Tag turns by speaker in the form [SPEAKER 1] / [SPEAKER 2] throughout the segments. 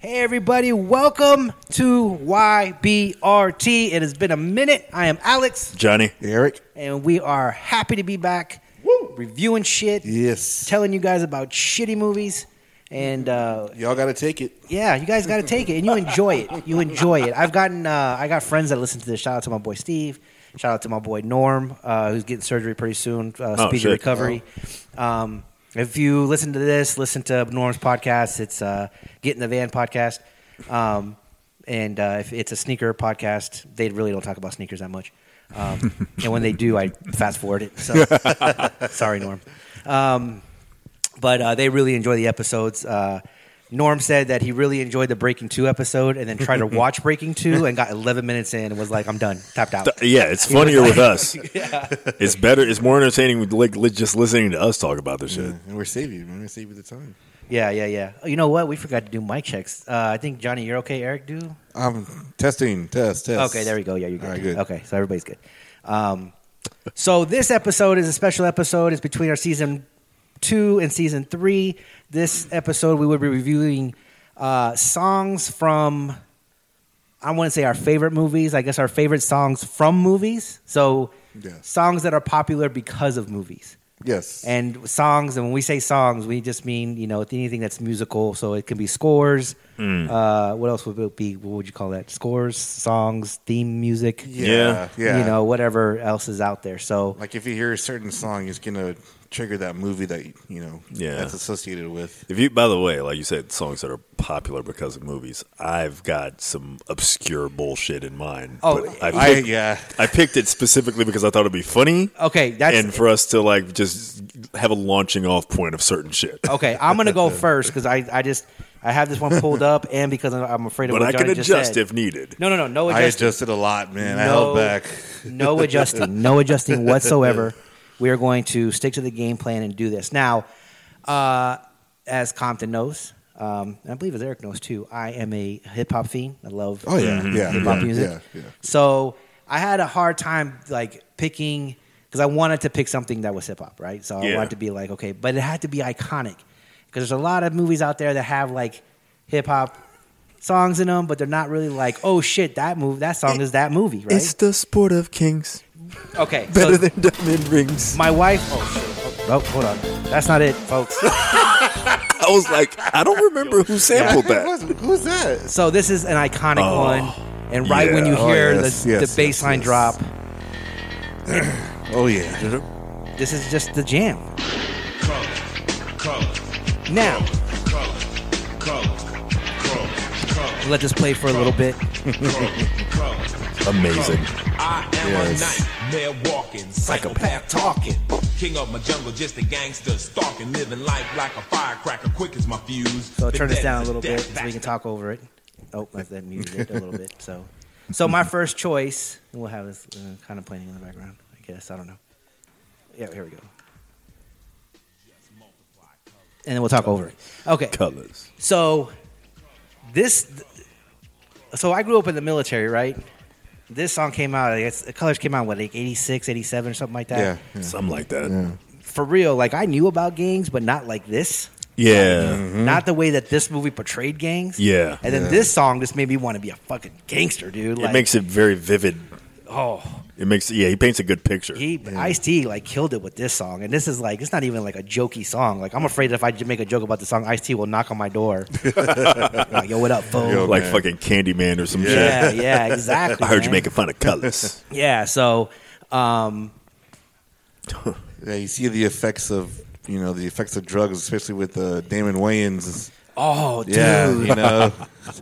[SPEAKER 1] Hey, everybody, welcome to YBRT. It has been a minute. I am Alex,
[SPEAKER 2] Johnny.
[SPEAKER 3] Eric.
[SPEAKER 1] and we are happy to be back reviewing shit,
[SPEAKER 3] Yes.
[SPEAKER 1] telling you guys about shitty movies. And uh,
[SPEAKER 3] Y'all got to take it.
[SPEAKER 1] yeah, you guys got to take it and you enjoy it. You enjoy it. I've gotten, uh, I got friends that listen to this. Shout out to my boy Steve. Shout out to my boy Norm, uh, who's getting surgery pretty soon. Uh,
[SPEAKER 2] Oh,
[SPEAKER 1] speedy
[SPEAKER 2] shit.
[SPEAKER 1] recovery. Um, if you listen to this, listen to Norm's podcast. It's uh, Get in the Van podcast. Um, and uh, if it's a sneaker podcast, they really don't talk about sneakers that much. Um, and when they do, I fast forward it. So sorry, Norm Um, but uh, they really enjoy the episodes. Uh, Norm said that he really enjoyed the Breaking Two episode, and then tried to watch Breaking Two and got 11 minutes in and was like, "I'm done, tapped out."
[SPEAKER 2] Th- Yeah, it's funnier with us. It's better. It's more entertaining with like li- just listening to us talk about this shit.
[SPEAKER 3] And we're saving you. We're going to save you the time.
[SPEAKER 1] Yeah, yeah, yeah. Oh, you know what? We forgot to do mic checks. Uh, I think Johnny, you're okay. Eric, do
[SPEAKER 3] I'm testing. Test, test.
[SPEAKER 1] Okay, there we go. Yeah, you're good.
[SPEAKER 3] All right, good.
[SPEAKER 1] Okay, so everybody's good. Um, so this episode is a special episode. It's between our season two and season three. This episode we will be reviewing uh, songs from I want to say our favorite movies. I guess our favorite songs from movies. So
[SPEAKER 3] Yes.
[SPEAKER 1] songs that are popular because of movies
[SPEAKER 3] Yes.
[SPEAKER 1] and songs. And when we say songs, we just mean you know anything that's musical. So it can be scores.
[SPEAKER 2] Hmm.
[SPEAKER 1] Uh, what else would it be? What would you call that? Scores, songs, theme music.
[SPEAKER 3] yeah.
[SPEAKER 2] Yeah.
[SPEAKER 3] Yeah.
[SPEAKER 1] You know whatever else is out there. So
[SPEAKER 3] like if you hear a certain song, it's going to trigger that movie that, you know,
[SPEAKER 2] Yeah.
[SPEAKER 3] that's associated with.
[SPEAKER 2] If you, by the way, like you said, songs that are popular because of movies. I've got some obscure bullshit in mind.
[SPEAKER 1] Oh,
[SPEAKER 2] but I,
[SPEAKER 3] I,
[SPEAKER 2] picked,
[SPEAKER 3] yeah.
[SPEAKER 2] I picked it specifically because I thought it'd be funny,
[SPEAKER 1] okay, that's
[SPEAKER 2] and for us to like just have a launching off point of certain shit.
[SPEAKER 1] okay. I'm gonna go first because I I just I have this one pulled up, and because I'm- I'm afraid of
[SPEAKER 2] but
[SPEAKER 1] what
[SPEAKER 2] I
[SPEAKER 1] Johnny
[SPEAKER 2] can
[SPEAKER 1] just
[SPEAKER 2] adjust
[SPEAKER 1] said.
[SPEAKER 2] if needed.
[SPEAKER 1] no, no, no, no
[SPEAKER 3] I
[SPEAKER 1] adjusting.
[SPEAKER 3] adjusted a lot, man. I held back.
[SPEAKER 1] no adjusting, no adjusting whatsoever. We are going to stick to the game plan and do this. Now, uh, as Compton knows, um, and I believe as Eric knows too, I am a hip hop fiend. I love
[SPEAKER 3] Oh, yeah. Yeah.
[SPEAKER 1] hip hop
[SPEAKER 3] yeah,
[SPEAKER 1] music.
[SPEAKER 3] Yeah. yeah.
[SPEAKER 1] So I had a hard time like picking because I wanted to pick something that was hip hop, right? So I
[SPEAKER 2] Yeah.
[SPEAKER 1] wanted to be like, okay, but it had to be iconic because there's a lot of movies out there that have like hip hop songs in them, but they're not really like, oh shit, that move, that song is that movie, right?
[SPEAKER 2] the sport of kings,
[SPEAKER 1] okay, so-
[SPEAKER 2] better than diamond rings.
[SPEAKER 1] my wife. Oh shit. Oh, hold on. That's not it, folks.
[SPEAKER 2] I was like, I don't remember who sampled
[SPEAKER 3] Hey,
[SPEAKER 2] that.
[SPEAKER 3] what's- Who's that?
[SPEAKER 1] So this is an iconic
[SPEAKER 2] Oh,
[SPEAKER 1] one, and right when
[SPEAKER 2] yeah.
[SPEAKER 1] you
[SPEAKER 3] Oh,
[SPEAKER 1] hear
[SPEAKER 3] yes,
[SPEAKER 1] the,
[SPEAKER 3] yes,
[SPEAKER 1] the bass
[SPEAKER 3] yes,
[SPEAKER 1] line
[SPEAKER 3] yes.
[SPEAKER 1] drop,
[SPEAKER 3] Oh, yeah.
[SPEAKER 1] this is just the jam. Now, we'll let this play for a little bit.
[SPEAKER 2] Amazing.
[SPEAKER 4] I am
[SPEAKER 3] Yes.
[SPEAKER 4] a nightmare walking, psychopath talking, king of my jungle, just a gangster stalking, living life like a firecracker, quick as my fuse.
[SPEAKER 1] So I'll turn this down a little bit so we can talk over it. Oh, let that music a little bit. So, so my first choice, and we'll have this uh, kind of playing in the background. I guess I don't know. Yeah, here we go. And then we'll talk over it. Okay.
[SPEAKER 2] Colors.
[SPEAKER 1] So this so I grew up in the military, right? This song came out, I guess the colors came out what like 86, 87 or something like that.
[SPEAKER 3] Yeah. yeah.
[SPEAKER 2] Something like that.
[SPEAKER 1] For real, like I knew about gangs, but not like this.
[SPEAKER 2] Yeah.
[SPEAKER 1] Not the way that this movie portrayed gangs.
[SPEAKER 2] Mm-hmm. Yeah.
[SPEAKER 1] Mm-hmm. And then this song just made me want to be a fucking gangster, dude. Like
[SPEAKER 2] It makes it very vivid.
[SPEAKER 1] oh
[SPEAKER 2] It makes yeah, he paints a good picture.
[SPEAKER 1] he Ice T like killed it with this song. And this is like it's not even like a jokey song. Like I'm afraid if I j- make a joke about the song, Ice T will knock on my door. like, Yo, what up, fool?
[SPEAKER 3] Yo,
[SPEAKER 2] like
[SPEAKER 3] man.
[SPEAKER 2] fucking Candyman or some
[SPEAKER 1] yeah,
[SPEAKER 2] shit.
[SPEAKER 1] yeah, exactly.
[SPEAKER 2] I heard
[SPEAKER 1] man.
[SPEAKER 2] you making fun of colors.
[SPEAKER 1] Yeah, so um,
[SPEAKER 3] Yeah, you see the effects of you know the effects of drugs, especially with uh, Damon Wayans.
[SPEAKER 1] oh, dude,
[SPEAKER 3] Yeah, you know,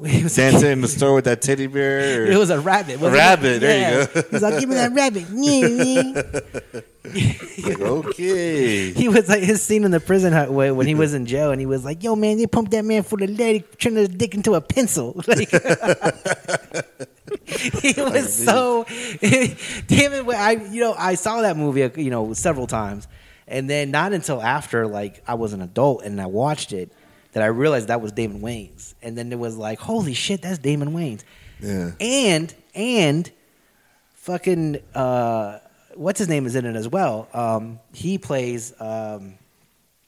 [SPEAKER 1] it, was a,
[SPEAKER 3] dancing in the store with that teddy bear.
[SPEAKER 1] it was a rabbit. wasn't it?
[SPEAKER 3] rabbit, there you
[SPEAKER 1] Yeah. He's like, give me that rabbit. Nyeh, nyeh.
[SPEAKER 3] Like, okay.
[SPEAKER 1] he was like his scene in the prison hut way when he was in jail, and he was like, "Yo, man, they pumped that man for the lady turning his dick into a pencil." Like, he was so damn it. when I you know I saw that movie uh, you know several times, and then not until after like I was an adult and I watched it that I realized that was Damon Wayans, and then it was like, holy shit, that's Damon Wayans.
[SPEAKER 3] Yeah.
[SPEAKER 1] And and fucking uh, what's his name is in it as well. Um, he plays um,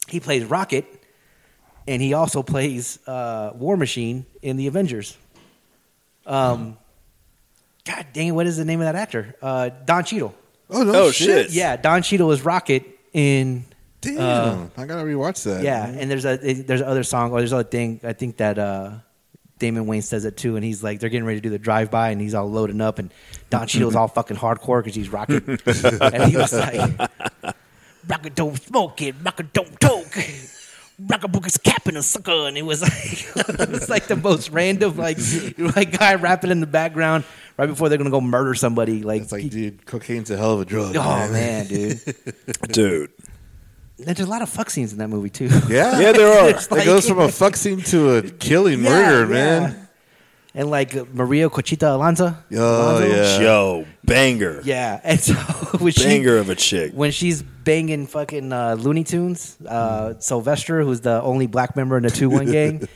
[SPEAKER 1] he plays Rocket and he also plays uh, War Machine in the Avengers. Um, God dang it, what is the name of that actor? Uh, Don Cheadle.
[SPEAKER 3] Oh no!
[SPEAKER 2] Oh,
[SPEAKER 3] shit!
[SPEAKER 2] shit.
[SPEAKER 1] Yeah, Don Cheadle is Rocket in
[SPEAKER 3] Damn!
[SPEAKER 1] Uh,
[SPEAKER 3] I gotta rewatch that.
[SPEAKER 1] yeah, and there's a there's other song or there's other thing. I think that uh, Damon Wayne says it too, and he's like they're getting ready to do the drive by, and he's all loading up, and Don Cheadle's all fucking hardcore because he's rocket, and he was like, "Rocket don't smoke it, rocket don't talk." Rocket book is capping a sucker, and it was like it was like the most random like like guy rapping in the background right before they're gonna go murder somebody. Like,
[SPEAKER 3] It's like, dude, cocaine's a hell of a drug.
[SPEAKER 1] oh man, dude,
[SPEAKER 2] dude.
[SPEAKER 1] there's a lot of fuck scenes in that movie too.
[SPEAKER 3] Yeah,
[SPEAKER 2] Yeah, there are.
[SPEAKER 1] It's like-
[SPEAKER 3] it goes from a fuck scene to a killing
[SPEAKER 1] Yeah,
[SPEAKER 3] murder,
[SPEAKER 1] yeah.
[SPEAKER 3] man.
[SPEAKER 1] And like uh, Maria Cochita Alonso.
[SPEAKER 3] Oh, yeah.
[SPEAKER 2] Yo, banger,
[SPEAKER 1] Yeah. And so when she
[SPEAKER 2] banger of a chick.
[SPEAKER 1] when she's banging fucking uh, Looney Tunes, uh, Sylvester, who's the only black member in the two one gang,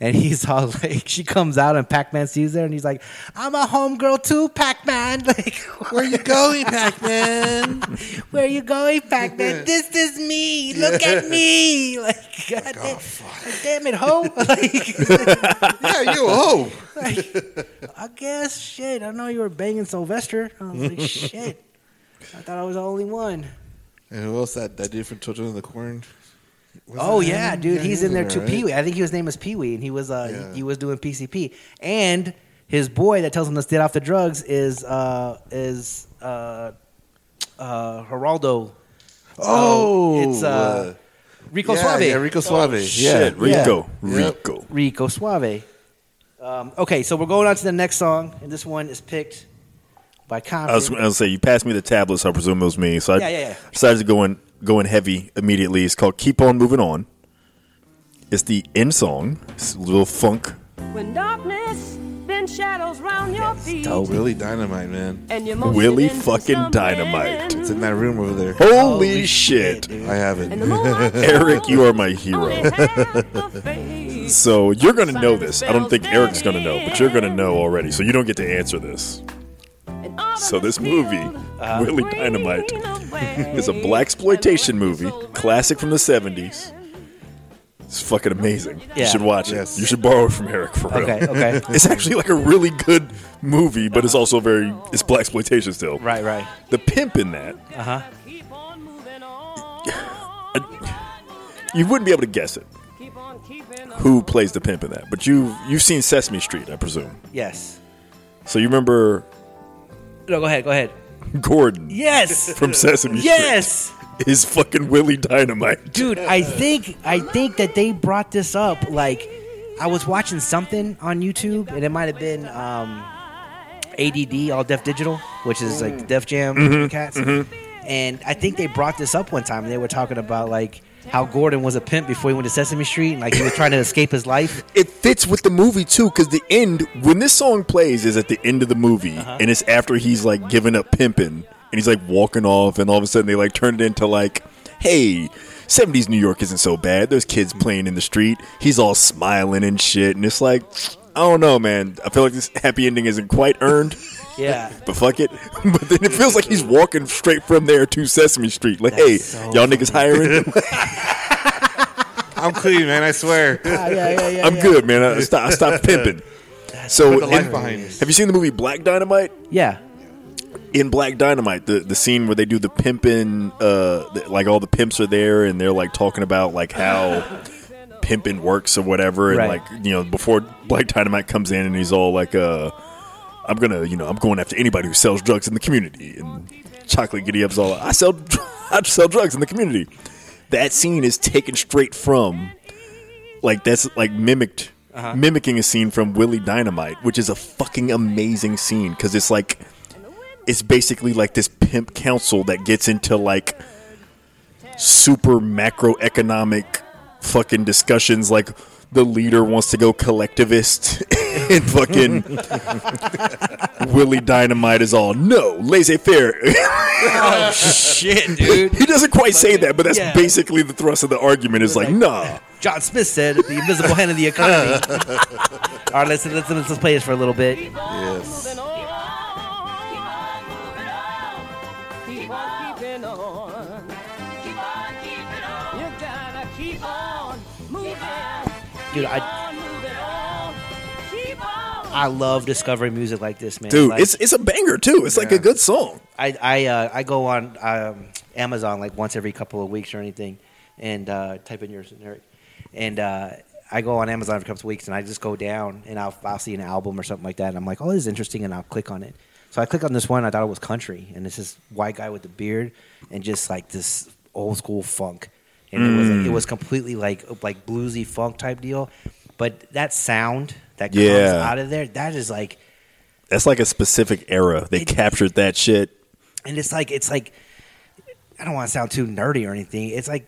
[SPEAKER 1] and he's all like, she comes out and Pac Man sees her, and he's like, "I'm a homegirl too, Pac Man. Like,
[SPEAKER 3] Where you going, Pac Man?
[SPEAKER 1] where are you going, Pac Man? This is me. Look at me. Like, God
[SPEAKER 3] Oh,
[SPEAKER 1] damn, damn it, ho. Like,
[SPEAKER 3] yeah, you oh.
[SPEAKER 1] I guess shit. I know you were banging Sylvester. I was like, shit. I thought I was the only one.
[SPEAKER 3] And who else that, that dude from Children of the Corn? Was
[SPEAKER 1] Oh
[SPEAKER 3] that
[SPEAKER 1] yeah,
[SPEAKER 3] him?
[SPEAKER 1] dude.
[SPEAKER 3] Yeah,
[SPEAKER 1] he's
[SPEAKER 3] he
[SPEAKER 1] in
[SPEAKER 3] was
[SPEAKER 1] there too.
[SPEAKER 3] right?
[SPEAKER 1] Pee Wee. I think he was name was Pee Wee, and he was uh
[SPEAKER 3] Yeah.
[SPEAKER 1] he, he was doing PCP. And his boy that tells him to stay off the drugs is uh is uh uh Geraldo.
[SPEAKER 3] Oh,
[SPEAKER 1] it's uh, Oh, Rico
[SPEAKER 3] yeah,
[SPEAKER 1] Suave.
[SPEAKER 3] Yeah, Rico Suave. yeah.
[SPEAKER 2] Shit, Rico,
[SPEAKER 3] Yeah.
[SPEAKER 2] Rico.
[SPEAKER 1] Rico Suave. Um, okay, so we're going on to the next song, and this one is picked by
[SPEAKER 2] I was, I
[SPEAKER 1] Compton.
[SPEAKER 2] was gonna say you passed me the tablet, so I presume it was me. So I
[SPEAKER 1] Yeah, yeah, yeah.
[SPEAKER 2] decided to go in, go in heavy immediately. It's called "Keep On Moving On." It's the end song. It's a little funk.
[SPEAKER 5] When darkness, then shadows round your feet.
[SPEAKER 1] dope.
[SPEAKER 3] Really dynamite, man.
[SPEAKER 5] And you're
[SPEAKER 2] Willie
[SPEAKER 5] motioned into
[SPEAKER 2] fucking
[SPEAKER 5] something.
[SPEAKER 2] Dynamite.
[SPEAKER 3] It's in that room over there.
[SPEAKER 2] Holy,
[SPEAKER 1] Holy
[SPEAKER 2] shit!
[SPEAKER 1] shit, dude.
[SPEAKER 3] I have it.
[SPEAKER 5] And the moonlight
[SPEAKER 2] Eric, you are my
[SPEAKER 5] only
[SPEAKER 2] hero.
[SPEAKER 5] half a face.
[SPEAKER 2] So you're gonna know this. I don't think Eric's gonna know, but you're gonna know already. So you don't get to answer this.
[SPEAKER 5] And all
[SPEAKER 2] So
[SPEAKER 5] of
[SPEAKER 2] this
[SPEAKER 5] the
[SPEAKER 2] movie,
[SPEAKER 5] field
[SPEAKER 2] Willie
[SPEAKER 5] green
[SPEAKER 2] Dynamite,
[SPEAKER 5] away.
[SPEAKER 2] is a black exploitation movie, classic from the '70s. It's fucking amazing. You
[SPEAKER 1] Yeah.
[SPEAKER 2] should watch
[SPEAKER 3] Yes.
[SPEAKER 2] it. You should borrow it from Eric for real.
[SPEAKER 1] Okay, okay.
[SPEAKER 2] It's actually like a really good movie, but it's also very it's black exploitation still.
[SPEAKER 1] Right, right.
[SPEAKER 2] The pimp in that,
[SPEAKER 1] Uh-huh.
[SPEAKER 5] Keep on moving on.
[SPEAKER 2] you wouldn't be able to guess it
[SPEAKER 5] Keep on keeping on.
[SPEAKER 2] who plays the pimp in that. But you you've seen Sesame Street, I presume.
[SPEAKER 1] Yes.
[SPEAKER 2] So you remember
[SPEAKER 1] No, go ahead, go ahead.
[SPEAKER 2] Gordon
[SPEAKER 1] Yes.
[SPEAKER 2] from Sesame
[SPEAKER 1] yes.
[SPEAKER 2] Street is fucking Willie Dynamite.
[SPEAKER 1] dude i think i think that they brought this up like i was watching something on youtube and it might have been um add all deaf digital which is like def jam cats and i think they brought this up one time and they were talking about like how gordon was a pimp before he went to sesame street and like he was trying to escape his life
[SPEAKER 2] It fits with the movie too, because the end when this song plays is at the end of the movie, and it's after he's like giving up pimping, and he's like walking off, and all of a sudden they like turn it into like, hey. 70s New York isn't so bad. There's kids playing in the street. He's all smiling and shit. And it's like, I don't know, man. I feel like this happy ending isn't quite earned.
[SPEAKER 1] yeah
[SPEAKER 2] but fuck it. But then it feels like he's walking straight from there to Sesame Street. Like,
[SPEAKER 1] That's
[SPEAKER 2] hey,
[SPEAKER 1] so
[SPEAKER 2] y'all niggas hiring?
[SPEAKER 3] I'm clean, man. I swear.
[SPEAKER 1] Ah, yeah yeah yeah
[SPEAKER 2] I'm good, man. I stopped, I stopped pimping. So,
[SPEAKER 3] Put the life
[SPEAKER 2] in-
[SPEAKER 3] behind us.
[SPEAKER 2] have you seen the movie Black Dynamite?
[SPEAKER 1] yeah
[SPEAKER 2] In Black Dynamite, the, the scene where they do the pimping, uh, the, like all the pimps are there and they're like talking about like how pimping works or whatever, and
[SPEAKER 1] Right.
[SPEAKER 2] like you know before Black Dynamite comes in and he's all like, uh, "I'm gonna, you know, I'm going after anybody who sells drugs in the community." And Chocolate Giddy Up's all, "I sell, I sell drugs in the community." That scene is taken straight from, like that's like mimicked, mimicking a scene from Willie Dynamite, which is a fucking amazing scene because it's like it's basically like this pimp council that gets into like super macroeconomic fucking discussions like the leader wants to go collectivist and fucking Willie Dynamite is all no laissez faire.
[SPEAKER 1] shit dude
[SPEAKER 2] he doesn't quite say that, but that's
[SPEAKER 1] Yeah.
[SPEAKER 2] basically the thrust of the argument. Is like,
[SPEAKER 1] like-
[SPEAKER 2] nah,
[SPEAKER 1] john smith said the invisible hand of the economy all right let's, let's let's play this for a little bit
[SPEAKER 3] yes.
[SPEAKER 5] Keep on keeping on. Keep on keeping on. You gotta keep on moving.
[SPEAKER 1] dude, I I love discovering music like this, man.
[SPEAKER 2] Dude,
[SPEAKER 1] Like,
[SPEAKER 2] it's it's a banger too. It's like
[SPEAKER 3] Yeah.
[SPEAKER 2] a good song.
[SPEAKER 1] I I uh, I go on um, Amazon like once every couple of weeks or anything, and uh, type in yours, Eric, and uh, I go on Amazon every couple of weeks, and I just go down and I'll I'll see an album or something like that, and I'm like, oh, this is interesting, and I'll click on it. So I click on this one. I thought it was country, and it's this white guy with a beard and just like this old school funk, and it was it was completely like like bluesy funk type deal, but that sound that comes
[SPEAKER 2] Yeah.
[SPEAKER 1] out of there, that is like
[SPEAKER 2] That's like a specific era. They
[SPEAKER 1] It-
[SPEAKER 2] captured that shit.
[SPEAKER 1] and it's like it's like I don't want to sound too nerdy or anything. It's like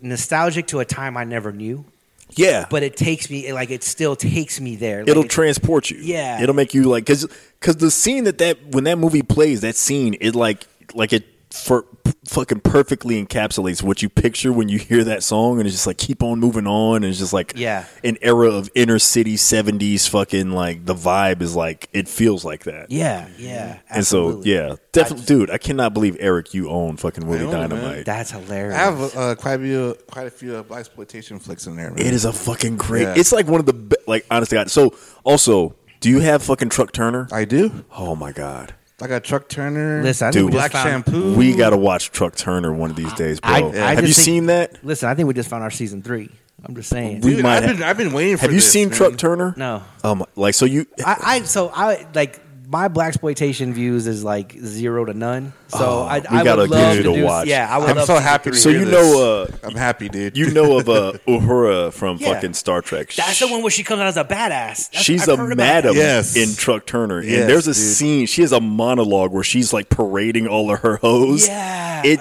[SPEAKER 1] nostalgic to a time I never knew,
[SPEAKER 2] Yeah,
[SPEAKER 1] but it takes me like it still takes me there. Like,
[SPEAKER 2] it'll
[SPEAKER 1] it-
[SPEAKER 2] transport you.
[SPEAKER 1] Yeah.
[SPEAKER 2] it'll make you like because because the scene that that when that movie plays that scene it like like it for fucking perfectly encapsulates what you picture when you hear that song and it's just like keep on moving on and it's just like
[SPEAKER 1] Yeah.
[SPEAKER 2] an era of inner city 70s fucking like the vibe is like it feels like that
[SPEAKER 1] yeah, yeah.
[SPEAKER 2] and so
[SPEAKER 1] absolutely.
[SPEAKER 2] yeah definitely dude i cannot believe eric you own fucking willie
[SPEAKER 3] own it, man.
[SPEAKER 2] dynamite
[SPEAKER 1] that's hilarious.
[SPEAKER 3] I have uh, quite a few, quite a few uh, black exploitation flicks in there. Man.
[SPEAKER 2] It is a fucking great.
[SPEAKER 3] Yeah.
[SPEAKER 2] It's like one of the be- like honestly. God. So also, do you have fucking Truck Turner?
[SPEAKER 3] I do.
[SPEAKER 2] oh my god,
[SPEAKER 3] I got Truck Turner.
[SPEAKER 1] listen, I think
[SPEAKER 2] Dude.
[SPEAKER 1] we
[SPEAKER 3] Black
[SPEAKER 1] just found,
[SPEAKER 3] Shampoo.
[SPEAKER 2] we gotta watch Truck Turner one of these days, bro.
[SPEAKER 1] I- I
[SPEAKER 2] have
[SPEAKER 1] just
[SPEAKER 2] you
[SPEAKER 1] think-
[SPEAKER 2] seen that?
[SPEAKER 1] Listen, I think we just found our season three. I'm just saying.
[SPEAKER 2] We
[SPEAKER 3] Dude,
[SPEAKER 2] might
[SPEAKER 3] I've
[SPEAKER 2] have-
[SPEAKER 3] been, I've been waiting for.
[SPEAKER 2] Have you
[SPEAKER 3] this,
[SPEAKER 2] seen
[SPEAKER 3] man.
[SPEAKER 2] Truck Turner?
[SPEAKER 1] No.
[SPEAKER 2] Um, like so you.
[SPEAKER 1] I, I so I like my black exploitation views is like zero to none. So
[SPEAKER 2] Oh,
[SPEAKER 1] I,
[SPEAKER 2] we
[SPEAKER 1] I
[SPEAKER 2] gotta
[SPEAKER 1] would love
[SPEAKER 2] give you
[SPEAKER 1] to
[SPEAKER 2] to
[SPEAKER 1] do,
[SPEAKER 2] watch.
[SPEAKER 1] Yeah, I would
[SPEAKER 3] I'm
[SPEAKER 1] love
[SPEAKER 3] so
[SPEAKER 1] to-
[SPEAKER 3] happy. To
[SPEAKER 2] So
[SPEAKER 3] hear
[SPEAKER 2] you
[SPEAKER 3] this.
[SPEAKER 2] know, uh,
[SPEAKER 3] I'm happy, dude.
[SPEAKER 2] You know of uh, Uhura from
[SPEAKER 1] Yeah.
[SPEAKER 2] fucking Star Trek.
[SPEAKER 1] That's the one where she comes out as a badass. That's,
[SPEAKER 2] She's
[SPEAKER 1] I've heard
[SPEAKER 2] a
[SPEAKER 1] about that.
[SPEAKER 2] madam
[SPEAKER 3] Yes.
[SPEAKER 2] in Truck Turner,
[SPEAKER 3] Yes,
[SPEAKER 2] and there's a
[SPEAKER 3] dude.
[SPEAKER 2] scene. She has a monologue where she's like parading all of her hoes.
[SPEAKER 1] Yeah.
[SPEAKER 2] it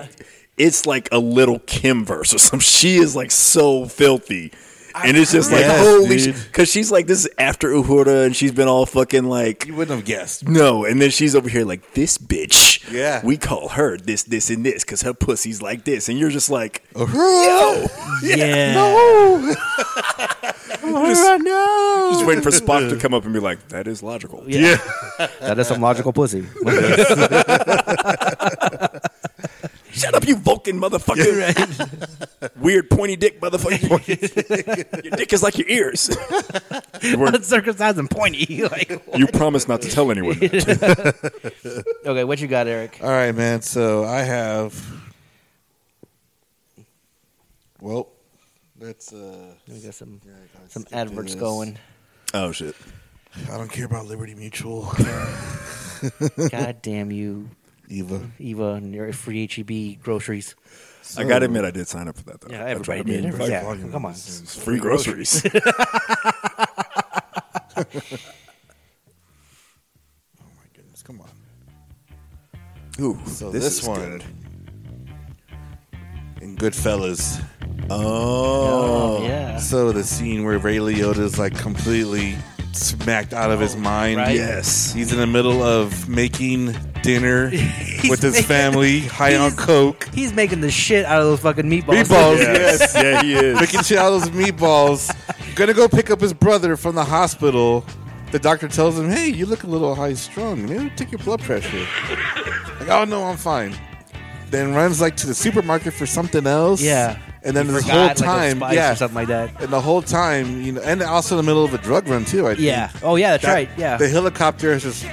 [SPEAKER 2] it's like a little Kim verse or some. She is like so filthy, and it's just like
[SPEAKER 3] Yes,
[SPEAKER 2] holy
[SPEAKER 3] dude.
[SPEAKER 2] because she's like this is after Uhura, and she's been all fucking like
[SPEAKER 3] you wouldn't have guessed.
[SPEAKER 2] no, and then she's over here like this bitch.
[SPEAKER 3] Yeah.
[SPEAKER 2] we call her this, this, and this because her pussy's like this, and you're just like yo,
[SPEAKER 1] Yeah.
[SPEAKER 2] just, just waiting for Spock to come up and be like that is logical.
[SPEAKER 1] Yeah. that is some logical pussy.
[SPEAKER 2] Shut up, you Vulcan motherfucker. Weird pointy dick motherfucker. your dick is like your ears. You weren't-
[SPEAKER 1] Uncircumcised and pointy. like,
[SPEAKER 2] you promised not to tell anyone. that.
[SPEAKER 1] okay, what you got, Eric?
[SPEAKER 3] All right, man. So I have. Well, let's. Uh,
[SPEAKER 1] We got some
[SPEAKER 3] guys,
[SPEAKER 1] some
[SPEAKER 3] let's do
[SPEAKER 1] adverts
[SPEAKER 3] this.
[SPEAKER 1] going.
[SPEAKER 2] Oh shit.
[SPEAKER 3] I don't care about Liberty Mutual.
[SPEAKER 1] God damn you,
[SPEAKER 3] Eva. Oh
[SPEAKER 1] Eva and your free HEB groceries.
[SPEAKER 2] I gotta admit, I did sign up for that though.
[SPEAKER 1] Yeah,
[SPEAKER 2] I
[SPEAKER 1] everybody
[SPEAKER 2] tried to be
[SPEAKER 1] did.
[SPEAKER 2] impressive.
[SPEAKER 1] Yeah,
[SPEAKER 3] volume
[SPEAKER 1] come on.
[SPEAKER 3] is-
[SPEAKER 2] It's free groceries.
[SPEAKER 3] Oh my goodness! Come on.
[SPEAKER 2] Ooh,
[SPEAKER 3] So
[SPEAKER 2] this,
[SPEAKER 3] this,
[SPEAKER 2] is
[SPEAKER 3] one.
[SPEAKER 2] good.
[SPEAKER 3] In Goodfellas.
[SPEAKER 2] Oh,
[SPEAKER 1] yeah.
[SPEAKER 3] So the scene where Ray Liotta's like completely smacked out of his mind.
[SPEAKER 1] right.
[SPEAKER 2] yes.
[SPEAKER 3] He's in the middle of making dinner with his
[SPEAKER 1] making-
[SPEAKER 3] family, high on
[SPEAKER 1] he's-
[SPEAKER 3] coke.
[SPEAKER 1] He's making the shit out of those fucking meatballs.
[SPEAKER 3] Meatballs.
[SPEAKER 2] Yes. yeah, he is.
[SPEAKER 3] Making shit out of those meatballs. Gonna go pick up his brother from the hospital. The doctor tells him, "Hey, you look a little high strung. Maybe take your blood pressure." like, "Oh no, I'm fine." Then runs like to the supermarket for something else.
[SPEAKER 1] Yeah.
[SPEAKER 3] And then
[SPEAKER 1] He
[SPEAKER 3] this whole
[SPEAKER 1] forgot, like, a
[SPEAKER 3] time,
[SPEAKER 1] spice
[SPEAKER 3] yeah,
[SPEAKER 1] or something like that.
[SPEAKER 3] And the whole time, you know, and also in the middle of a drug run too. I think.
[SPEAKER 1] Yeah. Oh yeah, that's
[SPEAKER 3] That-
[SPEAKER 1] right. Yeah.
[SPEAKER 3] The helicopter is just.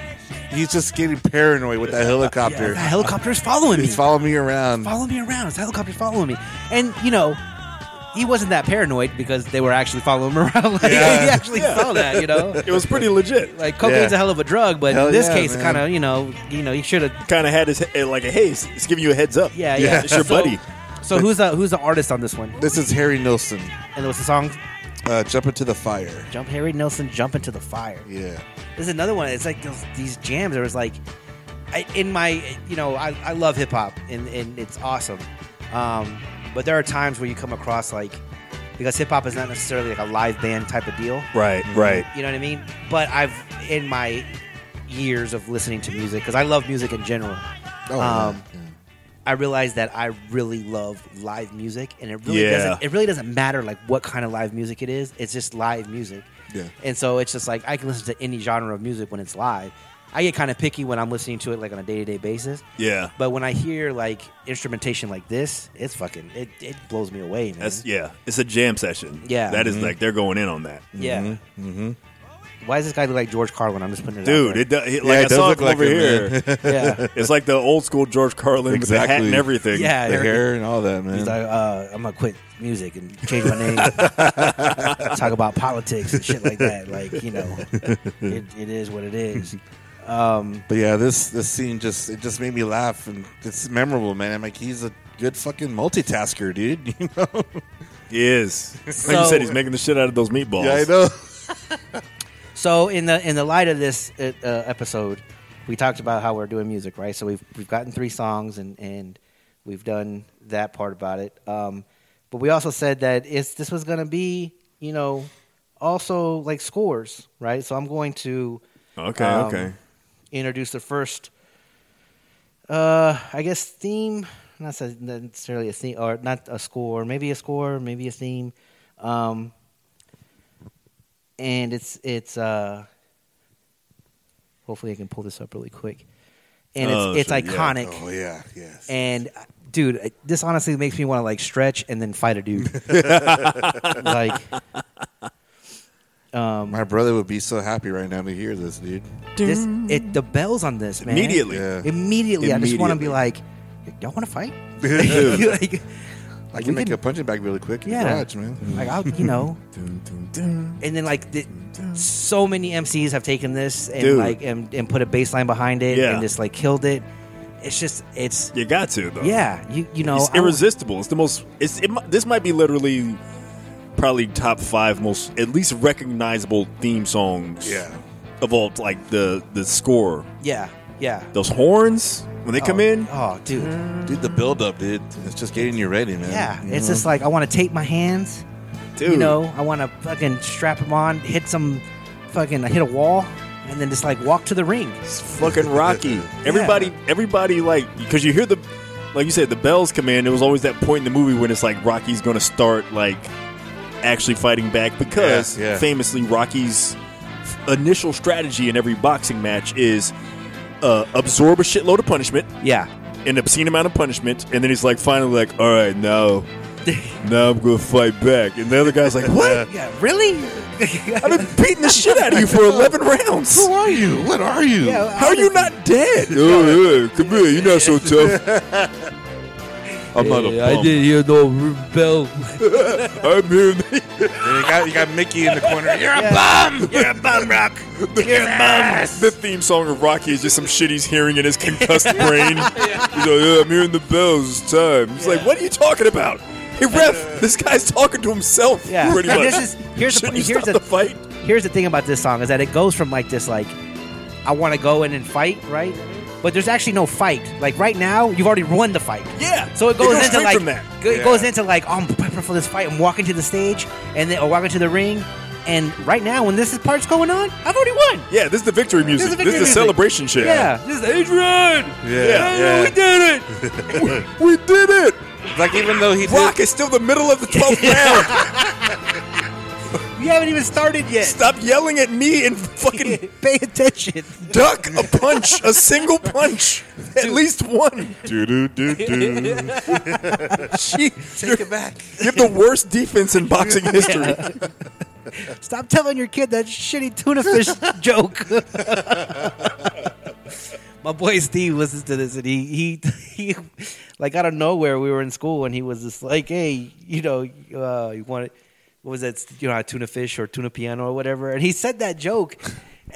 [SPEAKER 3] He's just getting paranoid with that helicopter.
[SPEAKER 1] the helicopter's following me.
[SPEAKER 3] He's following me around.
[SPEAKER 1] follow me around. This helicopter's following me. And, you know, he wasn't that paranoid because they were actually following him around. Like,
[SPEAKER 3] Yeah.
[SPEAKER 1] He actually saw that, you know?
[SPEAKER 2] It was pretty legit.
[SPEAKER 1] Like, cocaine's
[SPEAKER 3] Yeah.
[SPEAKER 1] a hell of a drug, but
[SPEAKER 3] Hell
[SPEAKER 1] in this
[SPEAKER 3] yeah,
[SPEAKER 1] case,
[SPEAKER 3] man.
[SPEAKER 1] kind of, you know, you know, he should have
[SPEAKER 2] Kind of had his he- like a haze. It's giving you a heads up.
[SPEAKER 1] Yeah, yeah.
[SPEAKER 2] It's your
[SPEAKER 1] So-
[SPEAKER 2] buddy.
[SPEAKER 1] So who's the who's the artist on this one?
[SPEAKER 3] This is Harry Nilsson.
[SPEAKER 1] And what's the song?
[SPEAKER 3] Uh, jump into the fire.
[SPEAKER 1] Jump Harry Nelson, jump into the fire.
[SPEAKER 3] Yeah.
[SPEAKER 1] There's another one. It's like those, these jams. There was like, I, in my you know I, I love hip hop and, and it's awesome, um, but there are times where you come across like because hip hop is not necessarily like a live band type of deal.
[SPEAKER 2] Right, right.
[SPEAKER 1] You know what I mean? But I've in my years of listening to music because I love music in general.
[SPEAKER 3] Oh,
[SPEAKER 1] Um, I realized that I really love live music, and it really
[SPEAKER 2] Yeah.
[SPEAKER 1] doesn't. It really doesn't matter like what kind of live music it is. It's just live music.
[SPEAKER 3] Yeah.
[SPEAKER 1] And so it's just like I can listen to any genre of music when it's live, I get kind of picky when I'm listening to it like on a day to day basis.
[SPEAKER 2] Yeah.
[SPEAKER 1] But when I hear like instrumentation like this, it's fucking it, it blows me away, man.
[SPEAKER 2] That's yeah. It's a jam session.
[SPEAKER 1] Mm-hmm. Yeah. Mm-hmm.
[SPEAKER 2] That is like they're going in on that.
[SPEAKER 1] yeah. Mm-hmm. Why does this guy look like George Carlin? I'm just putting it
[SPEAKER 2] Dude, it,
[SPEAKER 1] Out
[SPEAKER 2] does. it
[SPEAKER 3] Yeah,
[SPEAKER 2] like
[SPEAKER 3] it
[SPEAKER 2] I
[SPEAKER 3] does
[SPEAKER 2] saw
[SPEAKER 3] look
[SPEAKER 2] it
[SPEAKER 3] like
[SPEAKER 2] over
[SPEAKER 3] him,
[SPEAKER 2] here.
[SPEAKER 1] there. yeah.
[SPEAKER 2] it's like the old school George Carlin with the hat and
[SPEAKER 3] Exactly.
[SPEAKER 2] everything.
[SPEAKER 1] Yeah.
[SPEAKER 3] The hair and all that,
[SPEAKER 1] He's
[SPEAKER 3] man.
[SPEAKER 1] like, uh, I'm gonna quit music and change my name. Talk about politics and shit like that. Like, you know, it, it is what it is.
[SPEAKER 3] But yeah, this this scene just it just made me laugh and it's memorable, man. I'm like, he's a good fucking multitasker, dude. You know?
[SPEAKER 2] He is. Like you
[SPEAKER 1] So-
[SPEAKER 2] said, he's making the shit out of those meatballs.
[SPEAKER 3] Yeah, I know.
[SPEAKER 1] So in the in the light of this uh, uh, episode, we talked about how we're doing music, right? So we've we've gotten three songs and and we've done that part about it. Um, but we also said that it's this was gonna be you know also like scores, right? So I'm going to
[SPEAKER 2] Okay,
[SPEAKER 1] um,
[SPEAKER 2] okay.
[SPEAKER 1] introduce the first. Uh, I guess theme, not so- not necessarily a theme, or not a score, maybe a score, maybe a theme. Um, and it's it's uh, hopefully I can pull this up really quick. And it's
[SPEAKER 2] Oh,
[SPEAKER 1] it's
[SPEAKER 2] so, yeah.
[SPEAKER 1] iconic.
[SPEAKER 3] Oh yeah, yes.
[SPEAKER 1] And uh, dude, I- this honestly makes me want to like stretch and then fight a dude. like
[SPEAKER 3] My brother would be so happy right now to hear this, dude.
[SPEAKER 1] this, it the bells on this man
[SPEAKER 2] Immediately.
[SPEAKER 3] Yeah.
[SPEAKER 1] Immediately, I just want to be
[SPEAKER 2] Immediately.
[SPEAKER 1] like, y'all want to fight?
[SPEAKER 3] I
[SPEAKER 1] like,
[SPEAKER 3] can
[SPEAKER 1] we
[SPEAKER 3] make
[SPEAKER 1] can-
[SPEAKER 3] a punching bag really quick. and
[SPEAKER 1] Yeah.
[SPEAKER 3] Watch, man.
[SPEAKER 1] like I'll, you know.
[SPEAKER 2] Dun, dun, dun.
[SPEAKER 1] And then like the, so many MCs have taken this and
[SPEAKER 2] Dude.
[SPEAKER 1] like and, and put a bass line behind it
[SPEAKER 2] Yeah.
[SPEAKER 1] and just like killed it. It's just it's
[SPEAKER 2] You got to though.
[SPEAKER 1] yeah, you you know
[SPEAKER 2] it's
[SPEAKER 1] I was-
[SPEAKER 2] irresistible. It's the most. It's it, mi- this might be literally probably top five most at least recognizable theme songs.
[SPEAKER 3] Yeah.
[SPEAKER 2] of all like the the score,
[SPEAKER 1] yeah yeah.
[SPEAKER 2] those horns when they come
[SPEAKER 1] Oh,
[SPEAKER 2] in.
[SPEAKER 1] oh dude,
[SPEAKER 3] Dude, the build up, dude. It's just getting you ready, man.
[SPEAKER 1] yeah.
[SPEAKER 3] You
[SPEAKER 1] It's
[SPEAKER 3] know?
[SPEAKER 1] just like I want to tape my hands.
[SPEAKER 2] Dude,
[SPEAKER 1] You know, I want to fucking strap them on, hit some fucking hit a wall, and then just like walk to the ring.
[SPEAKER 2] it's fucking Rocky. Everybody, everybody like because you hear the like you said the bells come in. It was always that point in the movie when it's like Rocky's going to start like actually fighting back because
[SPEAKER 3] Yeah, yeah.
[SPEAKER 2] famously Rocky's initial strategy in every boxing match is uh, absorb a shitload of punishment.
[SPEAKER 1] Yeah,
[SPEAKER 2] an obscene amount of punishment, and then he's like finally like, all right, now, now I'm gonna fight back. And the other guy's like, what?
[SPEAKER 1] yeah. Really?
[SPEAKER 2] I've been beating the shit out of you for 11 rounds.
[SPEAKER 3] Who are you? What are you?
[SPEAKER 1] Yeah.
[SPEAKER 2] How are you not dead? Oh, yeah, come here, you're not so tough.
[SPEAKER 3] I'm not a bum.
[SPEAKER 1] hear no bell.
[SPEAKER 2] I'm here.
[SPEAKER 3] And you got you got Mickey in the corner. You're a bum. You're a bum, Rock. You're a bum.
[SPEAKER 2] The theme song of Rocky is just some shit he's hearing in his concussed brain. He's like, yeah, I'm hearing the bells, it's time. He's like, what are you talking about? Hey, ref, this guy's talking to himself
[SPEAKER 1] uh, Yeah.
[SPEAKER 2] pretty
[SPEAKER 1] And
[SPEAKER 2] much.
[SPEAKER 1] this is- here's the-
[SPEAKER 2] Shouldn't you
[SPEAKER 1] here's
[SPEAKER 2] stop
[SPEAKER 1] the-
[SPEAKER 2] the fight?
[SPEAKER 1] here's the thing about this song is that it goes from like this like I want to go in and fight, right? But there's actually no fight. Like right now, you've already won the fight.
[SPEAKER 2] Yeah.
[SPEAKER 1] So it goes into
[SPEAKER 2] straight
[SPEAKER 1] like
[SPEAKER 2] from that.
[SPEAKER 1] go- it goes
[SPEAKER 3] Yeah.
[SPEAKER 1] into like oh, I'm prepping for this fight. I'm walking to the stage and then or walking to the ring. And right now, when this is part's going on, I've already won.
[SPEAKER 2] Yeah, this is the victory music. This is the,
[SPEAKER 1] victory music.
[SPEAKER 2] celebration shit.
[SPEAKER 1] Yeah, this is Adrian.
[SPEAKER 3] Yeah, yeah.
[SPEAKER 2] we did it. we, we did it.
[SPEAKER 3] Like even though he did,
[SPEAKER 2] Rock is still the middle of the 12th round.
[SPEAKER 1] You haven't even started yet.
[SPEAKER 2] Stop yelling at me and fucking
[SPEAKER 1] Pay attention.
[SPEAKER 2] duck a punch, a single punch, at least one.
[SPEAKER 3] do do do do.
[SPEAKER 2] Jeez,
[SPEAKER 3] Take it back.
[SPEAKER 2] you have the worst defense in boxing history.
[SPEAKER 1] Stop telling your kid that shitty tuna fish joke. My boy Steve listens to this, and he he he, like out of nowhere, we were in school, and he was just like, "Hey, you know, uh, you want what was that? You know, a tuna fish or tuna piano or whatever." And he said that joke,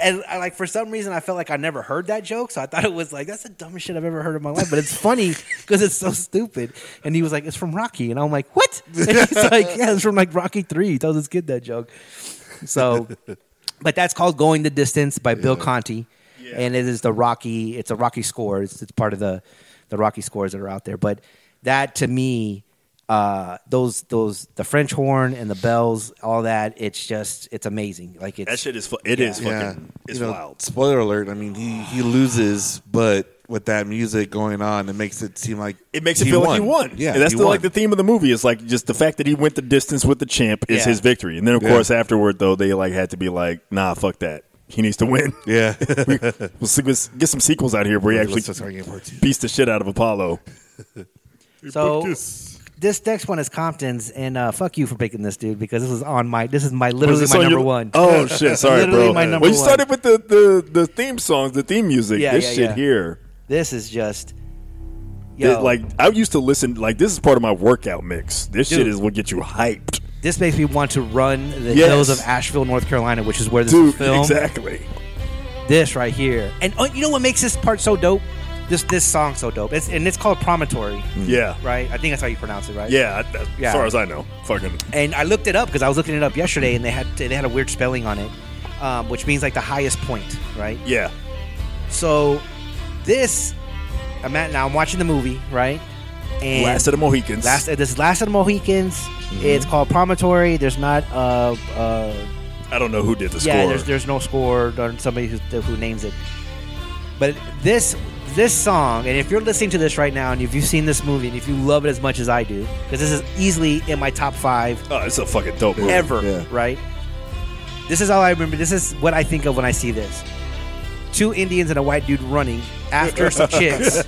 [SPEAKER 1] and I, like for some reason, I felt like I never heard that joke, so I thought it was like that's the dumbest shit I've ever heard in my life, but it's funny because it's so stupid. And he was like, "It's from Rocky," and I'm like, "What?" And he's like, "Yeah, it's from like Rocky Three. He tells his kid that joke. So, but that's called "Going the Distance" by Bill Conti, and it is the Rocky. It's a Rocky score. It's, it's part of the the Rocky scores that are out there. But that to me, uh, those those the French horn and the bells, all that. It's just it's amazing. Like it's
[SPEAKER 2] That shit is fu- it is
[SPEAKER 3] Yeah,
[SPEAKER 2] fucking it's
[SPEAKER 3] You know,
[SPEAKER 2] wild.
[SPEAKER 3] Spoiler alert. I mean, he he loses, but with that music going on, it makes it seem like
[SPEAKER 2] It makes it feel like he won.
[SPEAKER 3] Yeah,
[SPEAKER 2] and that's
[SPEAKER 3] he
[SPEAKER 2] the,
[SPEAKER 3] won.
[SPEAKER 2] like the theme of the movie is like just the fact that he went the distance with the champ is
[SPEAKER 1] Yeah.
[SPEAKER 2] his victory. And then of
[SPEAKER 3] Yeah.
[SPEAKER 2] course afterward though they like had to be like, nah, fuck that. He needs to win.
[SPEAKER 3] Yeah.
[SPEAKER 2] We'll see- let's get some sequels out here where he
[SPEAKER 3] Let's
[SPEAKER 2] actually
[SPEAKER 3] start getting part two.
[SPEAKER 2] beats the shit out of Apollo.
[SPEAKER 1] So this next one is Compton's, and uh, fuck you for picking this dude because this was on my. This is my literally
[SPEAKER 2] Was
[SPEAKER 1] my
[SPEAKER 2] this on
[SPEAKER 1] number
[SPEAKER 2] your-
[SPEAKER 1] one.
[SPEAKER 2] Oh shit! Sorry,
[SPEAKER 1] Literally
[SPEAKER 2] bro.
[SPEAKER 1] my number
[SPEAKER 2] well, you
[SPEAKER 1] one.
[SPEAKER 2] started with the, the, the theme songs, the theme music.
[SPEAKER 1] Yeah,
[SPEAKER 2] this
[SPEAKER 1] yeah,
[SPEAKER 2] shit
[SPEAKER 1] yeah.
[SPEAKER 2] here,
[SPEAKER 1] This is just.
[SPEAKER 2] It-
[SPEAKER 1] Yo,
[SPEAKER 2] like I used to listen. Like this is part of my workout mix. This shit
[SPEAKER 1] Dude.
[SPEAKER 2] is what get you hyped,
[SPEAKER 1] this makes me want to run the
[SPEAKER 2] Yes.
[SPEAKER 1] hills of Asheville, North Carolina, which is where this
[SPEAKER 2] dude.
[SPEAKER 1] is filmed.
[SPEAKER 2] Exactly.
[SPEAKER 1] This right here, and uh, you know what makes this part so dope? This this song so dope. It's and it's called Promontory,
[SPEAKER 2] Yeah.
[SPEAKER 1] right? I think that's how you pronounce it, right?
[SPEAKER 2] Yeah, I- as
[SPEAKER 1] Yeah.
[SPEAKER 2] far as I know, fucking
[SPEAKER 1] and I looked it up because I was looking it up yesterday, and they had they had a weird spelling on it, um, which means like the highest point, right?
[SPEAKER 2] yeah,
[SPEAKER 1] So this, I'm at now. I'm watching the movie, right? And
[SPEAKER 2] Last of the Mohicans. Mm-hmm.
[SPEAKER 1] last this is Last of the Mohicans. It's called Promontory. There's not uh, uh
[SPEAKER 2] I don't know who did the score.
[SPEAKER 1] yeah. There's there's no score or somebody who who names it. But this this song, and if you're listening to this right now, and if you've seen this movie, and if you love it as much as I do, because this is easily in my top five
[SPEAKER 2] oh, it's a fucking dope movie.
[SPEAKER 1] ever,
[SPEAKER 3] Yeah.
[SPEAKER 1] right? This is all I remember. This is what I think of when I see this. Two Indians and a white dude running after some chicks.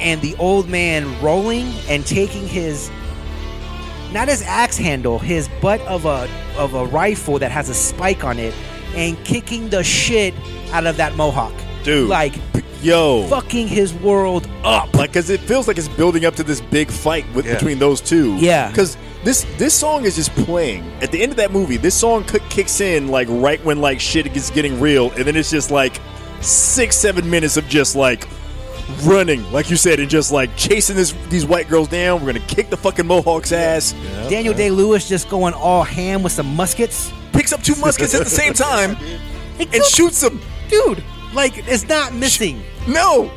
[SPEAKER 1] and the old man rolling and taking his not his axe handle, his butt of a of a rifle that has a spike on it and kicking the shit out of that mohawk.
[SPEAKER 2] Dude.
[SPEAKER 1] Like
[SPEAKER 2] Yo,
[SPEAKER 1] fucking his world
[SPEAKER 2] up, like, cause it feels like it's building up to this big fight with,
[SPEAKER 3] Yeah.
[SPEAKER 2] between those two.
[SPEAKER 1] Yeah.
[SPEAKER 2] cause this this song is just playing at the end of that movie. This song c- kicks in like right when like shit gets getting real, and then it's just like six seven minutes of just like running, like you said, and just like chasing this these white girls down. We're gonna kick the fucking Mohawk's ass.
[SPEAKER 1] Daniel Day Lewis just going all ham with some muskets.
[SPEAKER 2] Picks up two muskets at the same time
[SPEAKER 1] Like,
[SPEAKER 2] and shoots them.
[SPEAKER 1] dude, like it's not missing.
[SPEAKER 2] No,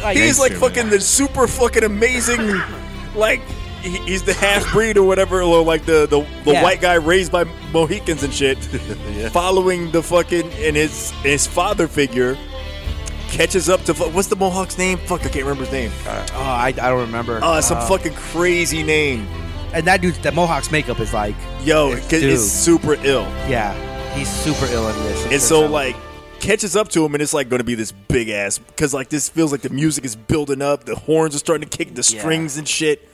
[SPEAKER 1] Like,
[SPEAKER 2] he's like
[SPEAKER 3] you,
[SPEAKER 2] fucking the super fucking amazing, like he- he's the half breed or whatever, or like the the, the
[SPEAKER 1] Yeah.
[SPEAKER 2] white guy raised by Mohicans and shit, following the fucking and his his father figure catches up to fu- what's the Mohawk's name? Fuck, I can't remember his name.
[SPEAKER 1] Oh, I, I don't remember.
[SPEAKER 2] Uh, some fucking crazy name.
[SPEAKER 1] Oh, and that dude, that Mohawk's makeup is like,
[SPEAKER 2] Yo, it,
[SPEAKER 1] dude.
[SPEAKER 2] it's super ill.
[SPEAKER 1] yeah, he's super ill in this.
[SPEAKER 2] And so like catches up to him and it's like going to be this big ass cuz like this feels like the music is building up, the horns are starting to kick, the
[SPEAKER 1] Yeah.
[SPEAKER 2] strings and shit.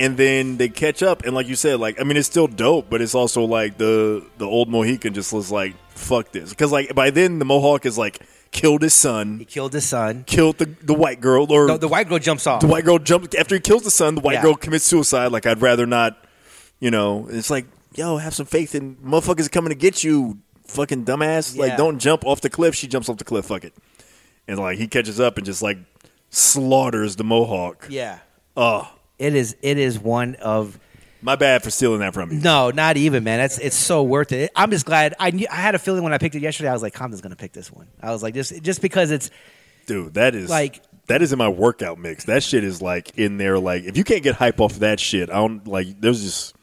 [SPEAKER 2] And then they catch up and like you said like I mean it's still dope, but it's also like the the old Mohican just was like fuck this cuz like by then the Mohawk is like killed his son,
[SPEAKER 1] he killed his son.
[SPEAKER 2] killed the the white girl or
[SPEAKER 1] The, the white girl jumps off.
[SPEAKER 2] the white girl jumps after he kills the son. The white
[SPEAKER 1] Yeah.
[SPEAKER 2] girl commits suicide. Like I'd rather not, you know. It's like, yo, have some faith in motherfuckers coming to get you, fucking dumbass.
[SPEAKER 1] Yeah.
[SPEAKER 2] Like don't jump off the cliff. She jumps off the cliff. Fuck it. And like he catches up and just like slaughters the Mohawk.
[SPEAKER 1] yeah,
[SPEAKER 2] Oh,
[SPEAKER 1] it is. It is one of
[SPEAKER 2] my bad for stealing that from you.
[SPEAKER 1] no, not even man. That's it's so worth it. I'm just glad I knew, I had a feeling when I picked it yesterday. I was like, Compton's gonna pick this one. I was like, just just because it's
[SPEAKER 2] Dude, that is
[SPEAKER 1] Like-
[SPEAKER 2] that is in my workout mix. That shit is like in there. Like if you can't get hype off that shit, I don't like. There's just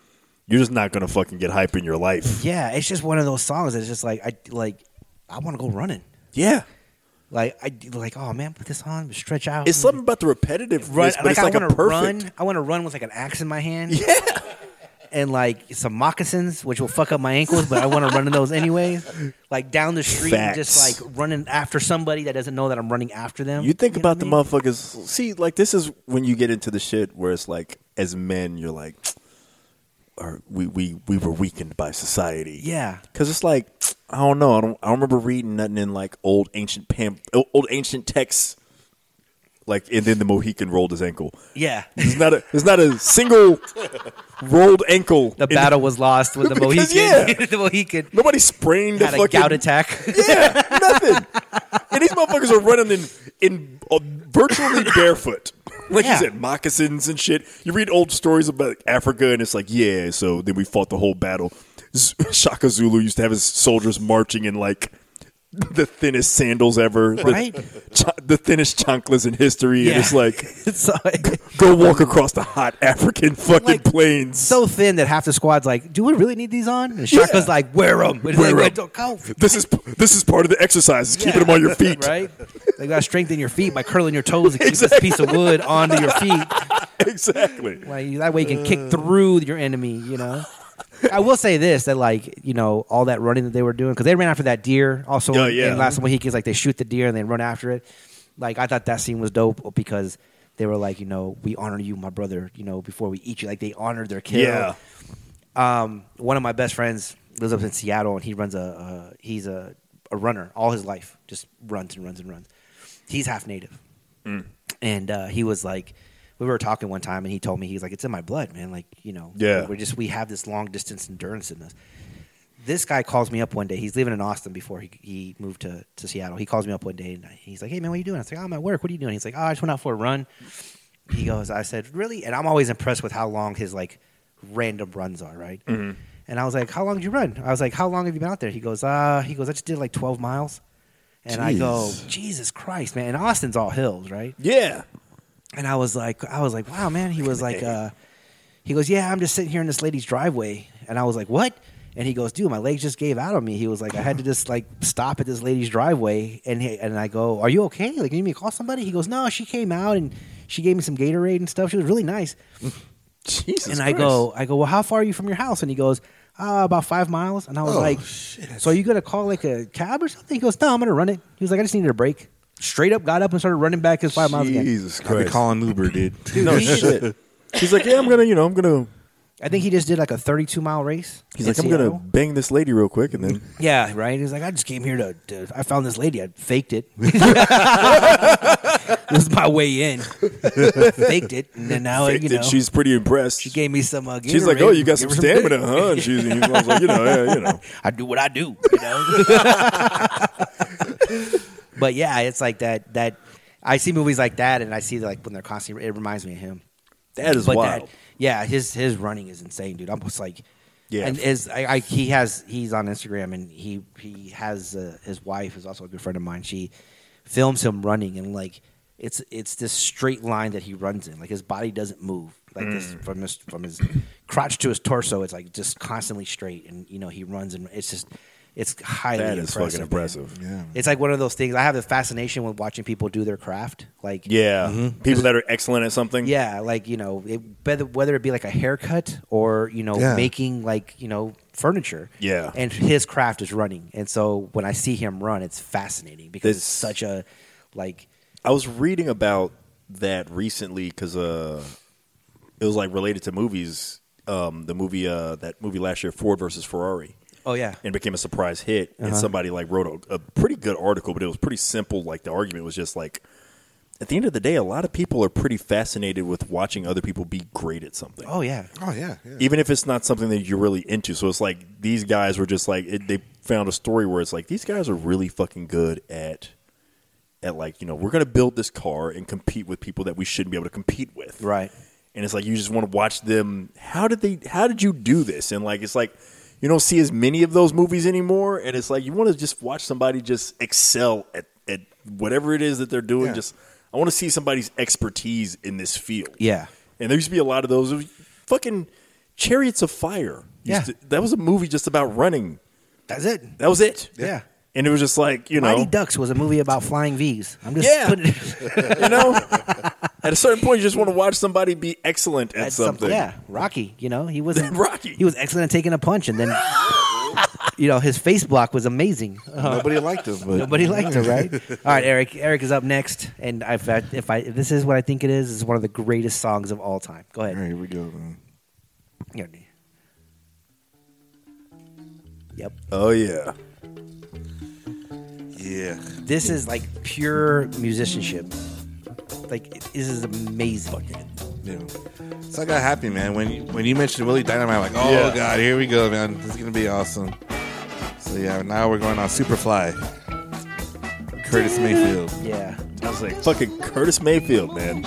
[SPEAKER 2] you're just not gonna fucking get hype in your life.
[SPEAKER 1] yeah, it's just one of those songs. that's just like I like I want to go running.
[SPEAKER 2] Yeah.
[SPEAKER 1] Like I like oh man, put this on, stretch out.
[SPEAKER 2] It's something about the repetitive
[SPEAKER 1] run.
[SPEAKER 2] but
[SPEAKER 1] like,
[SPEAKER 2] it's like
[SPEAKER 1] I
[SPEAKER 2] a
[SPEAKER 1] want to
[SPEAKER 2] perfect.
[SPEAKER 1] run. I want to run with like an axe in my hand. Yeah. And like some moccasins, which will fuck up my ankles, but I want to run in those anyways. Like down the street, and
[SPEAKER 2] Facts.
[SPEAKER 1] just like running after somebody that doesn't know that I'm running after them.
[SPEAKER 2] You think
[SPEAKER 1] know
[SPEAKER 2] about
[SPEAKER 1] what
[SPEAKER 2] the
[SPEAKER 1] I mean?
[SPEAKER 2] motherfuckers. See, like this is when you get into the shit where it's like, as men, you're like, or we we we were weakened by society.
[SPEAKER 1] Yeah.
[SPEAKER 2] because it's like I don't know. I don't. I don't remember reading nothing in like old ancient pam, old ancient texts. Like and then the Mohican rolled his ankle.
[SPEAKER 1] Yeah.
[SPEAKER 2] There's not a there's not a single rolled ankle.
[SPEAKER 1] The
[SPEAKER 2] in
[SPEAKER 1] battle was lost with the Mohican.
[SPEAKER 2] Because, yeah.
[SPEAKER 1] the Mohican
[SPEAKER 2] nobody sprained the
[SPEAKER 1] had a
[SPEAKER 2] fucking
[SPEAKER 1] gout attack.
[SPEAKER 2] Yeah, nothing. And these motherfuckers are running in in uh, virtually barefoot. Like
[SPEAKER 1] Yeah.
[SPEAKER 2] you said, moccasins and shit. You read old stories about Africa, and it's like, yeah. So then we fought the whole battle. Z- Shaka Zulu used to have his soldiers marching in like the thinnest sandals ever, The-
[SPEAKER 1] Right.
[SPEAKER 2] cha- the thinnest chanclas in history, and
[SPEAKER 1] Yeah.
[SPEAKER 2] it's like,
[SPEAKER 1] so,
[SPEAKER 2] go walk across the hot African fucking
[SPEAKER 1] Like,
[SPEAKER 2] plains.
[SPEAKER 1] so thin that half the squad's like, "Do we really need these on?" And Shaka's
[SPEAKER 2] Yeah.
[SPEAKER 1] like, "Wear them."
[SPEAKER 2] Wear 'em.
[SPEAKER 1] Go.
[SPEAKER 2] this is this is part of the exercise. Is keeping
[SPEAKER 1] Yeah.
[SPEAKER 2] them on your feet,
[SPEAKER 1] Right? They gotta strengthen your feet by curling your toes and keep this piece of wood onto your feet.
[SPEAKER 2] Exactly. Uh.
[SPEAKER 1] Like that way you can kick through your enemy, you know. I will say this that like you know all that running that they were doing because they ran after that deer also
[SPEAKER 2] Yeah, Oh, yeah.
[SPEAKER 1] in Last of the Mohicans like they shoot the deer and then run after it. Like I thought that scene was dope because they were like you know we honor you my brother you know before we eat you like they honored their kill.
[SPEAKER 2] Yeah.
[SPEAKER 1] Um, one of my best friends lives up in Seattle and he runs a uh, he's a, a runner all his life just runs and runs and runs. He's half native and uh, he was like we were talking one time and he told me he's like it's in my blood man like you know
[SPEAKER 2] Yeah.
[SPEAKER 1] we're just we have this long distance endurance in us this guy calls me up one day he's living in austin before he, he moved to, to seattle he calls me up one day and I- he's like hey man what are you doing i was like oh, i'm at work what are you doing he's like oh i just went out for a run he goes i said really and i'm always impressed with how long his like random runs are right and i was like how long did you run i was like how long have you been out there he goes uh he goes i just did like 12 miles and i go
[SPEAKER 2] Jeez.
[SPEAKER 1] jesus christ man and austin's all hills right
[SPEAKER 2] Yeah.
[SPEAKER 1] and I was like, I was like, wow, man. He was like, uh, he goes, yeah, I'm just sitting here in this lady's driveway, and I was like, what? And he goes, dude, my legs just gave out on me. He was like, I had to just like stop at this lady's driveway, and he, and I go, are you okay? Like, you need me to call somebody? He goes, no, she came out and she gave me some Gatorade and stuff. She was really nice.
[SPEAKER 2] Jesus.
[SPEAKER 1] and I go, I go, well, how far are you from your house? And he goes, uh, about five miles. And I was
[SPEAKER 3] Oh,
[SPEAKER 1] like, so are you gonna call like a cab or something? He goes, no, I'm gonna run it. He was like, I just needed a break. Straight up, got up and started running back his five miles again.
[SPEAKER 2] Jesus
[SPEAKER 3] I'll be
[SPEAKER 2] Christ.
[SPEAKER 3] calling Uber, dude.
[SPEAKER 2] no shit. He's like, yeah, I'm gonna, you know, I'm gonna.
[SPEAKER 1] I think he just did like a 32 mile race.
[SPEAKER 2] He's
[SPEAKER 1] in
[SPEAKER 2] like, I'm gonna
[SPEAKER 1] Seattle.
[SPEAKER 2] bang this lady real quick, and then
[SPEAKER 1] Yeah, right. He's like, I just came here to. to I found this lady. I faked it. this is my way in. faked it, and then now
[SPEAKER 2] faked
[SPEAKER 1] you know
[SPEAKER 2] it. she's pretty impressed.
[SPEAKER 1] she gave me some. Uh,
[SPEAKER 2] She's like,
[SPEAKER 1] Gatorade.
[SPEAKER 2] oh, you got some
[SPEAKER 1] Give her
[SPEAKER 2] stamina, huh? And she's, I was like, you know, yeah, you know.
[SPEAKER 1] I do what I do. You know. but yeah, it's like that. That I see movies like that, and I see like when they're constantly. It reminds me of him.
[SPEAKER 2] That is
[SPEAKER 1] But
[SPEAKER 2] wild.
[SPEAKER 1] that- yeah, his his running is insane, dude. I'm just like,
[SPEAKER 2] Yeah.
[SPEAKER 1] yeah, and is I, I he has he's on Instagram and he he has uh, his wife is also a good friend of mine. She films him running and like it's it's this straight line that he runs in. Like his body doesn't move. Like this
[SPEAKER 2] Mm.
[SPEAKER 1] from his from his crotch to his torso, it's like just constantly straight. And you know he runs and it's just it's highly
[SPEAKER 2] That is
[SPEAKER 1] impressive,
[SPEAKER 2] fucking
[SPEAKER 1] man.
[SPEAKER 2] impressive.
[SPEAKER 3] Yeah.
[SPEAKER 1] It's like one of those things. I have a fascination with watching people do their craft. Like
[SPEAKER 2] Yeah. People that are excellent at something.
[SPEAKER 1] Mm-hmm. yeah, like you know, it, whether whether it be like a haircut or you know
[SPEAKER 3] Yeah.
[SPEAKER 1] making like you know furniture.
[SPEAKER 2] Yeah.
[SPEAKER 1] and his craft is running, and so when I see him run, it's fascinating because it's
[SPEAKER 2] That's-
[SPEAKER 1] such a like
[SPEAKER 2] I was reading about that recently because uh, it was like related to movies. Um, the movie, uh, that movie last year, Ford versus Ferrari.
[SPEAKER 1] oh yeah,
[SPEAKER 2] and became a surprise hit. And somebody like wrote a, a pretty good article, but it was pretty simple. Like the argument was just like, at the end of the day, a lot of people are pretty fascinated with watching other people be great at something.
[SPEAKER 1] oh yeah,
[SPEAKER 3] Oh yeah, yeah.
[SPEAKER 2] Even if it's not something that you're really into. So it's like these guys were just like it, they found a story where it's like these guys are really fucking good at at like you know we're gonna build this car and compete with people that we shouldn't be able to compete with
[SPEAKER 1] right.
[SPEAKER 2] and it's like you just want to watch them how did they how did you do this and like it's like you don't see as many of those movies anymore and it's like you want to just watch somebody just excel at, at whatever it is that they're doing
[SPEAKER 3] Yeah.
[SPEAKER 2] just i want to see somebody's expertise in this field
[SPEAKER 1] Yeah.
[SPEAKER 2] and there used to be a lot of those It was fucking chariots of fire
[SPEAKER 1] Yeah.
[SPEAKER 2] Used to- that was a movie just about running
[SPEAKER 1] That's it.
[SPEAKER 2] that was it
[SPEAKER 1] Yeah.
[SPEAKER 2] and it was just like you know
[SPEAKER 1] Mighty Ducks was a movie about flying V's. I'm just
[SPEAKER 2] Yeah.
[SPEAKER 1] putting
[SPEAKER 2] you know at a certain point you just want to watch somebody be excellent at,
[SPEAKER 1] at
[SPEAKER 2] something
[SPEAKER 1] something. Yeah, Rocky. You know, he wasn't
[SPEAKER 2] Rocky.
[SPEAKER 1] He was excellent at taking a punch, and then you know his face block was amazing.
[SPEAKER 3] Nobody liked him, but
[SPEAKER 1] Nobody liked her, right? All right, Eric. Eric is up next, and I've, I, if I if this is what I think it is, this is one of the greatest songs of all time. Go
[SPEAKER 3] All right,
[SPEAKER 1] ahead.
[SPEAKER 3] here we go. man.
[SPEAKER 1] Here. Yep.
[SPEAKER 2] oh yeah
[SPEAKER 3] Yeah,
[SPEAKER 1] This is like pure musicianship. Like it- this is amazing.
[SPEAKER 3] yeah. So I got happy, man. When you, when you mentioned Willie Dynamite, I'm like, oh
[SPEAKER 2] Yeah.
[SPEAKER 3] god, here we go, man. This is gonna be awesome. So yeah, now we're going on Superfly. Curtis Mayfield.
[SPEAKER 1] Yeah.
[SPEAKER 2] I was like, fucking Curtis Mayfield, man.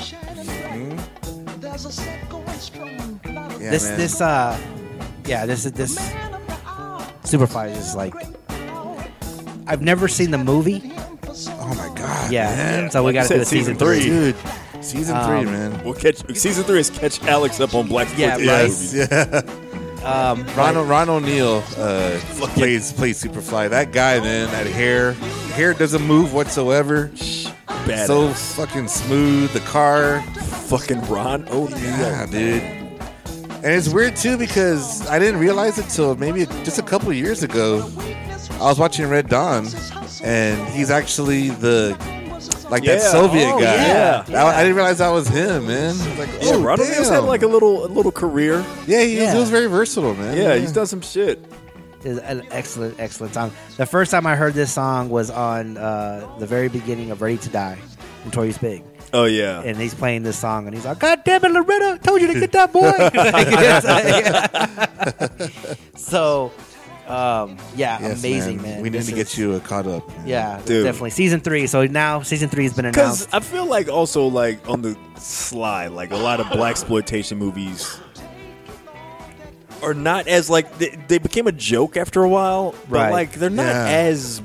[SPEAKER 3] Yeah,
[SPEAKER 1] this
[SPEAKER 3] man.
[SPEAKER 1] this uh, yeah. This is this Superfly is just like I've never seen the movie.
[SPEAKER 3] Oh my god.
[SPEAKER 1] Yeah. Um,
[SPEAKER 3] man.
[SPEAKER 1] So we got
[SPEAKER 2] you
[SPEAKER 1] to do
[SPEAKER 2] said,
[SPEAKER 1] the season,
[SPEAKER 2] season
[SPEAKER 1] three.
[SPEAKER 2] three.
[SPEAKER 3] dude. Season three, man.
[SPEAKER 2] We'll catch season three is catch Alex up on Black
[SPEAKER 1] Yeah,
[SPEAKER 2] Exploitation
[SPEAKER 1] right.
[SPEAKER 2] movies.
[SPEAKER 3] Yeah. Um, Ron, Ron O'Neill uh, plays plays Superfly. That guy, man, that hair hair doesn't move whatsoever.
[SPEAKER 2] Badass.
[SPEAKER 3] So fucking smooth. The car,
[SPEAKER 2] fucking Ron O'Neill.
[SPEAKER 3] yeah, dude. And it's weird too because I didn't realize it till maybe just a couple of years ago. I was watching Red Dawn, and he's actually the like that
[SPEAKER 2] Yeah.
[SPEAKER 3] Soviet
[SPEAKER 2] Oh,
[SPEAKER 3] guy.
[SPEAKER 2] yeah.
[SPEAKER 3] I- I, didn't realize that was him, man. It's Like,
[SPEAKER 2] Yeah,
[SPEAKER 3] oh,
[SPEAKER 2] Ronald
[SPEAKER 3] damn.
[SPEAKER 2] Mills had like a little a little career.
[SPEAKER 3] yeah, he, Was,
[SPEAKER 1] Yeah.
[SPEAKER 3] he was very versatile, man.
[SPEAKER 2] Yeah, he's done some shit.
[SPEAKER 1] is an excellent, excellent song. The first time I heard this song was on uh, the very beginning of Ready to Die from Tori's Big.
[SPEAKER 2] Oh yeah,
[SPEAKER 1] And he's playing this song, and he's like, "God damn it, Loretta! Told you to get that boy." Like, it's like- so, um, yeah,
[SPEAKER 3] Yes,
[SPEAKER 1] amazing, man.
[SPEAKER 3] We need
[SPEAKER 1] This
[SPEAKER 3] to
[SPEAKER 1] is-
[SPEAKER 3] get you uh, caught up. man.
[SPEAKER 1] Yeah,
[SPEAKER 2] Dude.
[SPEAKER 1] definitely. Season three. So now season three has been
[SPEAKER 2] because
[SPEAKER 1] announced.
[SPEAKER 2] I feel like also like on the sly, like a lot of black exploitation movies are not as like they, they became a joke after a while,
[SPEAKER 1] Right.
[SPEAKER 2] but like they're not
[SPEAKER 3] Yeah.
[SPEAKER 2] as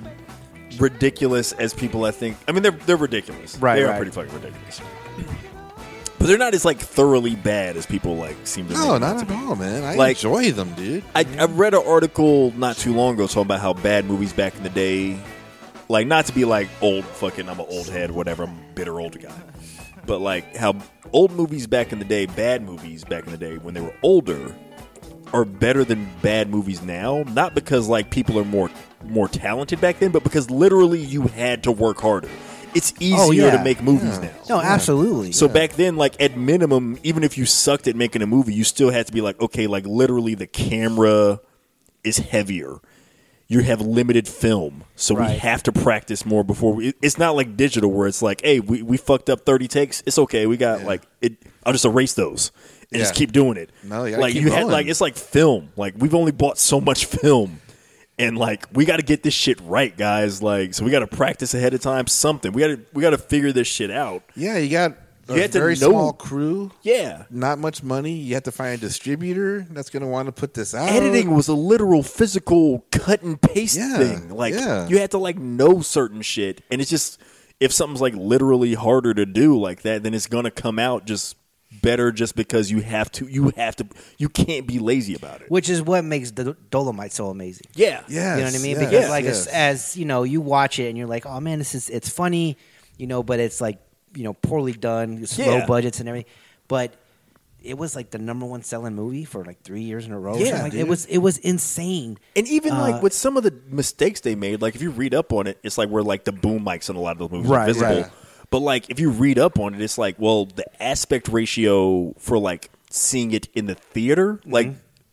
[SPEAKER 2] ridiculous as people I think. I mean, they're they're ridiculous.
[SPEAKER 1] Right,
[SPEAKER 2] they
[SPEAKER 1] right.
[SPEAKER 2] are pretty fucking ridiculous. But they're not as like thoroughly bad as people like seem to.
[SPEAKER 3] No,
[SPEAKER 2] make them
[SPEAKER 3] not
[SPEAKER 2] to
[SPEAKER 3] at
[SPEAKER 2] be.
[SPEAKER 3] all, man. I
[SPEAKER 2] Like-
[SPEAKER 3] enjoy them, dude.
[SPEAKER 2] I, I read an article not too long ago talking about how bad movies back in the day, like not to be like old fucking, I'm an old head, whatever, I'm a bitter old guy, but like how old movies back in the day, bad movies back in the day when they were older, are better than bad movies now. Not because like people are more more talented back then, but because literally you had to work harder. It's easier
[SPEAKER 1] Oh, yeah.
[SPEAKER 2] to make movies now.
[SPEAKER 1] no, absolutely.
[SPEAKER 2] So back then, like at minimum, even if you sucked at making a movie, you still had to be like, okay, like literally the camera is heavier. You have limited film, so we
[SPEAKER 1] Right.
[SPEAKER 2] have to practice more before we. it- It's not like digital where it's like, hey, we, we fucked up thirty takes. It's okay. We got like it. I'll just erase those and just
[SPEAKER 3] Yeah.
[SPEAKER 2] keep doing it.
[SPEAKER 3] No, you gotta
[SPEAKER 2] like
[SPEAKER 3] keep
[SPEAKER 2] you had
[SPEAKER 3] going.
[SPEAKER 2] like it's like film. Like we've only bought so much film. And like we got to get this shit right, guys. Like, so we got to practice ahead of time. Something we got to we got to figure this shit out.
[SPEAKER 3] Yeah, you got a
[SPEAKER 2] You had to
[SPEAKER 3] very
[SPEAKER 2] know-
[SPEAKER 3] small crew.
[SPEAKER 2] Yeah,
[SPEAKER 3] Not much money. You have to find a distributor that's going to want to put this out.
[SPEAKER 2] editing was a literal physical cut and paste
[SPEAKER 3] Oh. Yeah,
[SPEAKER 2] thing. Like
[SPEAKER 3] yeah.
[SPEAKER 2] you had to like know certain shit, and it's just if something's like literally harder to do like that, then it's gonna come out just better just because you have to. You have to. You can't be lazy about it.
[SPEAKER 1] which is what makes the Dolomite so amazing.
[SPEAKER 2] Yeah,
[SPEAKER 3] Yes,
[SPEAKER 1] you know what I mean?
[SPEAKER 3] yes,
[SPEAKER 1] because like
[SPEAKER 3] yes.
[SPEAKER 1] as, as you know, you watch it and you're like, oh man, this is it's funny, you know, but it's like you know poorly done, it's low
[SPEAKER 2] Yeah.
[SPEAKER 1] budgets and everything. But it was like the number one selling movie for like three years in a row. or
[SPEAKER 2] Yeah,
[SPEAKER 1] something like- it
[SPEAKER 2] dude.
[SPEAKER 1] was it was insane.
[SPEAKER 2] And even
[SPEAKER 1] Uh,
[SPEAKER 2] like with some of the mistakes they made, like if you read up on it, it's like where like the boom mics in a lot of those movies
[SPEAKER 1] Right,
[SPEAKER 2] are visible.
[SPEAKER 3] right.
[SPEAKER 2] But like if you read up on it, it's like well the aspect ratio for like seeing it in the theater, like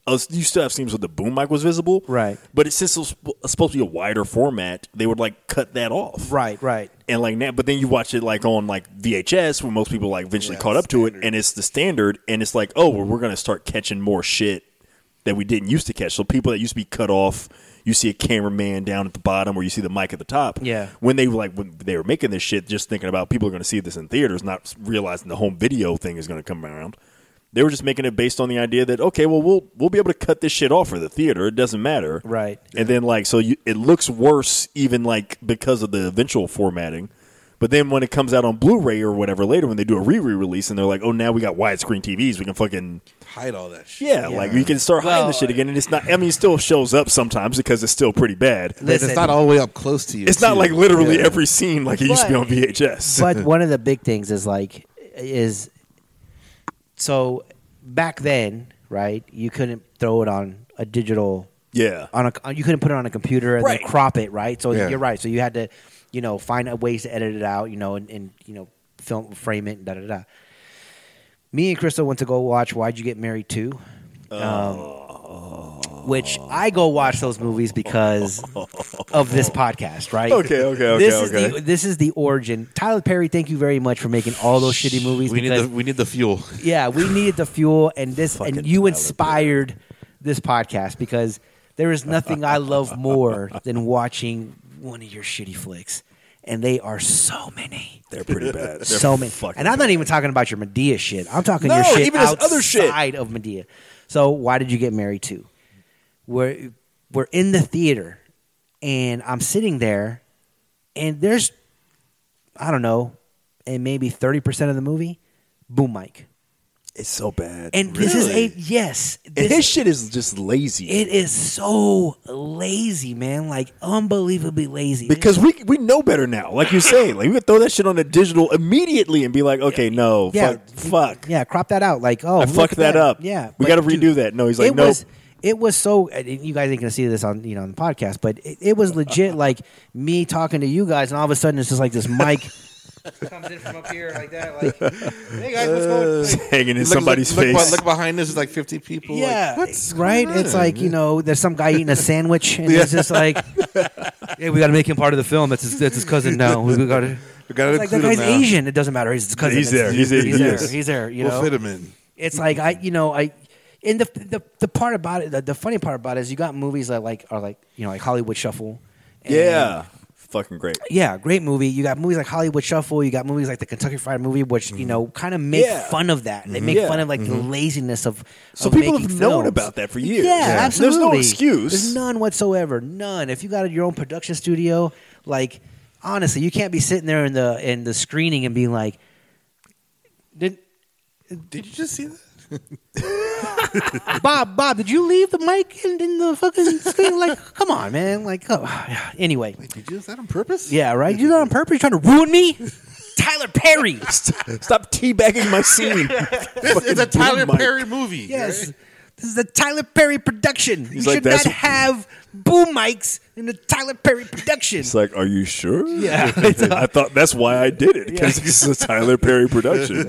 [SPEAKER 2] us- you still have scenes where the boom mic was visible,
[SPEAKER 1] Mm-hmm. Right.
[SPEAKER 2] But it's since it was sp- supposed to be a wider format, they would like cut that off,
[SPEAKER 1] Right, right.
[SPEAKER 2] and like now, but then you watch it like on like VHS, where most people like eventually
[SPEAKER 3] Yeah,
[SPEAKER 2] caught up to it, and it's the standard, and it's like, oh, well, we're gonna start catching more shit that we didn't used to catch. So people that used to be cut off, you see a cameraman down at the bottom, or you see the mic at the top.
[SPEAKER 1] Yeah.
[SPEAKER 2] when they were like when they were making this shit, just thinking about people are gonna see this in theaters, not realizing the home video thing is gonna come around. They were just making it based on the idea that okay, well, we'll we'll be able to cut this shit off for the theater. It doesn't matter,
[SPEAKER 1] Right.
[SPEAKER 2] and then like so you, it looks worse even like because of the eventual formatting. But then when it comes out on Blu-ray or whatever later when they do a re-release and they're like, "Oh, now we got widescreen TVs. We can fucking
[SPEAKER 3] hide all that shit.
[SPEAKER 2] yeah, like we can start hiding
[SPEAKER 1] Well,
[SPEAKER 2] the shit again." And it's not I mean, it still shows up sometimes because it's still pretty bad.
[SPEAKER 1] Li-
[SPEAKER 3] But
[SPEAKER 1] Listen.
[SPEAKER 3] it's not all the way up close to you.
[SPEAKER 2] It's not
[SPEAKER 3] too.
[SPEAKER 2] like literally
[SPEAKER 3] Yeah.
[SPEAKER 2] every scene like it used to be
[SPEAKER 1] But-
[SPEAKER 2] on VHS.
[SPEAKER 1] but one of the big things is like is so back then, right? You couldn't throw it on a digital
[SPEAKER 2] yeah.
[SPEAKER 1] on a on- you couldn't put it on a computer and
[SPEAKER 2] Right.
[SPEAKER 1] then crop it, right? So
[SPEAKER 3] Yeah.
[SPEAKER 1] you're right. So you had to, you know, find a ways to edit it out, you know, and, and you know, film frame it, and da da da. Me and Crystal went to go watch Why'd You Get Married Too, um, which I go watch those movies because of this podcast, right?
[SPEAKER 2] Okay, okay, okay,
[SPEAKER 1] this is
[SPEAKER 2] okay.
[SPEAKER 1] The, this is the origin. Tyler Perry, thank you very much for making all those shitty movies.
[SPEAKER 3] We need
[SPEAKER 1] because-
[SPEAKER 3] the we need the fuel.
[SPEAKER 1] yeah, we needed the fuel, and this, and
[SPEAKER 2] Fucking
[SPEAKER 1] you
[SPEAKER 2] Tyler
[SPEAKER 1] inspired this podcast because there is nothing I love more than watching one of your shitty flicks, and they are so many,
[SPEAKER 2] They're pretty bad. They're
[SPEAKER 1] so many.
[SPEAKER 2] fucking
[SPEAKER 1] And I'm
[SPEAKER 2] bad.
[SPEAKER 1] not even talking about your Medea shit. I'm talking
[SPEAKER 2] No,
[SPEAKER 1] your shit
[SPEAKER 2] even his
[SPEAKER 1] outside
[SPEAKER 2] other shit.
[SPEAKER 1] of Medea. So why did you get married to? We're we're in the theater, and I'm sitting there, and there's I don't know, and maybe 30% of the movie, boom mic.
[SPEAKER 2] It's so bad.
[SPEAKER 1] And this is a
[SPEAKER 2] Really?
[SPEAKER 1] yes.
[SPEAKER 2] and his
[SPEAKER 1] This,
[SPEAKER 2] shit is just lazy.
[SPEAKER 1] it is so lazy, man. Like unbelievably lazy.
[SPEAKER 2] because we we know better now. Like you say, like we could throw that shit on a digital immediately and be like, okay, no,
[SPEAKER 1] Yeah.
[SPEAKER 2] fuck, fuck.
[SPEAKER 1] yeah, crop that out. Like oh,
[SPEAKER 2] I
[SPEAKER 1] look
[SPEAKER 2] fucked
[SPEAKER 1] at
[SPEAKER 2] that up.
[SPEAKER 1] Yeah,
[SPEAKER 2] we
[SPEAKER 1] but
[SPEAKER 2] got to redo
[SPEAKER 1] dude,
[SPEAKER 2] that. No, he's like,
[SPEAKER 1] it
[SPEAKER 2] no,
[SPEAKER 1] was it was so and you guys ain't gonna see this on you know on the podcast, but it, it was legit like me talking to you guys, and all of a sudden it's just like this mic comes in from up here like that, like hey guys, what's going? on?
[SPEAKER 2] hanging in
[SPEAKER 3] Look-
[SPEAKER 2] somebody's
[SPEAKER 3] look, look,
[SPEAKER 2] face.
[SPEAKER 3] Look, behind us, there's like 50 people. like,
[SPEAKER 1] Yeah,
[SPEAKER 3] what's
[SPEAKER 1] right.
[SPEAKER 3] going
[SPEAKER 1] It's
[SPEAKER 3] on?
[SPEAKER 1] like you know, there's some guy eating a sandwich, and it's just like, hey, we got to make him part of the film. That's his, that's his cousin now. We got to.
[SPEAKER 3] we gotta
[SPEAKER 1] Like that
[SPEAKER 3] include
[SPEAKER 1] guy's
[SPEAKER 3] him now.
[SPEAKER 1] Asian. It doesn't matter. He's his cousin.
[SPEAKER 2] He's
[SPEAKER 1] It's-
[SPEAKER 2] there. He's there.
[SPEAKER 1] He's
[SPEAKER 2] He
[SPEAKER 1] there.
[SPEAKER 2] is.
[SPEAKER 1] He's there. You
[SPEAKER 3] we'll
[SPEAKER 1] know,
[SPEAKER 3] fit him in.
[SPEAKER 1] it's like I, you know, I. And the, the the part about it, the, the funny part about it is you got movies that like are like you know like Hollywood Shuffle. and-
[SPEAKER 2] yeah, fucking great.
[SPEAKER 1] yeah, great movie. You got movies like Hollywood Shuffle. You got movies like the Kentucky Fried Movie, which you know kind of make
[SPEAKER 2] Mm-hmm. Yeah. Mm-hmm.
[SPEAKER 1] fun of that. They make
[SPEAKER 2] Yeah.
[SPEAKER 1] fun of like the laziness of.
[SPEAKER 2] So
[SPEAKER 1] of
[SPEAKER 2] people
[SPEAKER 1] making
[SPEAKER 2] have known
[SPEAKER 1] films.
[SPEAKER 2] about that for years.
[SPEAKER 1] Yeah,
[SPEAKER 2] Yeah. There's no
[SPEAKER 1] absolutely.
[SPEAKER 2] excuse.
[SPEAKER 1] There's none whatsoever. None. If you got your own production studio, like honestly, you can't be sitting there in the in the screening and being like, "Did
[SPEAKER 3] Did you just see that?
[SPEAKER 1] Bob Bob, did you leave the mic in, in the fucking screen?" Like, come on, man. Like, oh, anyway.
[SPEAKER 3] Did you do that on purpose?
[SPEAKER 1] Yeah, right. You did that on purpose. You're trying to ruin me, Tyler Perry.
[SPEAKER 2] Stop teabagging my scene.
[SPEAKER 3] This is a Tyler
[SPEAKER 2] Mike.
[SPEAKER 3] Perry movie.
[SPEAKER 1] Yes.
[SPEAKER 3] right?
[SPEAKER 1] This is a Tyler Perry production. you
[SPEAKER 2] like,
[SPEAKER 1] should
[SPEAKER 2] "That's
[SPEAKER 1] not have boom mics in a Tyler Perry production.
[SPEAKER 2] It's like, are you sure?
[SPEAKER 1] Yeah.
[SPEAKER 2] I thought that's why I did it because it's a Tyler Perry production.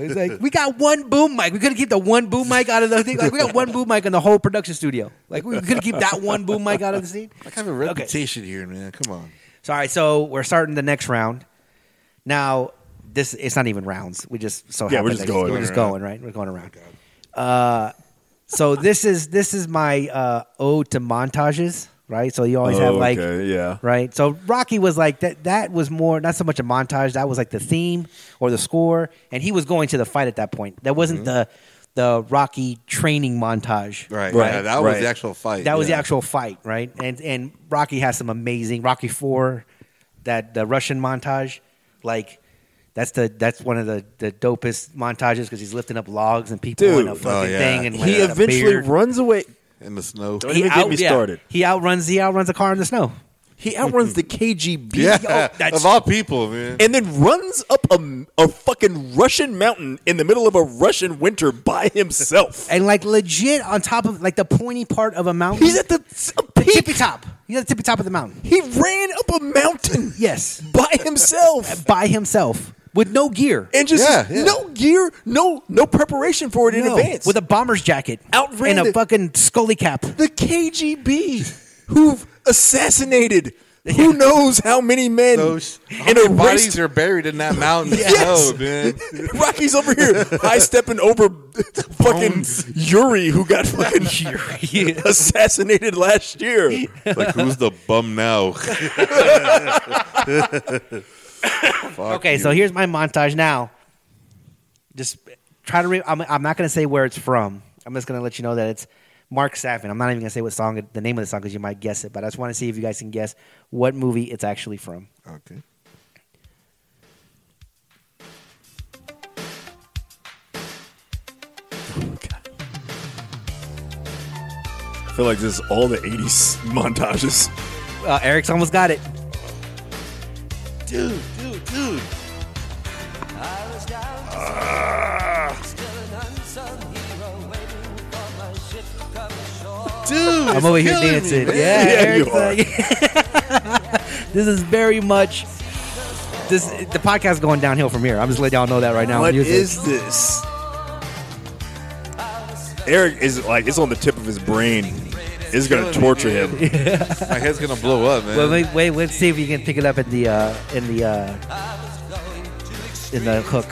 [SPEAKER 1] It's like, we got one boom mic. We couldn't keep the one boom mic out of the thing. Like we got one boom mic in the whole production studio. Like we couldn't keep that one boom mic out of the scene.
[SPEAKER 3] I have a reputation here, man. Come on.
[SPEAKER 1] So all right, so we're starting the next round. Now this it's not even rounds. We just so
[SPEAKER 2] Yeah,
[SPEAKER 1] happen
[SPEAKER 2] we're just
[SPEAKER 1] that-
[SPEAKER 2] going
[SPEAKER 1] We're just
[SPEAKER 2] around.
[SPEAKER 1] going right. We're going around. Uh, so this is this is my uh, ode to montages, right? So you always have like
[SPEAKER 2] okay, yeah.
[SPEAKER 1] right? So Rocky was like that. That was more not so much a montage. That was like the theme or the score, and he was going to the fight at that point. That
[SPEAKER 2] Mm-hmm.
[SPEAKER 1] wasn't the the Rocky training montage.
[SPEAKER 3] Right.
[SPEAKER 2] Right,
[SPEAKER 3] Yeah, that was
[SPEAKER 2] right.
[SPEAKER 3] the actual
[SPEAKER 2] Uh,
[SPEAKER 3] fight.
[SPEAKER 1] That was
[SPEAKER 3] yeah.
[SPEAKER 1] the actual fight, right? And and Rocky has some amazing Rocky Four, that the Russian montage, like. That's the that's one of the, the dopest montages because he's lifting up logs and people
[SPEAKER 2] Dude. Oh,
[SPEAKER 1] in a fucking
[SPEAKER 3] yeah.
[SPEAKER 1] thing and like,
[SPEAKER 2] He
[SPEAKER 1] got a
[SPEAKER 2] eventually
[SPEAKER 1] beard.
[SPEAKER 2] runs away.
[SPEAKER 3] in the snow.
[SPEAKER 2] Don't even get me
[SPEAKER 1] yeah.
[SPEAKER 2] started.
[SPEAKER 1] He outruns he outruns a car in the snow.
[SPEAKER 2] He outruns the KGB.
[SPEAKER 3] Yeah,
[SPEAKER 2] Oh, that's-
[SPEAKER 3] of all people, man.
[SPEAKER 2] and then runs up a, a fucking Russian mountain in the middle of a Russian winter by himself.
[SPEAKER 1] and like legit on top of like the pointy part of a mountain.
[SPEAKER 2] He's at the, s- a
[SPEAKER 1] the
[SPEAKER 2] peak.
[SPEAKER 1] tippy top. He's at the tippy top of the mountain.
[SPEAKER 2] He ran up a mountain
[SPEAKER 1] Yes,
[SPEAKER 2] by himself
[SPEAKER 1] by himself with no gear.
[SPEAKER 2] and just
[SPEAKER 3] Yeah, yeah.
[SPEAKER 2] no gear, no no preparation for it in
[SPEAKER 1] No,
[SPEAKER 2] advance.
[SPEAKER 1] with a bomber's jacket,
[SPEAKER 2] Outran
[SPEAKER 1] and a
[SPEAKER 2] the-
[SPEAKER 1] fucking scully cap.
[SPEAKER 2] the KGB who've assassinated who knows how many men
[SPEAKER 3] Those how
[SPEAKER 2] in
[SPEAKER 3] many
[SPEAKER 2] a
[SPEAKER 3] bodies
[SPEAKER 2] race.
[SPEAKER 3] are buried in that mountain
[SPEAKER 2] Yes.
[SPEAKER 3] snow, man.
[SPEAKER 2] Rocky's over here high stepping over fucking Yuri who got fucking assassinated last year.
[SPEAKER 3] like, who's the bum now?
[SPEAKER 1] Okay, so here's my montage now. Just try to. Re- I'm, I'm not going to say where it's from. I'm just going to let you know that it's Mark Saffin. I'm not even going to say what song, it- the name of the song, because you might guess it. But I just want to see if you guys can guess what movie it's actually from.
[SPEAKER 3] Okay.
[SPEAKER 2] I feel like this is all the 80s montages.
[SPEAKER 1] Uh, Eric's almost got it.
[SPEAKER 3] Dude, dude, dude. Dude,
[SPEAKER 1] I'm
[SPEAKER 3] it's
[SPEAKER 1] over here
[SPEAKER 3] killing me,
[SPEAKER 1] dancing.
[SPEAKER 3] man.
[SPEAKER 1] yeah,
[SPEAKER 2] Yeah, you
[SPEAKER 1] Eric's like- this is very much this. The podcast going downhill from here. I'm just letting y'all know that right now.
[SPEAKER 2] What
[SPEAKER 1] Music.
[SPEAKER 2] is this? Eric is like, it's on the tip of his brain. It's going to torture him.
[SPEAKER 3] My head's gonna blow up, man.
[SPEAKER 1] Well, wait, wait, let's see if you can pick it up in the uh, in the uh, in the hook.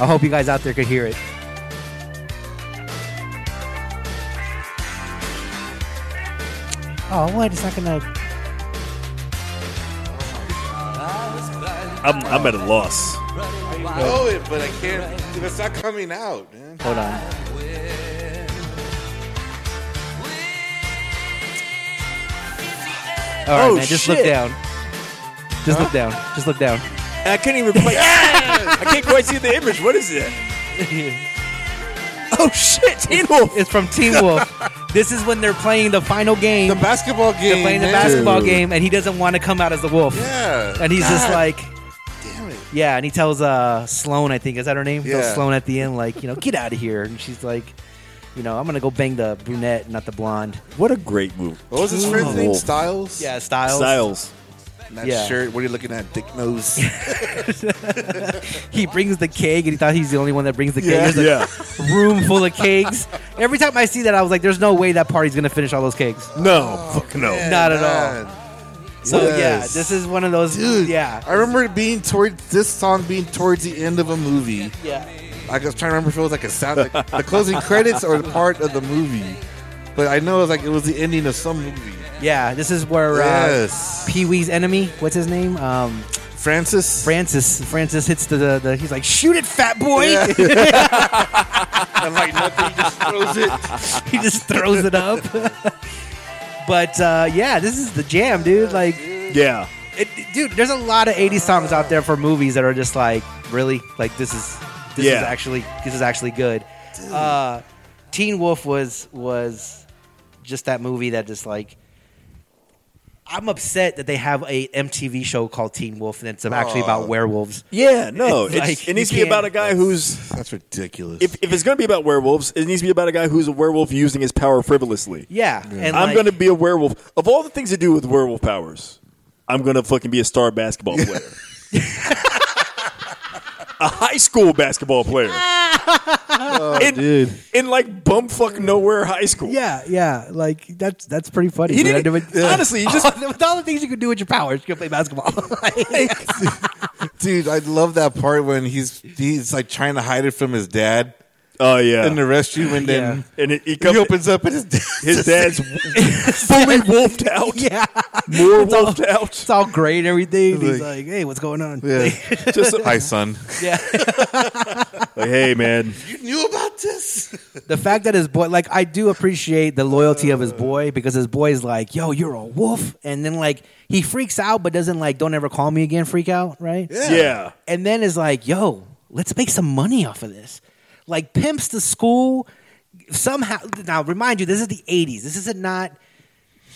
[SPEAKER 1] I hope you guys out there could hear it. Oh, what? It's not gonna.
[SPEAKER 2] I'm, I'm at a loss.
[SPEAKER 3] I know it, but I can't. Dude, it's not coming out, man.
[SPEAKER 1] Hold on. All right,
[SPEAKER 2] Oh,
[SPEAKER 1] man. Just look
[SPEAKER 3] Oh,
[SPEAKER 2] shit.
[SPEAKER 1] down. Just look down. Just look down.
[SPEAKER 2] And I couldn't even quite. I can't quite see the image. What is it? Oh shit, Teen Wolf.
[SPEAKER 1] It's from Teen Wolf. this is when they're playing the final game.
[SPEAKER 3] The basketball game.
[SPEAKER 1] they're playing the
[SPEAKER 3] man.
[SPEAKER 1] basketball game, and he doesn't want to come out as the wolf.
[SPEAKER 3] Yeah.
[SPEAKER 1] And he's just like,
[SPEAKER 3] damn it.
[SPEAKER 1] yeah, and he tells uh, Sloan, I think, is that her name? He tells
[SPEAKER 3] Yeah.
[SPEAKER 1] Sloan at the end, like, you know, get out of here. And she's like, you know, I'm going to go bang the brunette, not the blonde.
[SPEAKER 2] What a great move.
[SPEAKER 3] What was his
[SPEAKER 2] Teen
[SPEAKER 3] friend's name?
[SPEAKER 2] Wolf.
[SPEAKER 3] Styles?
[SPEAKER 1] Yeah, Styles.
[SPEAKER 2] Styles.
[SPEAKER 3] And That
[SPEAKER 1] Yeah.
[SPEAKER 3] shirt. What are you looking at? Dick nose.
[SPEAKER 1] He brings the cake, and he thought he's the only one that brings the cake. There's a
[SPEAKER 2] yeah.
[SPEAKER 1] room full of cakes. Every time I see that, I was like, there's no way that party's going to finish all those cakes.
[SPEAKER 2] No,
[SPEAKER 1] Oh,
[SPEAKER 2] fuck no.
[SPEAKER 1] Not at all. So,
[SPEAKER 3] Yes.
[SPEAKER 1] yeah, this is one of those.
[SPEAKER 3] Dude,
[SPEAKER 1] yeah.
[SPEAKER 3] I remember it being towards this song being towards the end of a movie.
[SPEAKER 1] yeah.
[SPEAKER 3] I was trying to remember if it was like a sound, like the closing credits or the part of the movie. But I know it was like it was the ending of some movie.
[SPEAKER 1] Yeah, this is where uh,
[SPEAKER 3] Yes,
[SPEAKER 1] Pee Wee's enemy, what's his name? Um,
[SPEAKER 3] Francis.
[SPEAKER 1] Francis. Francis hits the, the, the he's like, shoot it, fat boy.
[SPEAKER 3] and like nothing just throws it.
[SPEAKER 1] he just throws it up. but uh, yeah, this is the jam, dude. Like,
[SPEAKER 2] Yeah.
[SPEAKER 1] it, dude, there's a lot of 80s songs out there for movies that are just like, really, like this is this
[SPEAKER 2] Yeah.
[SPEAKER 1] is actually this is actually good. Uh, Teen Wolf was was just that movie that just like. I'm upset that they have a MTV show called Teen Wolf and it's actually about werewolves.
[SPEAKER 2] Yeah, no.
[SPEAKER 1] It's
[SPEAKER 2] it's-
[SPEAKER 1] like,
[SPEAKER 2] it needs to
[SPEAKER 1] you
[SPEAKER 2] be
[SPEAKER 1] can't-
[SPEAKER 2] about a guy who's.
[SPEAKER 3] That's ridiculous.
[SPEAKER 2] If, if it's going to be about werewolves, it needs to be about a guy who's a werewolf using his power frivolously.
[SPEAKER 1] Yeah, and
[SPEAKER 2] I'm
[SPEAKER 1] like-
[SPEAKER 2] going to be a werewolf. Of all the things to do with werewolf powers, I'm going to fucking be a star basketball player. a high school basketball player. in,
[SPEAKER 3] dude.
[SPEAKER 2] in like bumfuck nowhere high school.
[SPEAKER 1] Yeah, yeah, like that's that's pretty funny.
[SPEAKER 2] He
[SPEAKER 1] dude. I
[SPEAKER 2] didn't-
[SPEAKER 1] never-
[SPEAKER 2] honestly, he just-
[SPEAKER 1] with all the things you could do with your powers, you can play basketball. Like,
[SPEAKER 3] Dude, I love that part when he's he's like trying to hide it from his dad
[SPEAKER 2] Oh yeah.
[SPEAKER 3] in the restroom, and then
[SPEAKER 2] and it, he
[SPEAKER 3] he
[SPEAKER 2] comes,
[SPEAKER 3] opens up and his dad.
[SPEAKER 2] his dad's fully wolfed out.
[SPEAKER 1] yeah,
[SPEAKER 2] More wolfed out.
[SPEAKER 1] it's all great and everything. He's
[SPEAKER 3] Like-
[SPEAKER 1] like, "Hey, what's going on?"
[SPEAKER 3] Yeah.
[SPEAKER 2] Just
[SPEAKER 3] Hi, son.
[SPEAKER 1] Yeah.
[SPEAKER 2] like, hey man.
[SPEAKER 3] You knew about this?
[SPEAKER 1] the fact that his boy, like, I do appreciate the loyalty of his boy because his boy's like, "Yo, you're a wolf," and then like he freaks out, but doesn't like, "Don't ever call me again." Freak out, right?
[SPEAKER 2] Yeah.
[SPEAKER 1] and then is like, "Yo, let's make some money off of this." Like pimps the school somehow. Now, remind you, this is the '80s. This is not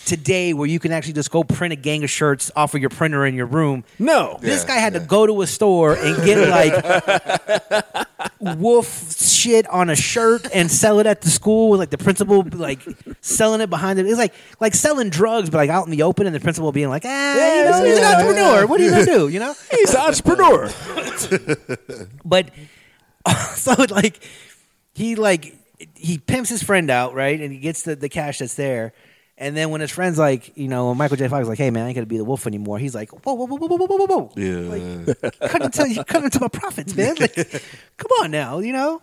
[SPEAKER 1] today where you can actually just go print a gang of shirts off of your printer in your room.
[SPEAKER 2] No.
[SPEAKER 1] This
[SPEAKER 3] Yeah,
[SPEAKER 1] guy had to go to a store and get like wolf shit on a shirt and sell it at the school with like the principal like selling it behind it. It's like like selling drugs, but like out in the open, and the principal being like, "Ah, you know, he's an
[SPEAKER 2] yeah,
[SPEAKER 1] entrepreneur. What are you gonna do? You know?"
[SPEAKER 2] He's an entrepreneur.
[SPEAKER 1] but so like he like he pimps his friend out right and he gets the, the cash that's there and then when his friend's like you know when michael j fox is like hey man i ain't gonna be the wolf anymore he's like whoa whoa whoa whoa whoa whoa whoa whoa
[SPEAKER 3] Yeah.
[SPEAKER 1] cut into, you cut into my profits man like come on now you know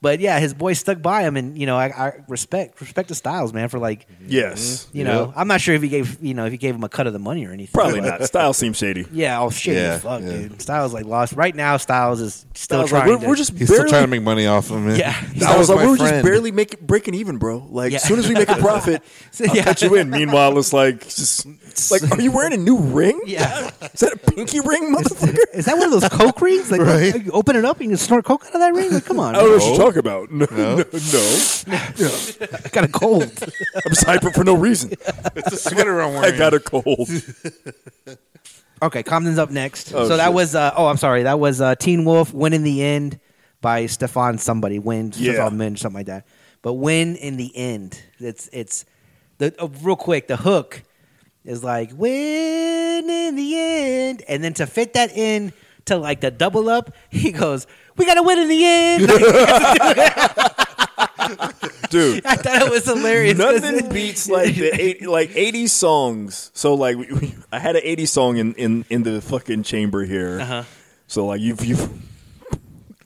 [SPEAKER 1] but yeah his boy stuck by him and you know i, I respect respect the styles man for like
[SPEAKER 2] Yes.
[SPEAKER 1] you know i'm not sure if he gave you know if he gave him a cut of the money or anything
[SPEAKER 2] Probably
[SPEAKER 1] but-
[SPEAKER 2] not. Style seems shady.
[SPEAKER 1] yeah oh shit
[SPEAKER 3] Yeah,
[SPEAKER 1] fuck
[SPEAKER 3] yeah.
[SPEAKER 1] dude styles like lost right now styles is still
[SPEAKER 2] Styles like,
[SPEAKER 1] trying
[SPEAKER 2] we're,
[SPEAKER 1] to,
[SPEAKER 2] we're just
[SPEAKER 3] He's
[SPEAKER 2] barely.
[SPEAKER 3] still trying to make money off of him.
[SPEAKER 1] Yeah.
[SPEAKER 3] that was
[SPEAKER 2] like,
[SPEAKER 3] my
[SPEAKER 2] we're just
[SPEAKER 3] friend.
[SPEAKER 2] barely making breaking even, bro. Like
[SPEAKER 1] Yeah.
[SPEAKER 2] as soon as we make a profit, I'll
[SPEAKER 1] Yeah.
[SPEAKER 2] cut you in. Meanwhile, it's like just it's like, are you wearing a new ring?
[SPEAKER 1] Yeah.
[SPEAKER 2] Is that a pinky ring, motherfucker?
[SPEAKER 1] Is that one of those Coke rings? Like,
[SPEAKER 3] Right.
[SPEAKER 1] like, you open it up and you snort Coke out of that ring? Like, come on,
[SPEAKER 2] I don't
[SPEAKER 1] man.
[SPEAKER 2] know what you're talking about. No, no. no,
[SPEAKER 1] I got a cold.
[SPEAKER 2] I'm just hyper for no reason.
[SPEAKER 3] It's a sweater I'm
[SPEAKER 2] I
[SPEAKER 3] wearing.
[SPEAKER 2] got a cold.
[SPEAKER 1] okay, Comden's up next.
[SPEAKER 2] Oh,
[SPEAKER 1] so that
[SPEAKER 2] shit.
[SPEAKER 1] was. Uh, oh, I'm sorry. That was uh, Teen Wolf. Win in the end by Stefan somebody. Win
[SPEAKER 2] Yeah.
[SPEAKER 1] Stefan Minge, something like that. But win in the end. It's it's the oh, real quick. The hook is like win in the end, and then to fit that in to like the double up, he goes, "We got to win in the end." Like,
[SPEAKER 2] Dude,
[SPEAKER 1] I thought it was hilarious. 'cause
[SPEAKER 2] nothing
[SPEAKER 1] it-
[SPEAKER 2] beats like the eight, like 80 songs. So like we, we, I had an 80 song in, in, in the fucking chamber here.
[SPEAKER 1] Uh-huh.
[SPEAKER 2] So like you've you've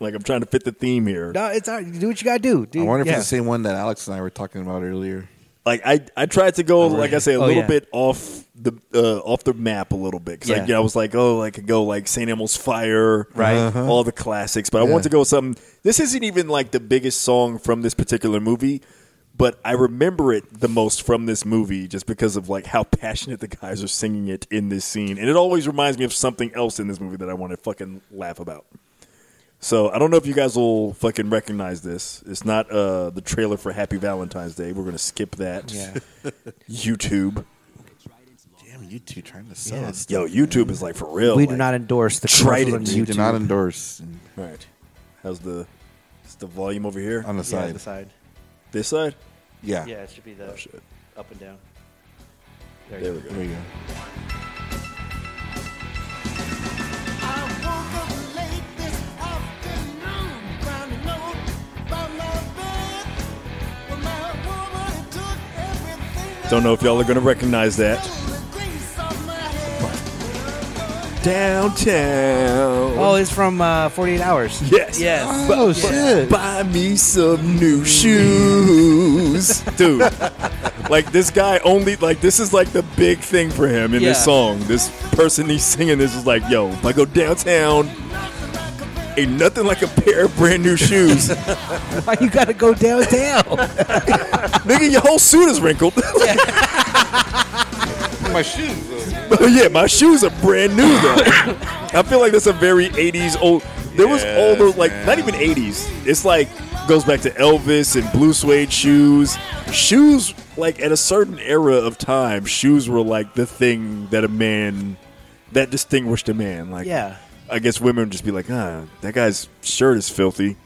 [SPEAKER 2] like I'm trying to fit the theme here.
[SPEAKER 1] No, it's all right. Do what you gotta do. Dude.
[SPEAKER 3] I wonder if
[SPEAKER 1] yeah.
[SPEAKER 3] it's the same one that Alex and I were talking about earlier.
[SPEAKER 2] Like I I tried to go like I say a
[SPEAKER 1] Oh,
[SPEAKER 2] little
[SPEAKER 1] yeah.
[SPEAKER 2] bit off the uh, off the map a little bit. 'Cause,
[SPEAKER 1] Yeah.
[SPEAKER 2] Like yeah, I was like oh I could go like St. Elmo's Fire,
[SPEAKER 1] Right.
[SPEAKER 3] Uh-huh.
[SPEAKER 2] All the classics, but I want to go with something. This isn't even like the biggest song from this particular movie. But I remember it the most from this movie just because of like how passionate the guys are singing it in this scene. And it always reminds me of something else in this movie that I want to fucking laugh about. So I don't know if you guys will fucking recognize this. It's not uh, the trailer for Happy Valentine's Day. We're gonna skip that.
[SPEAKER 1] Yeah.
[SPEAKER 2] YouTube.
[SPEAKER 3] Damn, you two trying to sell us.
[SPEAKER 2] Yo, YouTube is like for real.
[SPEAKER 1] we do
[SPEAKER 2] like-
[SPEAKER 1] not endorse the
[SPEAKER 2] Trident.
[SPEAKER 1] commercials on
[SPEAKER 3] You
[SPEAKER 1] YouTube.
[SPEAKER 3] do not endorse
[SPEAKER 2] All right. How's the? Is the volume over here?
[SPEAKER 3] on
[SPEAKER 1] yeah,
[SPEAKER 3] the side.
[SPEAKER 1] the side.
[SPEAKER 2] this side. Oh,
[SPEAKER 3] Yeah.
[SPEAKER 1] Yeah, it should be the up and down. There, you
[SPEAKER 2] There
[SPEAKER 1] go.
[SPEAKER 2] we go.
[SPEAKER 3] There you go.
[SPEAKER 2] Don't know if y'all are gonna recognize that. Downtown.
[SPEAKER 1] Oh, it's from uh, 48 Hours.
[SPEAKER 2] Yes.
[SPEAKER 1] Yes.
[SPEAKER 3] Oh shit!
[SPEAKER 2] Buy me some new shoes. Dude. like this guy only like this is like the big thing for him in this
[SPEAKER 1] Yeah.
[SPEAKER 2] song. This person he's singing this is like, yo, if I go downtown, ain't nothing like a pair of brand new shoes.
[SPEAKER 1] Why you gotta go downtown?
[SPEAKER 2] Nigga, your whole suit is wrinkled.
[SPEAKER 3] My shoes.
[SPEAKER 2] But yeah, my shoes are brand new though. I feel like that's a very '80s old. There was all
[SPEAKER 3] Yes,
[SPEAKER 2] those like
[SPEAKER 3] man.
[SPEAKER 2] not even '80s. It's like goes back to Elvis and blue suede shoes. Shoes like at a certain era of time, shoes were like the thing that a man that distinguished a man. Like
[SPEAKER 1] Yeah.
[SPEAKER 2] I guess women would just be like, ah, that guy's shirt is filthy.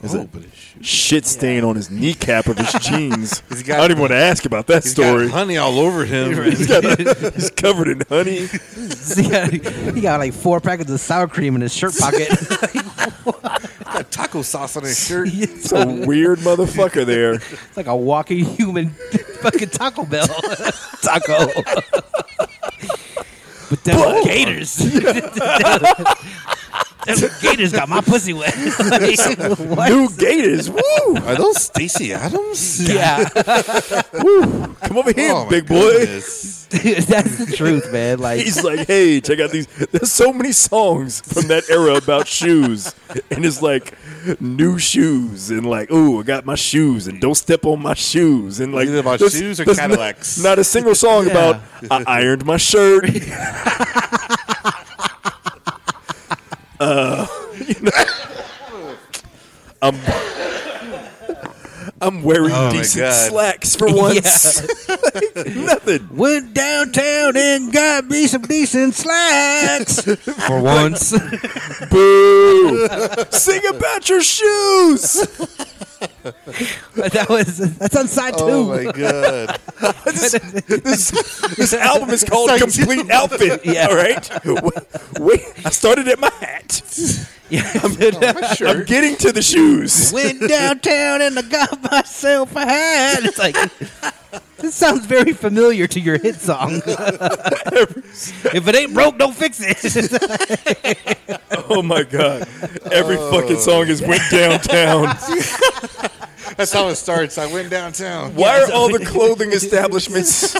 [SPEAKER 2] There's
[SPEAKER 3] Oh,
[SPEAKER 2] a
[SPEAKER 3] but his shoes.
[SPEAKER 2] shit stain on his kneecap of his jeans.
[SPEAKER 3] He's got-
[SPEAKER 2] I don't even want to ask about that
[SPEAKER 3] He's
[SPEAKER 2] story.
[SPEAKER 3] got honey all over him.
[SPEAKER 2] He's got- he's covered in honey.
[SPEAKER 1] he, got, he got like four packets of sour cream in his shirt pocket.
[SPEAKER 3] got taco sauce on his shirt.
[SPEAKER 1] it's
[SPEAKER 2] It's a weird motherfucker there.
[SPEAKER 1] like a walking human fucking Taco Bell. Taco. but them gators. them gators got my pussy wet. Like, what?
[SPEAKER 2] New Gators, woo!
[SPEAKER 3] Are those Stacy Adams?
[SPEAKER 1] Yeah.
[SPEAKER 2] Come over here,
[SPEAKER 3] Oh, my
[SPEAKER 2] big boy.
[SPEAKER 3] goodness.
[SPEAKER 1] Dude, that's the truth, man. Like,
[SPEAKER 2] He's like, hey, check out these. There's so many songs from that era about shoes, and it's like new shoes, and like, oh, I got my shoes, and don't step on my shoes, and like,
[SPEAKER 3] Either about
[SPEAKER 2] there's-
[SPEAKER 3] shoes or
[SPEAKER 2] there's n-
[SPEAKER 3] Cadillacs.
[SPEAKER 2] Not, a single song
[SPEAKER 1] Yeah.
[SPEAKER 2] about I ironed my shirt. uh, Uh, you know, I'm. I'm wearing
[SPEAKER 3] Oh, my
[SPEAKER 2] decent
[SPEAKER 3] God.
[SPEAKER 2] slacks for once. Like, nothing.
[SPEAKER 1] went downtown and got me some decent slacks for once.
[SPEAKER 2] Boo! Sing about your shoes.
[SPEAKER 1] that was that's on side two.
[SPEAKER 3] Oh my god!
[SPEAKER 2] This, this album is called
[SPEAKER 3] Sorry,
[SPEAKER 2] Complete Outfit.
[SPEAKER 1] Yeah.
[SPEAKER 2] All right. Wait, I started at my hat.
[SPEAKER 1] Yeah.
[SPEAKER 3] My
[SPEAKER 2] I'm
[SPEAKER 3] shirt.
[SPEAKER 2] getting to the shoes.
[SPEAKER 1] went downtown and I got myself a hat. It's like this sounds very familiar to your hit song. if it ain't broke, don't fix it.
[SPEAKER 2] Oh my god! Every fucking song is went downtown.
[SPEAKER 3] That's how it starts. I went downtown.
[SPEAKER 2] Why are all the clothing establishments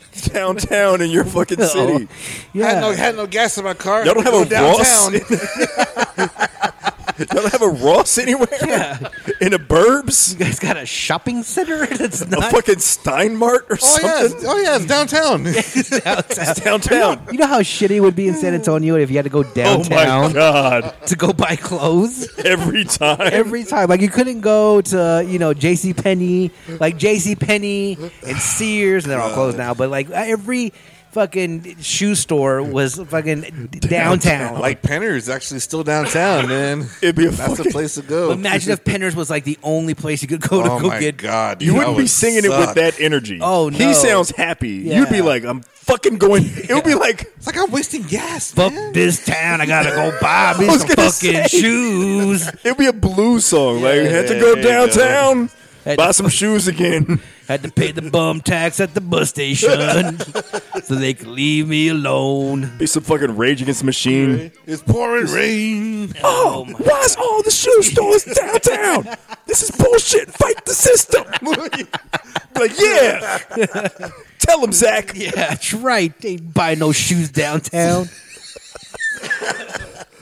[SPEAKER 2] downtown in your fucking city?
[SPEAKER 3] Had no had no gas in my car.
[SPEAKER 2] Y'all don't
[SPEAKER 3] Had to
[SPEAKER 2] have
[SPEAKER 3] go
[SPEAKER 2] a Ross. Y'all don't have a Ross anywhere.
[SPEAKER 1] Yeah.
[SPEAKER 2] In a Burbs,
[SPEAKER 1] You guys got a shopping center that's
[SPEAKER 2] a
[SPEAKER 1] not
[SPEAKER 2] fucking Steinmart or
[SPEAKER 3] Oh yeah!
[SPEAKER 2] something.
[SPEAKER 3] it's- Oh yeah! It's downtown.
[SPEAKER 1] downtown.
[SPEAKER 2] Downtown.
[SPEAKER 1] You know how shitty it would be in San Antonio if you had to go
[SPEAKER 2] Oh my
[SPEAKER 1] downtown
[SPEAKER 2] god!
[SPEAKER 1] to go buy clothes
[SPEAKER 2] Every time,
[SPEAKER 1] every time. Like you couldn't go to you know J.C. Penney, like J.C. Penney and Sears, and they're all closed now. But like every fucking shoe store was fucking downtown. Like
[SPEAKER 3] like Penner's actually still downtown, man.
[SPEAKER 2] it'd be a
[SPEAKER 3] That's the
[SPEAKER 2] fucking.
[SPEAKER 3] place to go.
[SPEAKER 1] imagine if Penner's was like the only place you could go to
[SPEAKER 3] oh
[SPEAKER 1] go
[SPEAKER 3] my
[SPEAKER 1] get.
[SPEAKER 3] god!
[SPEAKER 2] You
[SPEAKER 3] dude,
[SPEAKER 2] wouldn't
[SPEAKER 3] that
[SPEAKER 2] be
[SPEAKER 3] would
[SPEAKER 2] singing it with
[SPEAKER 3] suck.
[SPEAKER 2] that energy.
[SPEAKER 1] Oh,
[SPEAKER 2] he
[SPEAKER 1] no.
[SPEAKER 2] sounds happy.
[SPEAKER 1] Yeah.
[SPEAKER 2] You'd be like, "I'm fucking going." It would be like,
[SPEAKER 3] It's like I'm wasting gas,
[SPEAKER 1] Fuck
[SPEAKER 3] man.
[SPEAKER 1] this town! I gotta go buy me
[SPEAKER 2] was
[SPEAKER 1] some
[SPEAKER 2] gonna
[SPEAKER 1] fucking
[SPEAKER 2] say.
[SPEAKER 1] shoes.
[SPEAKER 2] it'd be a blues song. like, had to go
[SPEAKER 3] there you go.
[SPEAKER 2] downtown,
[SPEAKER 1] Had
[SPEAKER 2] buy
[SPEAKER 1] to-
[SPEAKER 2] some shoes again.
[SPEAKER 1] Had to pay the bum tax at the bus station, so they could leave me alone.
[SPEAKER 2] Be some fucking Rage Against the Machine.
[SPEAKER 3] It's pouring rain.
[SPEAKER 1] Oh, my!
[SPEAKER 2] Why is all the shoe stores downtown? This is bullshit. Fight the system. like, yeah. Tell him, Zach.
[SPEAKER 1] Yeah, that's right. They ain't buy no shoes downtown.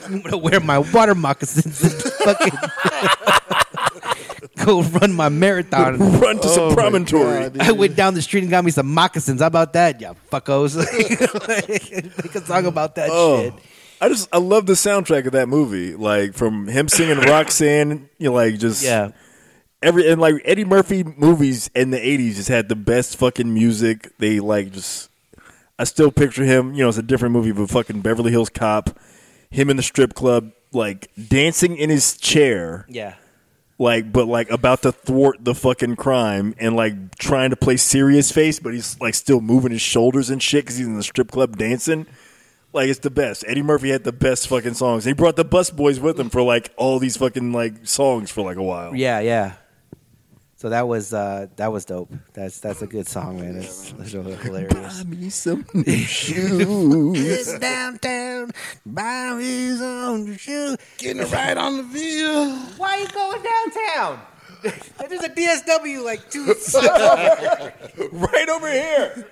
[SPEAKER 1] I'm gonna wear my water moccasins and fucking go run my marathon.
[SPEAKER 2] Run to some promontory.
[SPEAKER 3] God,
[SPEAKER 1] I went down the street and got me some moccasins. How about that, you fuckos? Make a song about that
[SPEAKER 2] Oh,
[SPEAKER 1] shit.
[SPEAKER 2] I just I love the soundtrack of that movie. Like from him singing Roxanne, you know, like just
[SPEAKER 1] Yeah.
[SPEAKER 2] every and like Eddie Murphy movies in the eighties just had the best fucking music. They like just I still picture him, you know, it's a different movie, but fucking Beverly Hills Cop, him in the strip club, like dancing in his chair,
[SPEAKER 1] Yeah.
[SPEAKER 2] like but like about to thwart the fucking crime and like trying to play serious face, but he's like still moving his shoulders and shit because he's in the strip club dancing. Like it's the best. Eddie Murphy had the best fucking songs. He brought the Bus Boys with him for like all these fucking like songs for like a while.
[SPEAKER 1] Yeah, yeah. So that was uh, that was dope. That's that's a good song, man. It's, it's really hilarious.
[SPEAKER 2] Buy me some new shoes.
[SPEAKER 1] downtown, buy his own shoe.
[SPEAKER 3] Getting a ride on the wheel.
[SPEAKER 1] Why are you going downtown? There's a DSW like two. blue
[SPEAKER 2] right over here.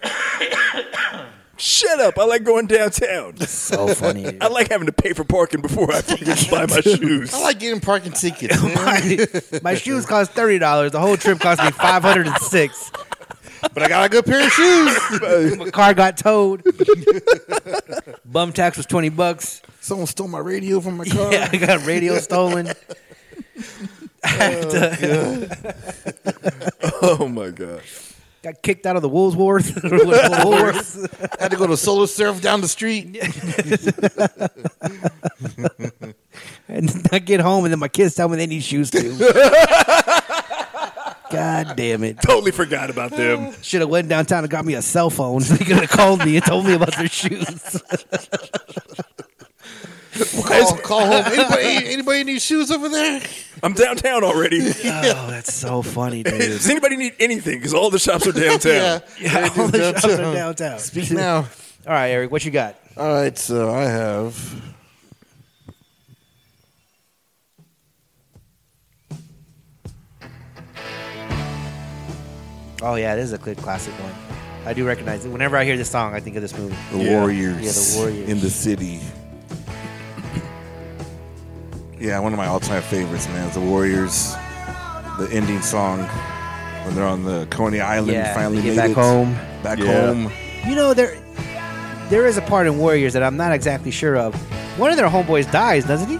[SPEAKER 2] Shut up! I like going downtown.
[SPEAKER 1] so funny. dude.
[SPEAKER 2] I like having to pay for parking before I fucking buy my shoes.
[SPEAKER 3] I like getting parking tickets. man.
[SPEAKER 1] My shoes cost thirty dollars. The whole trip cost me five hundred and six.
[SPEAKER 3] but I got a good pair of shoes.
[SPEAKER 1] My car got towed. Bum tax was twenty bucks.
[SPEAKER 3] Someone stole my radio from my car.
[SPEAKER 1] Yeah, I got radio stolen. I had to-
[SPEAKER 2] oh my god.
[SPEAKER 1] got kicked out of the Woolworth. Woolworth.
[SPEAKER 3] I had to go to Solar Surf down the street.
[SPEAKER 1] and I get home, and then my kids tell me they need shoes too. God damn it!
[SPEAKER 2] Totally forgot about them.
[SPEAKER 1] Should have went downtown and got me a cell phone. They could have called me and told me about their shoes.
[SPEAKER 3] Call, call home. Anybody, anybody need shoes over there?
[SPEAKER 2] I'm downtown already.
[SPEAKER 1] Oh, that's so funny, dude.
[SPEAKER 2] Does anybody need anything? Because all the shops are downtown.
[SPEAKER 1] Yeah, all the shops are downtown.
[SPEAKER 3] Speak now.
[SPEAKER 1] All right, Eric, what you got?
[SPEAKER 3] All right, so I have.
[SPEAKER 1] Oh yeah, this is a good classic one. I do recognize it. Whenever I hear this song, I think of this movie.
[SPEAKER 3] The
[SPEAKER 2] Yeah.
[SPEAKER 3] Warriors.
[SPEAKER 1] Yeah, the Warriors.
[SPEAKER 3] In the city. Yeah, one of my all time favorites, man. is The Warriors. The ending song when they're on the Coney Island
[SPEAKER 1] Yeah,
[SPEAKER 3] finally
[SPEAKER 1] they get
[SPEAKER 3] made
[SPEAKER 1] back
[SPEAKER 3] it.
[SPEAKER 1] home.
[SPEAKER 3] Back
[SPEAKER 2] Yeah.
[SPEAKER 3] home.
[SPEAKER 1] You know there, there is a part in Warriors that I'm not exactly sure of. One of their homeboys dies, doesn't he?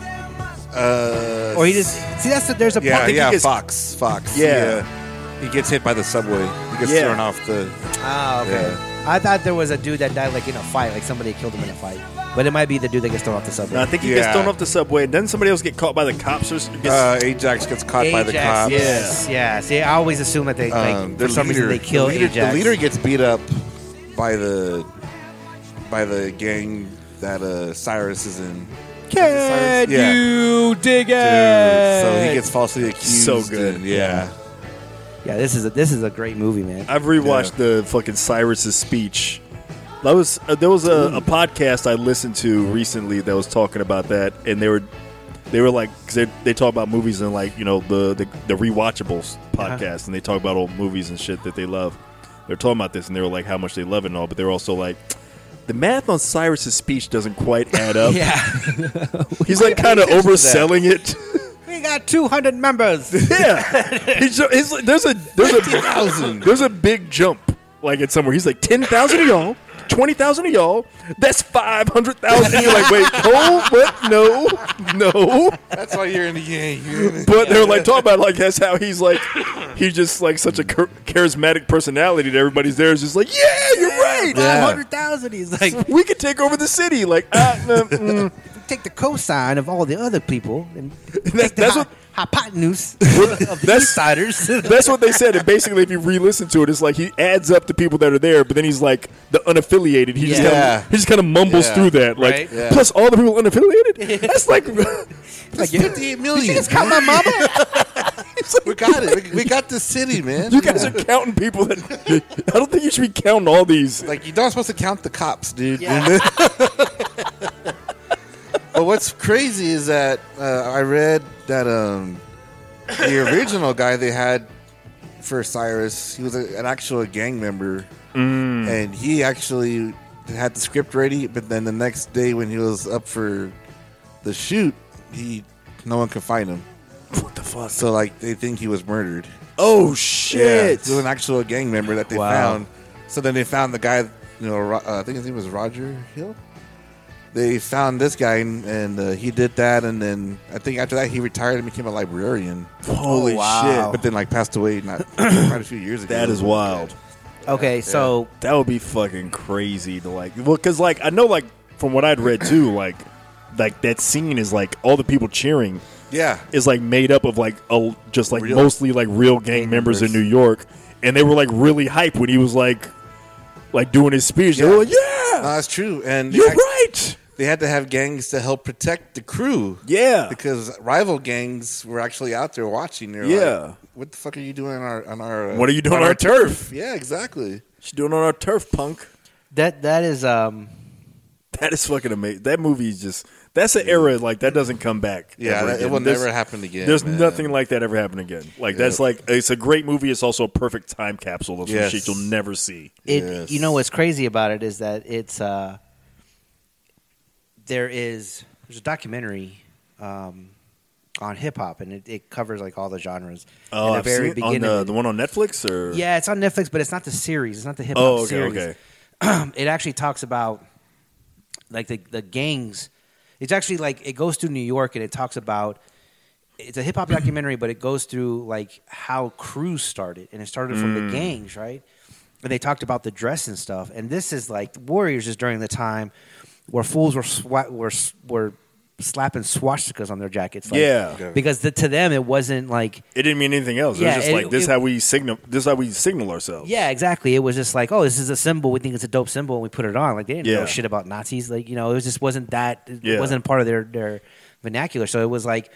[SPEAKER 3] Uh,
[SPEAKER 1] Or he just see that's the, there's a
[SPEAKER 3] Yeah,
[SPEAKER 1] part.
[SPEAKER 3] yeah,
[SPEAKER 2] gets-
[SPEAKER 3] Fox. Fox.
[SPEAKER 2] Yeah.
[SPEAKER 3] He gets hit by the subway. He gets
[SPEAKER 2] Yeah.
[SPEAKER 3] thrown off the.
[SPEAKER 1] Ah, okay. I thought there was a dude that died like in a fight, like somebody killed him in a fight. But it might be the dude that gets thrown off the subway.
[SPEAKER 2] No, I think he
[SPEAKER 3] Yeah.
[SPEAKER 2] gets thrown off the subway. Doesn't somebody else get caught by the cops or s- gets,
[SPEAKER 3] Uh, Ajax gets caught by the
[SPEAKER 1] Ajax,
[SPEAKER 3] cops.
[SPEAKER 1] Yes, yeah. See, I always assume that they like,
[SPEAKER 3] Um,
[SPEAKER 1] for
[SPEAKER 3] their
[SPEAKER 1] some reason
[SPEAKER 3] leader-
[SPEAKER 1] they kill
[SPEAKER 3] the leader,
[SPEAKER 1] Ajax.
[SPEAKER 3] The leader gets beat up by the by the gang that uh, Cyrus is in.
[SPEAKER 1] Can
[SPEAKER 3] Yeah.
[SPEAKER 1] you dig it?
[SPEAKER 3] So he gets falsely accused.
[SPEAKER 2] So good.
[SPEAKER 3] and- yeah.
[SPEAKER 1] yeah, this is a, this is a great movie, man.
[SPEAKER 2] I've rewatched the fucking Cyrus's speech. That was uh, there was a, a podcast I listened to recently that was talking about that, and they were they were like 'cause they they talk about movies and like you know the the, the rewatchables
[SPEAKER 1] Uh-huh.
[SPEAKER 2] podcast, and they talk about old movies and shit that they love. They're talking about this, and they were like how much they love it and all, but they were also like. The math on Cyrus's speech doesn't quite add up.
[SPEAKER 1] yeah,
[SPEAKER 2] He's like kind of overselling it.
[SPEAKER 1] we got 200 members.
[SPEAKER 2] Yeah, he's, so- he's like, there's a there's a
[SPEAKER 3] 50,000.
[SPEAKER 2] there's a big jump like at somewhere. He's like ten thousand of y'all, twenty thousand of y'all. That's five hundred thousand. You're like, wait, oh, what? No, no.
[SPEAKER 3] That's why you're in the gang. You're in the-
[SPEAKER 2] But they're like talking about like that's how he's like he's just like such a char- charismatic personality that everybody's there is just like, yeah, you're right.
[SPEAKER 3] Yeah.
[SPEAKER 1] 500,000. He's like,
[SPEAKER 2] We could take over the city. Like, ah, mm, mm.
[SPEAKER 1] take the cosine of all the other people and
[SPEAKER 2] that's,
[SPEAKER 1] take the
[SPEAKER 2] that's
[SPEAKER 1] hy-
[SPEAKER 2] what
[SPEAKER 1] hypotenuse of the
[SPEAKER 2] That's-
[SPEAKER 1] Eastsiders.
[SPEAKER 2] That's what they said. And basically, if you re-listen to it, it's like he adds up the people that are there, but then he's like the unaffiliated. He just
[SPEAKER 1] Yeah.
[SPEAKER 2] kind
[SPEAKER 3] Yeah.
[SPEAKER 2] of he just kind of mumbles
[SPEAKER 3] Yeah.
[SPEAKER 2] through that. Like
[SPEAKER 1] Right.
[SPEAKER 3] Yeah.
[SPEAKER 2] plus all the people unaffiliated. That's like
[SPEAKER 1] like,
[SPEAKER 3] It's 58 million.
[SPEAKER 1] call my mama?
[SPEAKER 3] We got it. We, we got this city, man.
[SPEAKER 2] you guys are counting people that I don't think you should be counting all these.
[SPEAKER 3] Like you're not supposed to count the cops, dude.
[SPEAKER 1] Yeah.
[SPEAKER 3] but what's crazy is that uh, I read that um, the original guy they had for Cyrus, he was a, an actual gang member, and he actually had the script ready. But then the next day, when he was up for the shoot, he no one could find him.
[SPEAKER 2] What the fuck?
[SPEAKER 3] So like they think he was murdered.
[SPEAKER 2] Oh
[SPEAKER 3] It
[SPEAKER 2] shit!
[SPEAKER 3] was an actual gang member that they
[SPEAKER 1] Wow.
[SPEAKER 3] found. So then they found the guy. You know, Ro- uh, I think his name was Roger Hill. They found this guy, and, and uh, he did that. And then I think after that, he retired and became a librarian.
[SPEAKER 2] Holy
[SPEAKER 1] Oh, wow.
[SPEAKER 2] shit!
[SPEAKER 3] But then, like, passed away not quite a few years ago.
[SPEAKER 2] That is wild.
[SPEAKER 1] Okay, so
[SPEAKER 2] That would be fucking crazy to like. Well, because like I know like from what I'd read too, like like that scene is like all the people cheering
[SPEAKER 3] Yeah,
[SPEAKER 2] is like made up of like a, just like
[SPEAKER 3] Real-
[SPEAKER 2] mostly like real gang members in
[SPEAKER 3] members.
[SPEAKER 2] New York, and they were like really hype when he was like like doing his speech. They were like, "Yeah,
[SPEAKER 3] No, that's true. And
[SPEAKER 2] you're
[SPEAKER 3] they, act-
[SPEAKER 2] right."
[SPEAKER 3] they had to have gangs to help protect the crew.
[SPEAKER 2] Yeah,
[SPEAKER 3] Because rival gangs were actually out there watching. They were
[SPEAKER 2] Yeah.
[SPEAKER 3] like, what the fuck are you doing on our on our? uh,
[SPEAKER 2] what are you doing on
[SPEAKER 3] our
[SPEAKER 2] our turf?
[SPEAKER 3] Yeah, exactly.
[SPEAKER 2] She's doing on our turf, punk.
[SPEAKER 1] that that is um
[SPEAKER 2] That is fucking amazing. That movie is just that's an era like that doesn't come back.
[SPEAKER 3] Yeah,
[SPEAKER 2] ever
[SPEAKER 3] that, it
[SPEAKER 2] again.
[SPEAKER 3] will
[SPEAKER 2] There's-
[SPEAKER 3] never happen again.
[SPEAKER 2] There's
[SPEAKER 3] man.
[SPEAKER 2] nothing like that ever happen again. Like that's
[SPEAKER 3] Yeah.
[SPEAKER 2] like it's a great movie. It's also a perfect time capsule of some
[SPEAKER 3] Yes.
[SPEAKER 2] shit you'll never see.
[SPEAKER 1] it
[SPEAKER 3] Yes.
[SPEAKER 1] you know what's crazy about it is that it's uh there is there's a documentary um on hip hop and it, it covers like all the genres. And
[SPEAKER 2] Oh,
[SPEAKER 1] the
[SPEAKER 2] I've seen it on the, the one on Netflix or
[SPEAKER 1] Yeah, it's on Netflix, but it's not the series. It's not the hip hop
[SPEAKER 2] Oh, okay,
[SPEAKER 1] series.
[SPEAKER 2] okay.
[SPEAKER 1] It actually talks about like the the gangs. It's actually like it goes through New York and it talks about it's a hip hop documentary, but it goes through like how crews started and it started from the gangs, right? And they talked about the dress and stuff. And this is like Warriors is during the time where fools were swa- were s- were slapping swastikas on their jackets, like,
[SPEAKER 2] Yeah.
[SPEAKER 3] Okay.
[SPEAKER 1] because the, to them it wasn't like
[SPEAKER 2] It didn't mean anything else.
[SPEAKER 1] Yeah,
[SPEAKER 2] it was just
[SPEAKER 1] it-
[SPEAKER 2] like this
[SPEAKER 1] it-
[SPEAKER 2] is how we signal. This is how we signal ourselves.
[SPEAKER 1] Yeah, exactly. It was just like, oh, this is a symbol. We think it's a dope symbol, and we put it on. Like they didn't
[SPEAKER 2] Yeah.
[SPEAKER 1] know shit about Nazis. Like you know, it was just wasn't that. It
[SPEAKER 2] Yeah.
[SPEAKER 1] wasn't part of their their vernacular. So it was like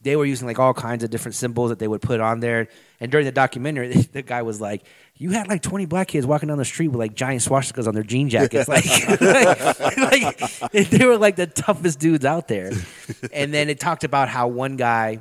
[SPEAKER 1] they were using like all kinds of different symbols that they would put on there. And during the documentary, the guy was like, "You had like twenty black kids walking down the street with like giant swastikas on their jean jackets. like, like, like they were like the toughest dudes out there." And then it talked about how one guy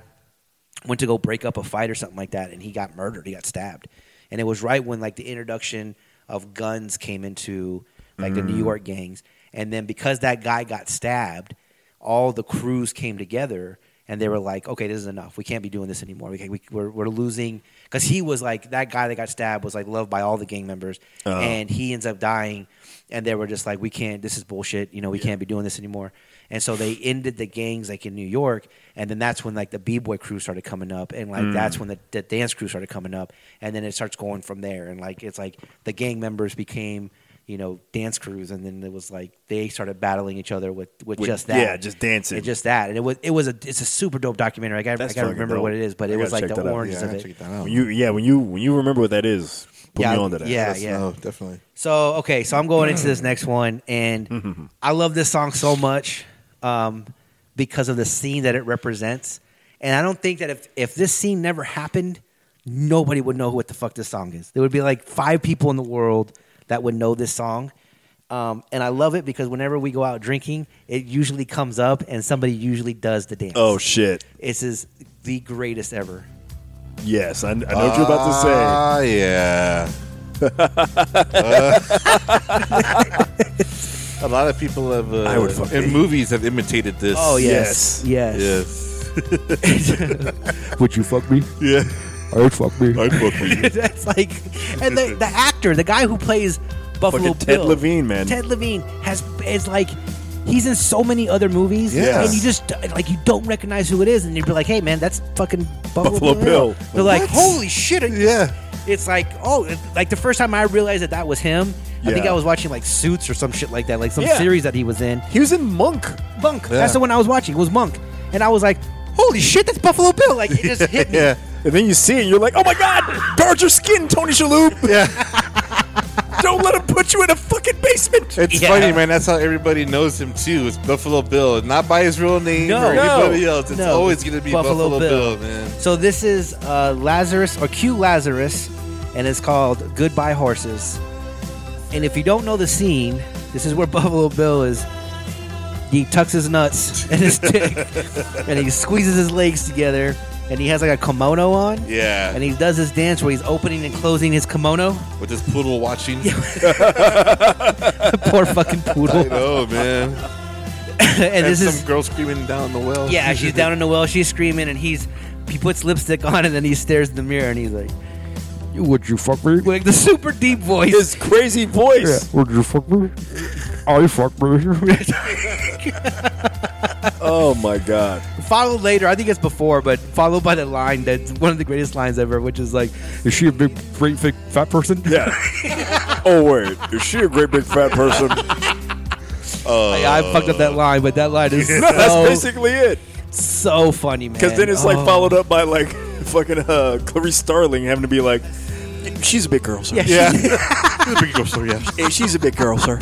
[SPEAKER 1] went to go break up a fight or something like that, and he got murdered. He got stabbed, and it was right when like the introduction of guns came into like the New York gangs, and then because that guy got stabbed, all the crews came together and they were like, "Okay, this is enough. We can't be doing this anymore. We can't, we, we're we're losing." Because he was like that guy that got stabbed was like loved by all the gang members, and he ends up dying. And they were just like, "We can't. This is bullshit. You know, we can't be doing this anymore." And so they ended the gangs like in New York, and then that's when like the b boy crew started coming up, and like
[SPEAKER 2] Mm.
[SPEAKER 1] that's when the, the dance crew started coming up, and then it starts going from there, and like it's like the gang members became you know dance crews, and then it was like they started battling each other with with,
[SPEAKER 2] With-
[SPEAKER 1] just that,
[SPEAKER 2] yeah, just dancing.
[SPEAKER 1] and just that, and it was it was a it's a super dope documentary. I got I
[SPEAKER 2] That's
[SPEAKER 1] got to
[SPEAKER 2] fucking
[SPEAKER 1] remember
[SPEAKER 2] dope.
[SPEAKER 1] what it is, but
[SPEAKER 2] I
[SPEAKER 1] it
[SPEAKER 2] gotta
[SPEAKER 1] was like
[SPEAKER 2] check
[SPEAKER 1] the
[SPEAKER 2] that out.
[SPEAKER 1] orange
[SPEAKER 3] Yeah, I
[SPEAKER 1] of
[SPEAKER 3] gotta
[SPEAKER 1] it.
[SPEAKER 3] check that out.
[SPEAKER 2] When you yeah when you when you remember what that is, put
[SPEAKER 1] Yeah,
[SPEAKER 2] me on to that.
[SPEAKER 1] yeah.
[SPEAKER 3] Yes, no, definitely.
[SPEAKER 1] So okay, so I'm going into this next one, and I love this song so much um, because of the scene that it represents. And I don't think that if if this scene never happened, nobody would know what the fuck this song is. There would be like five people in the world that would know this song. Um, and I love it because whenever we go out drinking, it usually comes up, and somebody usually does the dance.
[SPEAKER 2] Oh shit!
[SPEAKER 1] this is the greatest ever.
[SPEAKER 2] Yes, I, I know what you're about to say.
[SPEAKER 1] Uh,
[SPEAKER 3] Ah, yeah. Uh, a lot of people have uh,
[SPEAKER 2] I would fuck
[SPEAKER 3] in
[SPEAKER 2] me.
[SPEAKER 3] movies have imitated this.
[SPEAKER 1] Oh yes, yes.
[SPEAKER 3] yes.
[SPEAKER 6] Would you fuck me?
[SPEAKER 2] Yeah,
[SPEAKER 6] I would fuck me.
[SPEAKER 2] I fucking
[SPEAKER 1] That's like, and the, the actor, the guy who plays Buffalo
[SPEAKER 2] fucking Ted
[SPEAKER 1] Bill,
[SPEAKER 2] Levine, man.
[SPEAKER 1] Ted Levine has is like, he's in so many other movies,
[SPEAKER 3] Yes.
[SPEAKER 1] and you just like you don't recognize who it is, and you'd be like, hey man, that's fucking Buffalo,
[SPEAKER 2] Buffalo Bill.
[SPEAKER 1] They're like, holy shit! it-
[SPEAKER 3] Yeah.
[SPEAKER 1] It's like, oh, it- like the first time I realized that that was him. I think
[SPEAKER 2] Yeah.
[SPEAKER 1] I was watching like Suits or some shit like that, like some
[SPEAKER 2] Yeah.
[SPEAKER 1] series that he was in.
[SPEAKER 2] He was in Monk.
[SPEAKER 1] Monk. That's the one I was watching. It was Monk, and I was like, holy shit, that's Buffalo Bill! Like it just hit me.
[SPEAKER 3] Yeah.
[SPEAKER 2] And then you see it, and you're like, oh my god, guard your skin, Tony Shalhoub.
[SPEAKER 3] Yeah.
[SPEAKER 2] Don't let him put you in a fucking basement.
[SPEAKER 3] It's
[SPEAKER 1] Yeah.
[SPEAKER 3] funny, man. That's how everybody knows him too. It's Buffalo Bill, not by his real name
[SPEAKER 1] No.
[SPEAKER 3] or
[SPEAKER 1] No.
[SPEAKER 3] anybody else. It's
[SPEAKER 1] No.
[SPEAKER 3] always going to be
[SPEAKER 1] Buffalo
[SPEAKER 3] Buffalo,
[SPEAKER 1] Bill.
[SPEAKER 3] Bill. man.
[SPEAKER 1] So this is uh, Lazarus or Q Lazarus, and it's called Goodbye Horses. And if you don't know the scene, this is where Buffalo Bill is. He tucks his nuts and his dick, and he squeezes his legs together, and he has like a kimono on,
[SPEAKER 3] Yeah,
[SPEAKER 1] and he does this dance where he's opening and closing his kimono.
[SPEAKER 3] with this poodle watching.
[SPEAKER 1] Poor fucking
[SPEAKER 3] I
[SPEAKER 1] poodle.
[SPEAKER 3] know, man.
[SPEAKER 1] and
[SPEAKER 3] and
[SPEAKER 1] this
[SPEAKER 3] some
[SPEAKER 1] is
[SPEAKER 3] girl screaming down the well.
[SPEAKER 1] yeah, she's down in the well, she's screaming, and he's he puts lipstick on and then he stares in the mirror and he's like,
[SPEAKER 6] You- Would you fuck me?
[SPEAKER 1] like the super deep voice.
[SPEAKER 2] His crazy voice.
[SPEAKER 6] Yeah. Would you fuck me? I fuck me.
[SPEAKER 2] Oh my god.
[SPEAKER 1] Followed later, I think it's before, but followed by the line that's one of the greatest lines ever, which is like,
[SPEAKER 6] Is she a big, great, big, fat person?
[SPEAKER 2] Yeah. oh wait, is she a great big fat person?
[SPEAKER 1] I- I fucked up that line, but that line is
[SPEAKER 2] Uh. That's
[SPEAKER 1] so,
[SPEAKER 2] basically it.
[SPEAKER 1] so funny, man.
[SPEAKER 2] Because then it's like
[SPEAKER 1] Oh.
[SPEAKER 2] followed up by like fucking uh, Clarice Starling having to be like, she's a big girl, sir.
[SPEAKER 1] Yeah.
[SPEAKER 3] Yeah. Big girl, so yeah.
[SPEAKER 2] Yeah, she's a big girl, sir.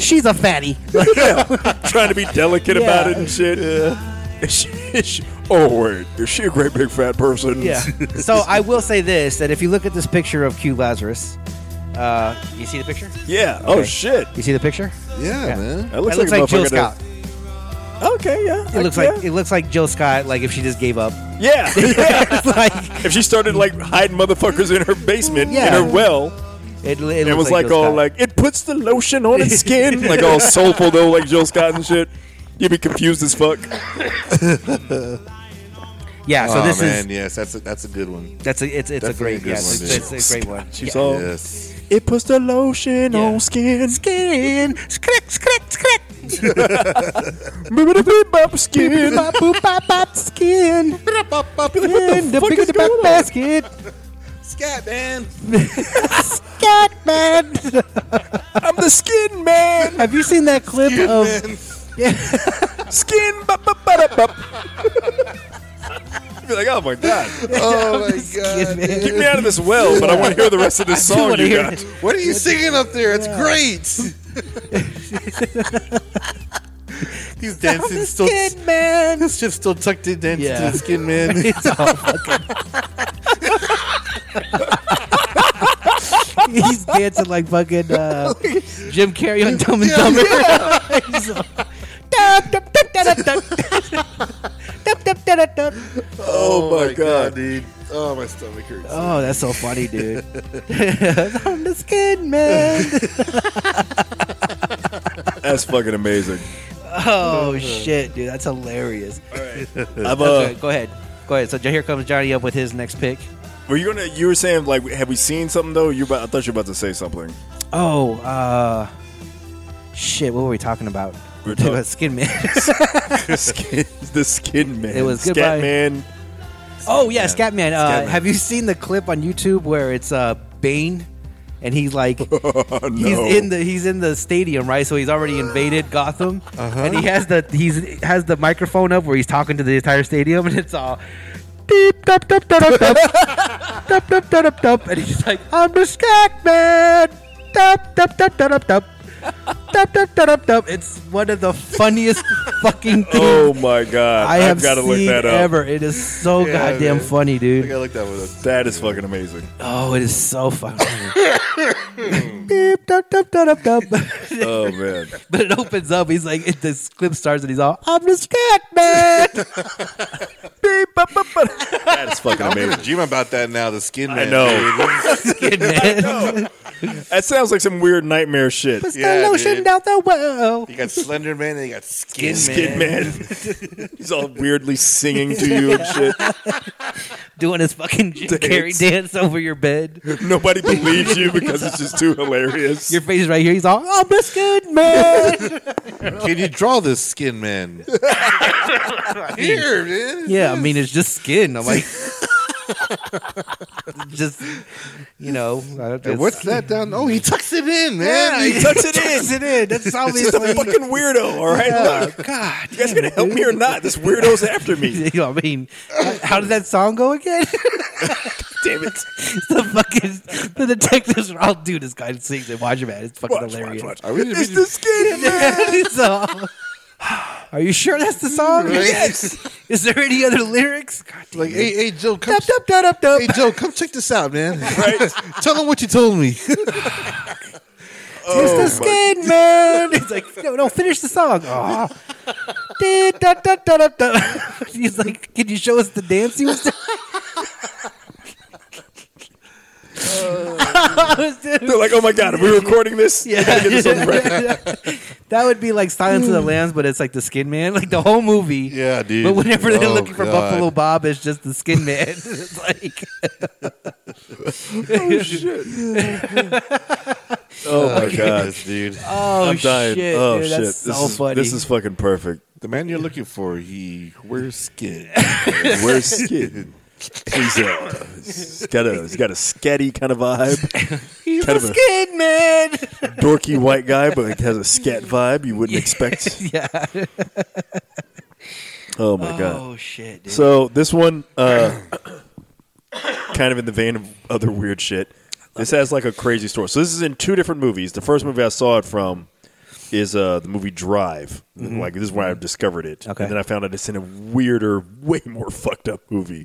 [SPEAKER 1] She's a fatty.
[SPEAKER 2] Yeah. Trying to be delicate
[SPEAKER 1] Yeah.
[SPEAKER 2] about it and shit. Yeah. Is she, is she, oh wait, is she a great big fat person?
[SPEAKER 1] Yeah. so I will say this: that if you look at this picture of Q Lazarus, uh, you see the picture?
[SPEAKER 2] yeah. Oh
[SPEAKER 1] Okay.
[SPEAKER 2] shit.
[SPEAKER 1] You see the picture?
[SPEAKER 3] Yeah,
[SPEAKER 1] Yeah.
[SPEAKER 3] man.
[SPEAKER 2] That looks,
[SPEAKER 1] it looks
[SPEAKER 2] like,
[SPEAKER 1] like,
[SPEAKER 2] a
[SPEAKER 1] Jill
[SPEAKER 2] motherfucker that-
[SPEAKER 1] Scott.
[SPEAKER 2] Okay, yeah.
[SPEAKER 1] It looks like it looks like Jill Scott, like if she just gave up.
[SPEAKER 2] yeah. yeah.
[SPEAKER 1] It's like
[SPEAKER 2] if she started like hiding motherfuckers in her basement
[SPEAKER 1] Yeah.
[SPEAKER 2] in her well.
[SPEAKER 1] it, it,
[SPEAKER 2] And it
[SPEAKER 1] looks
[SPEAKER 2] was like,
[SPEAKER 1] Jill
[SPEAKER 2] all
[SPEAKER 1] Scott.
[SPEAKER 2] like it puts the lotion on its skin, like all soulful though, like Jill Scott and shit. You'd be confused as fuck.
[SPEAKER 1] yeah. So
[SPEAKER 3] oh,
[SPEAKER 1] this
[SPEAKER 3] man,
[SPEAKER 1] is
[SPEAKER 3] yes, that's a, that's a good one.
[SPEAKER 1] that's a it's it's a
[SPEAKER 3] Definitely a
[SPEAKER 1] great
[SPEAKER 3] good
[SPEAKER 1] yeah,
[SPEAKER 3] one,
[SPEAKER 1] it's,
[SPEAKER 3] dude.
[SPEAKER 1] it's a great one.
[SPEAKER 2] She's
[SPEAKER 1] Yeah.
[SPEAKER 2] all
[SPEAKER 3] Yes.
[SPEAKER 2] it puts the lotion
[SPEAKER 1] Yeah.
[SPEAKER 2] on skin.
[SPEAKER 1] skin scrick scrick scrick.
[SPEAKER 2] Boop skin.
[SPEAKER 1] Boop bop bop skin. In the
[SPEAKER 2] fuck
[SPEAKER 1] big
[SPEAKER 2] is
[SPEAKER 1] the back
[SPEAKER 2] going on?
[SPEAKER 1] basket.
[SPEAKER 3] Scat man.
[SPEAKER 1] Scat man.
[SPEAKER 2] I'm the skin man.
[SPEAKER 1] Have you seen that clip of?
[SPEAKER 2] Skin. Bop, bop, bop, bop. You'd be like, oh my god,
[SPEAKER 3] Oh my god.
[SPEAKER 1] Skin man.
[SPEAKER 2] get me out of this well. But I want to hear the rest of this
[SPEAKER 1] I do
[SPEAKER 2] song
[SPEAKER 1] wanna
[SPEAKER 2] you
[SPEAKER 1] hear
[SPEAKER 2] got.
[SPEAKER 1] it.
[SPEAKER 3] What are you singing up there? It's great. He's dancing still.
[SPEAKER 1] Skin man.
[SPEAKER 3] This shit's still tucked in, dancing
[SPEAKER 1] Yeah.
[SPEAKER 3] to the skin man.
[SPEAKER 1] It's all fucking. He's dancing like fucking uh, Jim Carrey on Dumb and
[SPEAKER 3] Yeah,
[SPEAKER 1] Dumber. He's all, "Dum, dum, dum, da, da, dum." Dum, dum, da, da, dum.
[SPEAKER 2] Oh, my god.
[SPEAKER 3] dude. Oh, my stomach hurts.
[SPEAKER 1] Oh, that's so funny, dude. I'm the skin man.
[SPEAKER 2] That's fucking amazing.
[SPEAKER 1] Oh shit, dude, that's hilarious.
[SPEAKER 2] I've, uh,
[SPEAKER 1] Okay, go ahead, go ahead. So here comes Johnny up with his next pick.
[SPEAKER 2] Were you gonna? You were saying like, have we seen something though? You, about, I thought you were about to say something.
[SPEAKER 1] Oh, uh, shit, what were we talking about?
[SPEAKER 2] We
[SPEAKER 1] Talking
[SPEAKER 2] were talking-
[SPEAKER 1] about skin man.
[SPEAKER 2] Skin- the skin man.
[SPEAKER 1] It was
[SPEAKER 2] Scat
[SPEAKER 1] goodbye.
[SPEAKER 2] man.
[SPEAKER 1] Oh yeah, Scatman. Uh,
[SPEAKER 2] Scatman.
[SPEAKER 1] Have you seen the clip on YouTube where it's uh, Bane, and he's like
[SPEAKER 2] Oh, no.
[SPEAKER 1] he's in the he's in the stadium right, so he's already invaded Gotham,
[SPEAKER 2] Uh-huh.
[SPEAKER 1] and he has the he's has the microphone up where he's talking to the entire stadium, and it's all. Deep, dup, dup, dup, dup, dup, dup, dup, dup, dup, dup, and he's like, "I'm the Scatman." Dup, dup, dup, dup, dup, dup. Dup, dup, dup, dup, dup. It's one of the funniest fucking things
[SPEAKER 2] Oh my god!
[SPEAKER 1] I have
[SPEAKER 2] I've got to
[SPEAKER 1] seen
[SPEAKER 2] look that up.
[SPEAKER 1] ever. It is so
[SPEAKER 3] Yeah,
[SPEAKER 1] goddamn
[SPEAKER 3] man.
[SPEAKER 1] funny,
[SPEAKER 3] I
[SPEAKER 1] dude.
[SPEAKER 3] gotta look that one up.
[SPEAKER 2] That is fucking amazing.
[SPEAKER 1] Oh, it is so fucking. Beep, dup, dup, dup, dup, dup.
[SPEAKER 2] Oh man,
[SPEAKER 1] but it opens up. He's like, it, this clip starts, and he's all, "I'm the scat man." Beep, bup, bup, bup.
[SPEAKER 2] that is fucking
[SPEAKER 3] I'm gonna
[SPEAKER 2] amazing.
[SPEAKER 3] dream about that now. The skin man.
[SPEAKER 2] I know.
[SPEAKER 1] Skin man.
[SPEAKER 2] That sounds like some weird nightmare shit.
[SPEAKER 1] Puts
[SPEAKER 3] Yeah,
[SPEAKER 1] the lotion
[SPEAKER 3] dude.
[SPEAKER 1] down the well.
[SPEAKER 3] You got Slender Man and you got Skin,
[SPEAKER 2] Skin
[SPEAKER 3] Man.
[SPEAKER 2] man. He's all weirdly singing to you and shit.
[SPEAKER 1] Doing his fucking Jim Carrey dance over your bed.
[SPEAKER 2] Nobody believes you because it's just too hilarious.
[SPEAKER 1] Your face is right here. He's all, "I'm the skin man."
[SPEAKER 3] Can you draw this Skin Man? Here, man.
[SPEAKER 1] yeah, I mean, it's just skin. I'm like, just you know, I don't-
[SPEAKER 3] And
[SPEAKER 1] it's-
[SPEAKER 3] What's that down? Oh, he tucks it in, man.
[SPEAKER 1] Yeah,
[SPEAKER 3] He
[SPEAKER 1] he
[SPEAKER 3] tucks-
[SPEAKER 1] tucks it in. it in. That's
[SPEAKER 2] He's a fucking weirdo. All right, look.
[SPEAKER 1] God.
[SPEAKER 2] You guys gonna help me or not? This weirdo's after me.
[SPEAKER 1] You know what I mean? How did that song go again?
[SPEAKER 2] Damn it.
[SPEAKER 1] It's the fucking the detectives are all dude. This guy sings it. Watch him, man. It's fucking
[SPEAKER 2] Watch, watch,
[SPEAKER 1] hilarious.
[SPEAKER 2] watch.
[SPEAKER 3] Are we-
[SPEAKER 2] It's the skin man.
[SPEAKER 1] It's all- are you sure that's the song?
[SPEAKER 3] Right.
[SPEAKER 1] Is there any other lyrics? God damn.
[SPEAKER 3] Like, hey, hey, Joe, come.
[SPEAKER 1] Dup, dup, dup, dup,
[SPEAKER 3] Hey,
[SPEAKER 1] dup.
[SPEAKER 3] Joe, come check this out, man.
[SPEAKER 2] Right.
[SPEAKER 3] Tell him what you told me.
[SPEAKER 1] It's
[SPEAKER 2] Oh,
[SPEAKER 1] the skin, man. It's like, no, no, finish the song. Aw. Dee, da, da, da, da, da. He's like, can you show us
[SPEAKER 2] Oh.
[SPEAKER 1] the dance he was doing? knows, dude.
[SPEAKER 2] They're like, oh my god, are we recording this?
[SPEAKER 1] Yeah. that would be like Silence of the Lambs, but it's like the Skin Man, like the whole movie.
[SPEAKER 3] Yeah, dude.
[SPEAKER 1] But whenever they're
[SPEAKER 3] Oh,
[SPEAKER 1] looking for
[SPEAKER 3] God.
[SPEAKER 1] Buffalo Bob, it's just the Skin Man. it's like
[SPEAKER 2] Oh my god.
[SPEAKER 3] Yes, dude.
[SPEAKER 1] oh
[SPEAKER 2] I'm dying.
[SPEAKER 1] shit,
[SPEAKER 2] oh
[SPEAKER 1] dude,
[SPEAKER 2] shit.
[SPEAKER 1] that's
[SPEAKER 2] this
[SPEAKER 1] so
[SPEAKER 2] is
[SPEAKER 1] funny.
[SPEAKER 2] this is fucking perfect.
[SPEAKER 3] the man you're looking for, he wears skin.
[SPEAKER 2] Where's Skid? He's, uh, he's got a he's got a scatty kind of vibe,
[SPEAKER 1] He's
[SPEAKER 2] kind
[SPEAKER 1] the
[SPEAKER 2] of a-
[SPEAKER 1] Skin Man.
[SPEAKER 2] dorky white guy, but has a scat vibe you wouldn't expect.
[SPEAKER 1] yeah.
[SPEAKER 2] Oh my god!
[SPEAKER 1] Oh shit, dude.
[SPEAKER 2] So this one, uh, kind of in the vein of other weird shit. This has like a crazy story. So this is in two different movies. The first movie I saw it from is uh, the movie Drive. Like this is where I discovered it,
[SPEAKER 1] Mm-hmm. Okay.
[SPEAKER 2] and then I found out it's in a weirder, way more fucked up movie.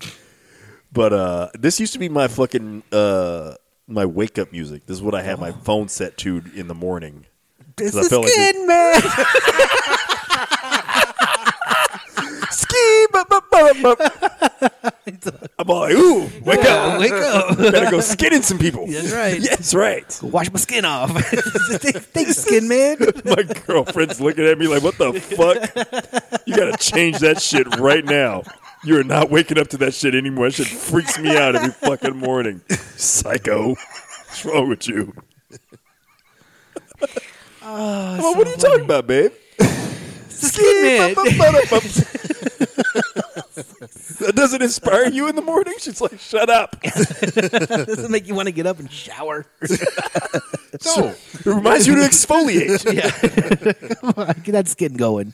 [SPEAKER 2] But uh, this used to be my fucking uh, my wake up music. This is what I had
[SPEAKER 1] Oh.
[SPEAKER 2] my phone set to in the morning.
[SPEAKER 1] it's
[SPEAKER 2] 'cause I
[SPEAKER 1] the
[SPEAKER 2] felt like it-
[SPEAKER 1] Skin Man.
[SPEAKER 2] Ski, bup, bup, bup, bup. I'm all like, ooh, wake up.
[SPEAKER 1] Wake up.
[SPEAKER 2] Gotta go skinning some people.
[SPEAKER 1] That's right.
[SPEAKER 2] Yes, right.
[SPEAKER 1] Wash my skin off. Thanks, Skin Man.
[SPEAKER 2] My girlfriend's looking at me like, what the fuck? You gotta change that shit right now. You're not waking up to that shit anymore. That shit freaks me out every fucking morning. Psycho. What's wrong with you? I'm like, what are you talking about, babe?
[SPEAKER 1] Skin Man.
[SPEAKER 2] that doesn't inspire you in the morning? She's like, shut up.
[SPEAKER 1] Doesn't make you want to get up and shower.
[SPEAKER 2] No. It reminds you to exfoliate.
[SPEAKER 1] Yeah. Get that skin going.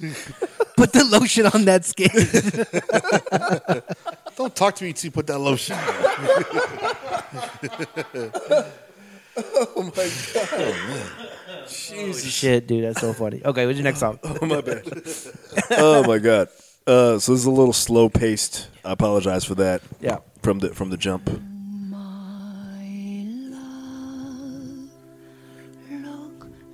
[SPEAKER 1] Put the lotion on that skin.
[SPEAKER 3] Don't talk to me until you put that lotion. on.
[SPEAKER 1] Shit, dude, that's so funny. Okay, what's your next song?
[SPEAKER 2] Oh my bad. oh my god. Uh, so this is a little slow paced. I apologize for that.
[SPEAKER 1] Yeah.
[SPEAKER 2] From the from the jump.
[SPEAKER 7] Look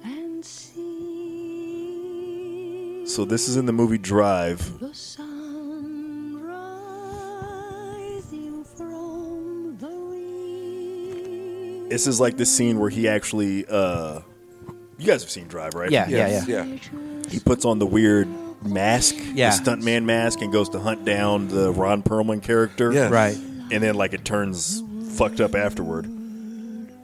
[SPEAKER 7] and see
[SPEAKER 2] So this is in the movie Drive.
[SPEAKER 7] the sun rising from the
[SPEAKER 2] This is like the scene where he actually. Uh, you guys have seen Drive, right?
[SPEAKER 1] Yeah,
[SPEAKER 3] Yes,
[SPEAKER 1] yeah, yeah.
[SPEAKER 2] He puts on the weird mask,
[SPEAKER 1] Yeah.
[SPEAKER 2] the stuntman mask, and goes to hunt down the Ron Perlman character.
[SPEAKER 3] Yeah.
[SPEAKER 1] Right.
[SPEAKER 2] and then like it turns fucked up afterward.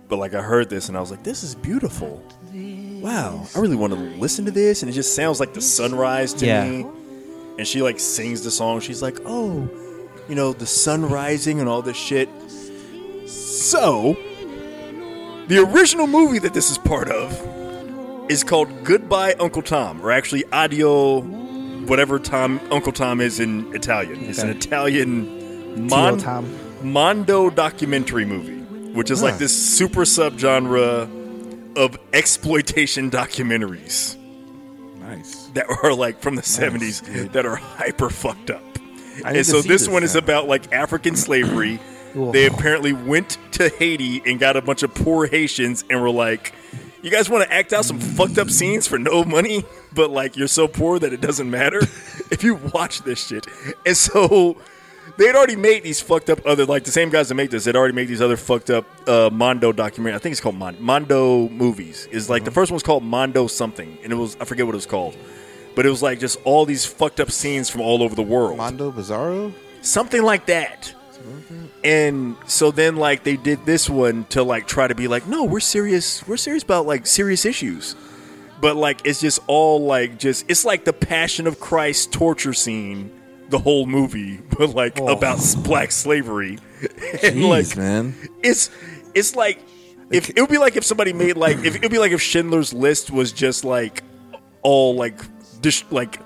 [SPEAKER 2] But like I heard this and I was like, this is beautiful. Wow, I really want to listen to this, and it just sounds like the sunrise to
[SPEAKER 1] Yeah.
[SPEAKER 2] me. And she like sings the song. She's like, oh, you know, the sun rising and all this shit. So, the original movie that this is part of is called Goodbye Uncle Tom, or actually Adio, whatever Tom Uncle Tom is in Italian. It's an
[SPEAKER 1] Okay.
[SPEAKER 2] Italian
[SPEAKER 1] T.O.
[SPEAKER 2] mon-
[SPEAKER 1] Tom.
[SPEAKER 2] Mondo documentary movie, which is like this super subgenre of exploitation documentaries
[SPEAKER 3] Nice.
[SPEAKER 2] that are like from the 70s that are hyper fucked up.
[SPEAKER 3] I need
[SPEAKER 2] And
[SPEAKER 3] to
[SPEAKER 2] so
[SPEAKER 3] see
[SPEAKER 2] this one
[SPEAKER 3] now.
[SPEAKER 2] is about like African slavery. they apparently went to Haiti and got a bunch of poor Haitians and were like, you guys want to act out some fucked up scenes for no money, but like you're so poor that it doesn't matter if you watch this shit. And so they'd already made these fucked up other like the same guys that make this they'd already made these other fucked up uh, mondo documentary i think it's called Mon- mondo movies is like the first one was called mondo something and it was i forget what it was called but it was like just all these fucked up scenes from all over the world
[SPEAKER 3] Mondo Bizarro.
[SPEAKER 2] something like that and so then like they did this one to like try to be like no we're serious we're serious about like serious issues but like it's just all like just it's like the passion of christ torture scene the whole movie but like about s- black slavery and like
[SPEAKER 3] man.
[SPEAKER 2] it's it's like if it would be like if somebody made like if it would be like if Schindler's List was just like all like dis- like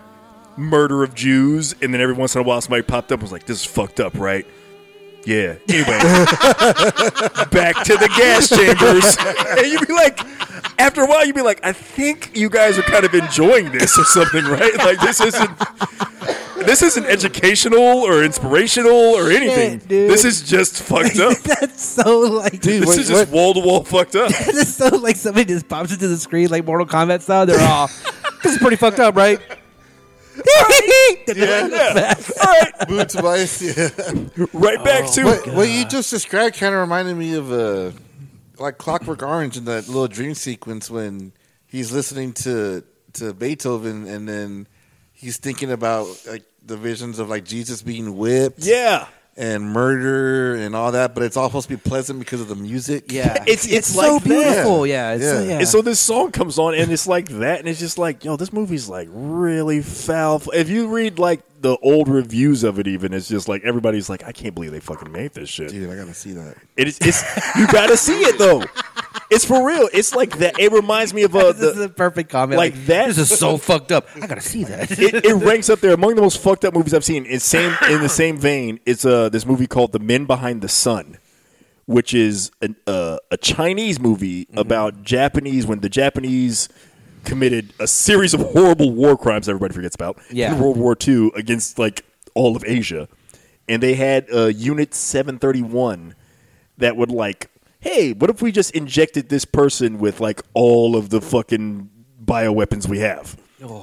[SPEAKER 2] murder of Jews, and then every once in a while somebody popped up and was like, "This is fucked up, right?" Yeah. Anyway, back to the gas chambers, and you'd be like, after a while, you'd be like, "I think you guys are kind of enjoying this or something, right? Like this isn't." This isn't educational or inspirational or anything.
[SPEAKER 1] dude.
[SPEAKER 2] this is just fucked up.
[SPEAKER 1] That's so like
[SPEAKER 3] Dude,
[SPEAKER 2] This
[SPEAKER 3] wait,
[SPEAKER 2] is just
[SPEAKER 3] what?
[SPEAKER 2] wall to wall fucked up.
[SPEAKER 1] that's so like somebody just pops into the screen like Mortal Kombat style. They're all this is pretty fucked up, right?
[SPEAKER 3] Boo Tobias. Yeah.
[SPEAKER 2] Right back to
[SPEAKER 3] Oh. What, what you just described kind of reminded me of a uh, like Clockwork Orange in that little dream sequence when he's listening to to Beethoven and then he's thinking about like the visions of like Jesus being whipped
[SPEAKER 2] Yeah.
[SPEAKER 3] and murder and all that, but it's all supposed to be pleasant because of the music.
[SPEAKER 1] Yeah,
[SPEAKER 2] It's- it's
[SPEAKER 1] so
[SPEAKER 2] like that.
[SPEAKER 1] beautiful. Yeah, it's,
[SPEAKER 3] Yeah.
[SPEAKER 1] yeah.
[SPEAKER 2] And so this song comes on, and it's like that, and it's just like, yo, this movie's like really foul. If you read like the old reviews of it, even it's just like everybody's like, I can't believe they fucking made this shit.
[SPEAKER 3] Dude, I gotta see that.
[SPEAKER 2] It is, it's you gotta see it though. It's for real. It's like that. It reminds me of uh,
[SPEAKER 1] this is
[SPEAKER 2] the.
[SPEAKER 1] the perfect comment.
[SPEAKER 2] like that-
[SPEAKER 1] This is so fucked up. I gotta see that.
[SPEAKER 2] It, it ranks up there among the most fucked up movies I've seen. It's same in the same vein. It's uh this movie called The Men Behind the Sun, which is an, uh, a Chinese movie about Japanese when the Japanese committed a series of horrible war crimes that everybody forgets about
[SPEAKER 1] Yeah.
[SPEAKER 2] in World War II against like all of Asia, and they had uh, Unit Seven Thirty One that would like, hey, what if we just injected this person with like all of the fucking bioweapons we have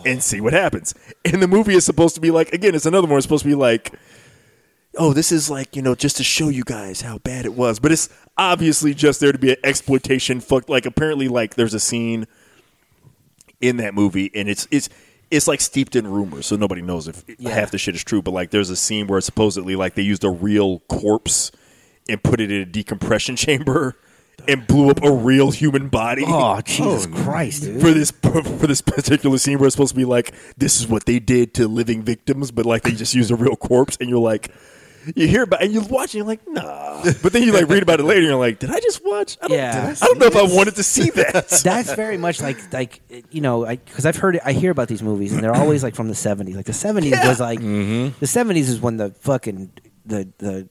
[SPEAKER 2] and see what happens? And the movie is supposed to be like, again, it's another one. It's supposed to be like, oh, this is like, you know, just to show you guys how bad it was. But it's obviously just there to be an exploitation fuck. Like, apparently, like, there's a scene in that movie, and it's it's it's like steeped in rumor, so nobody knows if
[SPEAKER 1] Yeah.
[SPEAKER 2] half the shit is true. But like, there's a scene where supposedly like they used a real corpse and put it in a decompression chamber and blew up a real human body
[SPEAKER 1] oh Jesus Christ, dude!
[SPEAKER 2] for this for this particular scene where it's supposed to be like this is what they did to living victims, but like they just used a real corpse, and you're like. You hear about and you watch and you're like, nah. But then you like read about it later and you're like, did I just watch? I don't,
[SPEAKER 1] Yeah.
[SPEAKER 2] I don't know if I wanted to see that.
[SPEAKER 1] That's very much like like you know because I've heard it, I hear about these movies and they're always like from the seventies. Like the seventies was like
[SPEAKER 3] Mm-hmm.
[SPEAKER 1] the seventies is when the fucking the the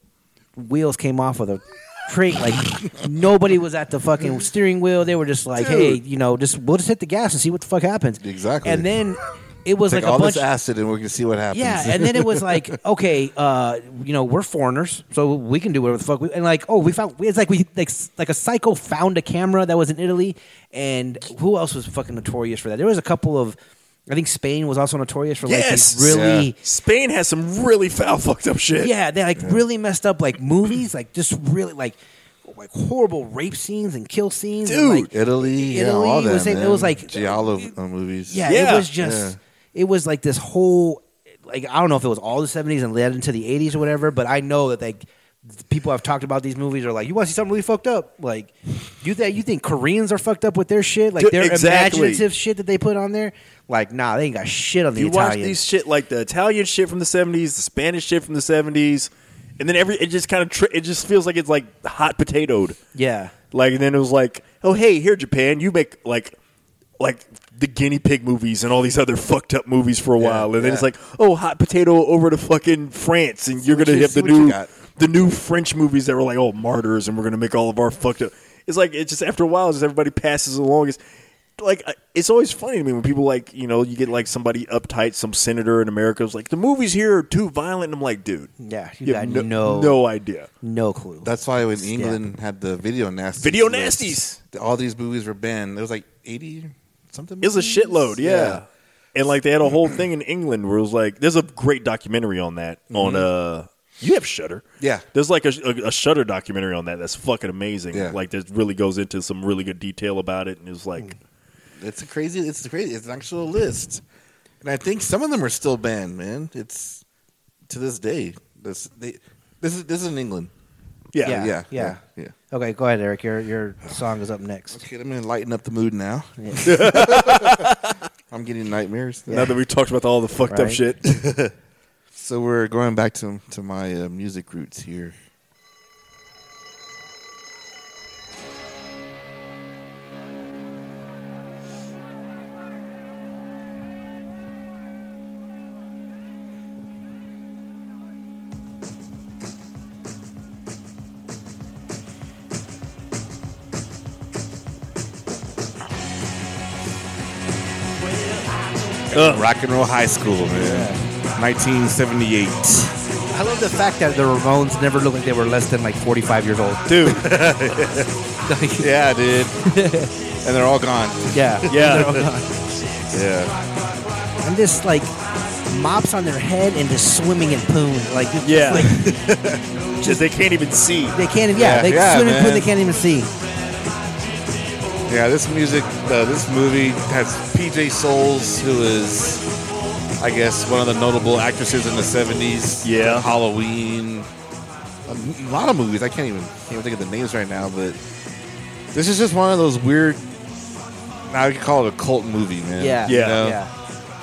[SPEAKER 1] wheels came off of the trick. Like nobody was at the fucking steering wheel. They were just like, hey, you know, just we'll just hit the gas and see what the fuck happens.
[SPEAKER 3] Exactly.
[SPEAKER 1] And then it was
[SPEAKER 3] Take
[SPEAKER 1] like a
[SPEAKER 3] all
[SPEAKER 1] bunch.
[SPEAKER 3] this acid and we can see what happens.
[SPEAKER 1] Yeah, and then it was like, okay, uh, you know, we're foreigners, so we can do whatever the fuck. We, and like, oh, we found it's like we like s- like a psycho found a camera that was in Italy, and who else was fucking notorious for that? There was a couple of, I think Spain was also notorious for like
[SPEAKER 2] Yes!
[SPEAKER 1] these really.
[SPEAKER 3] Yeah.
[SPEAKER 2] Spain has some really foul, fucked up shit.
[SPEAKER 1] Yeah, they like really messed up like movies, like just really like like horrible rape scenes and kill scenes. and,
[SPEAKER 2] Dude.
[SPEAKER 1] like,
[SPEAKER 3] Italy, yeah, all that.
[SPEAKER 1] was saying-
[SPEAKER 3] man.
[SPEAKER 1] it was like
[SPEAKER 3] Giallo uh, movies.
[SPEAKER 1] yeah,
[SPEAKER 2] Yeah.
[SPEAKER 1] it was just it was like this whole like I don't know if it was all the seventies and led into the eighties or whatever, but I know that like the people I've talked about these movies are like, you want to see something really fucked up? Like you that you think Koreans are fucked up with their shit, like
[SPEAKER 2] Dude,
[SPEAKER 1] their
[SPEAKER 2] exactly.
[SPEAKER 1] imaginative shit that they put on there. Like nah, they ain't got shit on the
[SPEAKER 2] you watch
[SPEAKER 1] Italians.
[SPEAKER 2] these shit like the Italian shit from the seventies, the Spanish shit from the seventies, and then every it just kind of tri- it just feels like it's like hot potatoed.
[SPEAKER 1] yeah,
[SPEAKER 2] Like and then it was like, oh hey, here Japan, you make like like the guinea pig movies and all these other fucked up movies for a while, and then it's
[SPEAKER 3] yeah.
[SPEAKER 2] like, oh hot potato over to fucking France, and you're
[SPEAKER 3] what
[SPEAKER 2] gonna
[SPEAKER 3] you-
[SPEAKER 2] have
[SPEAKER 3] see
[SPEAKER 2] the
[SPEAKER 3] what you
[SPEAKER 2] new
[SPEAKER 3] got.
[SPEAKER 2] the new French movies that were like, oh martyrs, and we're gonna make all of our fucked up. It's like it's just after a while, just everybody passes along. It's like I- it's always funny to me when people like you know you get like somebody uptight, some senator in America was like, the movies here are too violent. And I'm like, dude,
[SPEAKER 1] yeah, you,
[SPEAKER 2] you
[SPEAKER 1] got
[SPEAKER 2] have
[SPEAKER 1] no, no
[SPEAKER 2] no idea.
[SPEAKER 1] clue.
[SPEAKER 3] That's why when England had the video nasties.
[SPEAKER 2] Video
[SPEAKER 3] list,
[SPEAKER 2] nasties.
[SPEAKER 3] th- All these movies were banned. There was like 80 something.
[SPEAKER 2] It was a
[SPEAKER 3] movies?
[SPEAKER 2] shitload, yeah. And like they had a whole thing in England where it was like, there's a great documentary on that. On uh, you have Shutter,
[SPEAKER 3] Yeah.
[SPEAKER 2] There's like a, a, a Shutter documentary on that that's fucking amazing.
[SPEAKER 3] Yeah.
[SPEAKER 2] Like that really goes into some really good detail about it, and it was like,
[SPEAKER 3] It's a crazy. It's crazy. It's an actual list, and I think some of them are still banned. Man, it's to this day. This they, this is this is in England.
[SPEAKER 2] yeah,
[SPEAKER 1] Yeah.
[SPEAKER 3] yeah,
[SPEAKER 1] yeah.
[SPEAKER 3] yeah. yeah.
[SPEAKER 1] okay, go ahead, Eric. Your your song is up next.
[SPEAKER 3] Okay, I'm gonna lighten up the mood now. I'm getting nightmares.
[SPEAKER 2] Now that we talked about all the fucked up
[SPEAKER 1] Right.
[SPEAKER 2] shit,
[SPEAKER 3] So we're going back to to my uh, music roots here. Rock and roll high school, man. 1978.
[SPEAKER 1] I love the fact that the Ramones never looked like they were less than like forty five years old.
[SPEAKER 2] dude,
[SPEAKER 3] Yeah, dude. and they're all gone.
[SPEAKER 1] Yeah,
[SPEAKER 2] yeah,
[SPEAKER 3] Yeah.
[SPEAKER 1] and this like mops on their head and just swimming in poon. Like it's
[SPEAKER 2] Yeah.
[SPEAKER 1] just, like,
[SPEAKER 2] just they can't even see.
[SPEAKER 1] they can't. Yeah,
[SPEAKER 3] Yeah,
[SPEAKER 1] they
[SPEAKER 3] yeah,
[SPEAKER 1] swim in poon.
[SPEAKER 3] man.
[SPEAKER 1] They can't even see.
[SPEAKER 3] Yeah, this music, uh, this movie has PJ Souls, who is, I guess, one of the notable actresses in the 70s.
[SPEAKER 2] Yeah.
[SPEAKER 3] Halloween. A lot of movies. I can't even, can't even think of the names right now, but this is just one of those weird. Now you could call it a cult movie, man.
[SPEAKER 1] Yeah.
[SPEAKER 3] You
[SPEAKER 2] Yeah.
[SPEAKER 3] know?
[SPEAKER 1] yeah.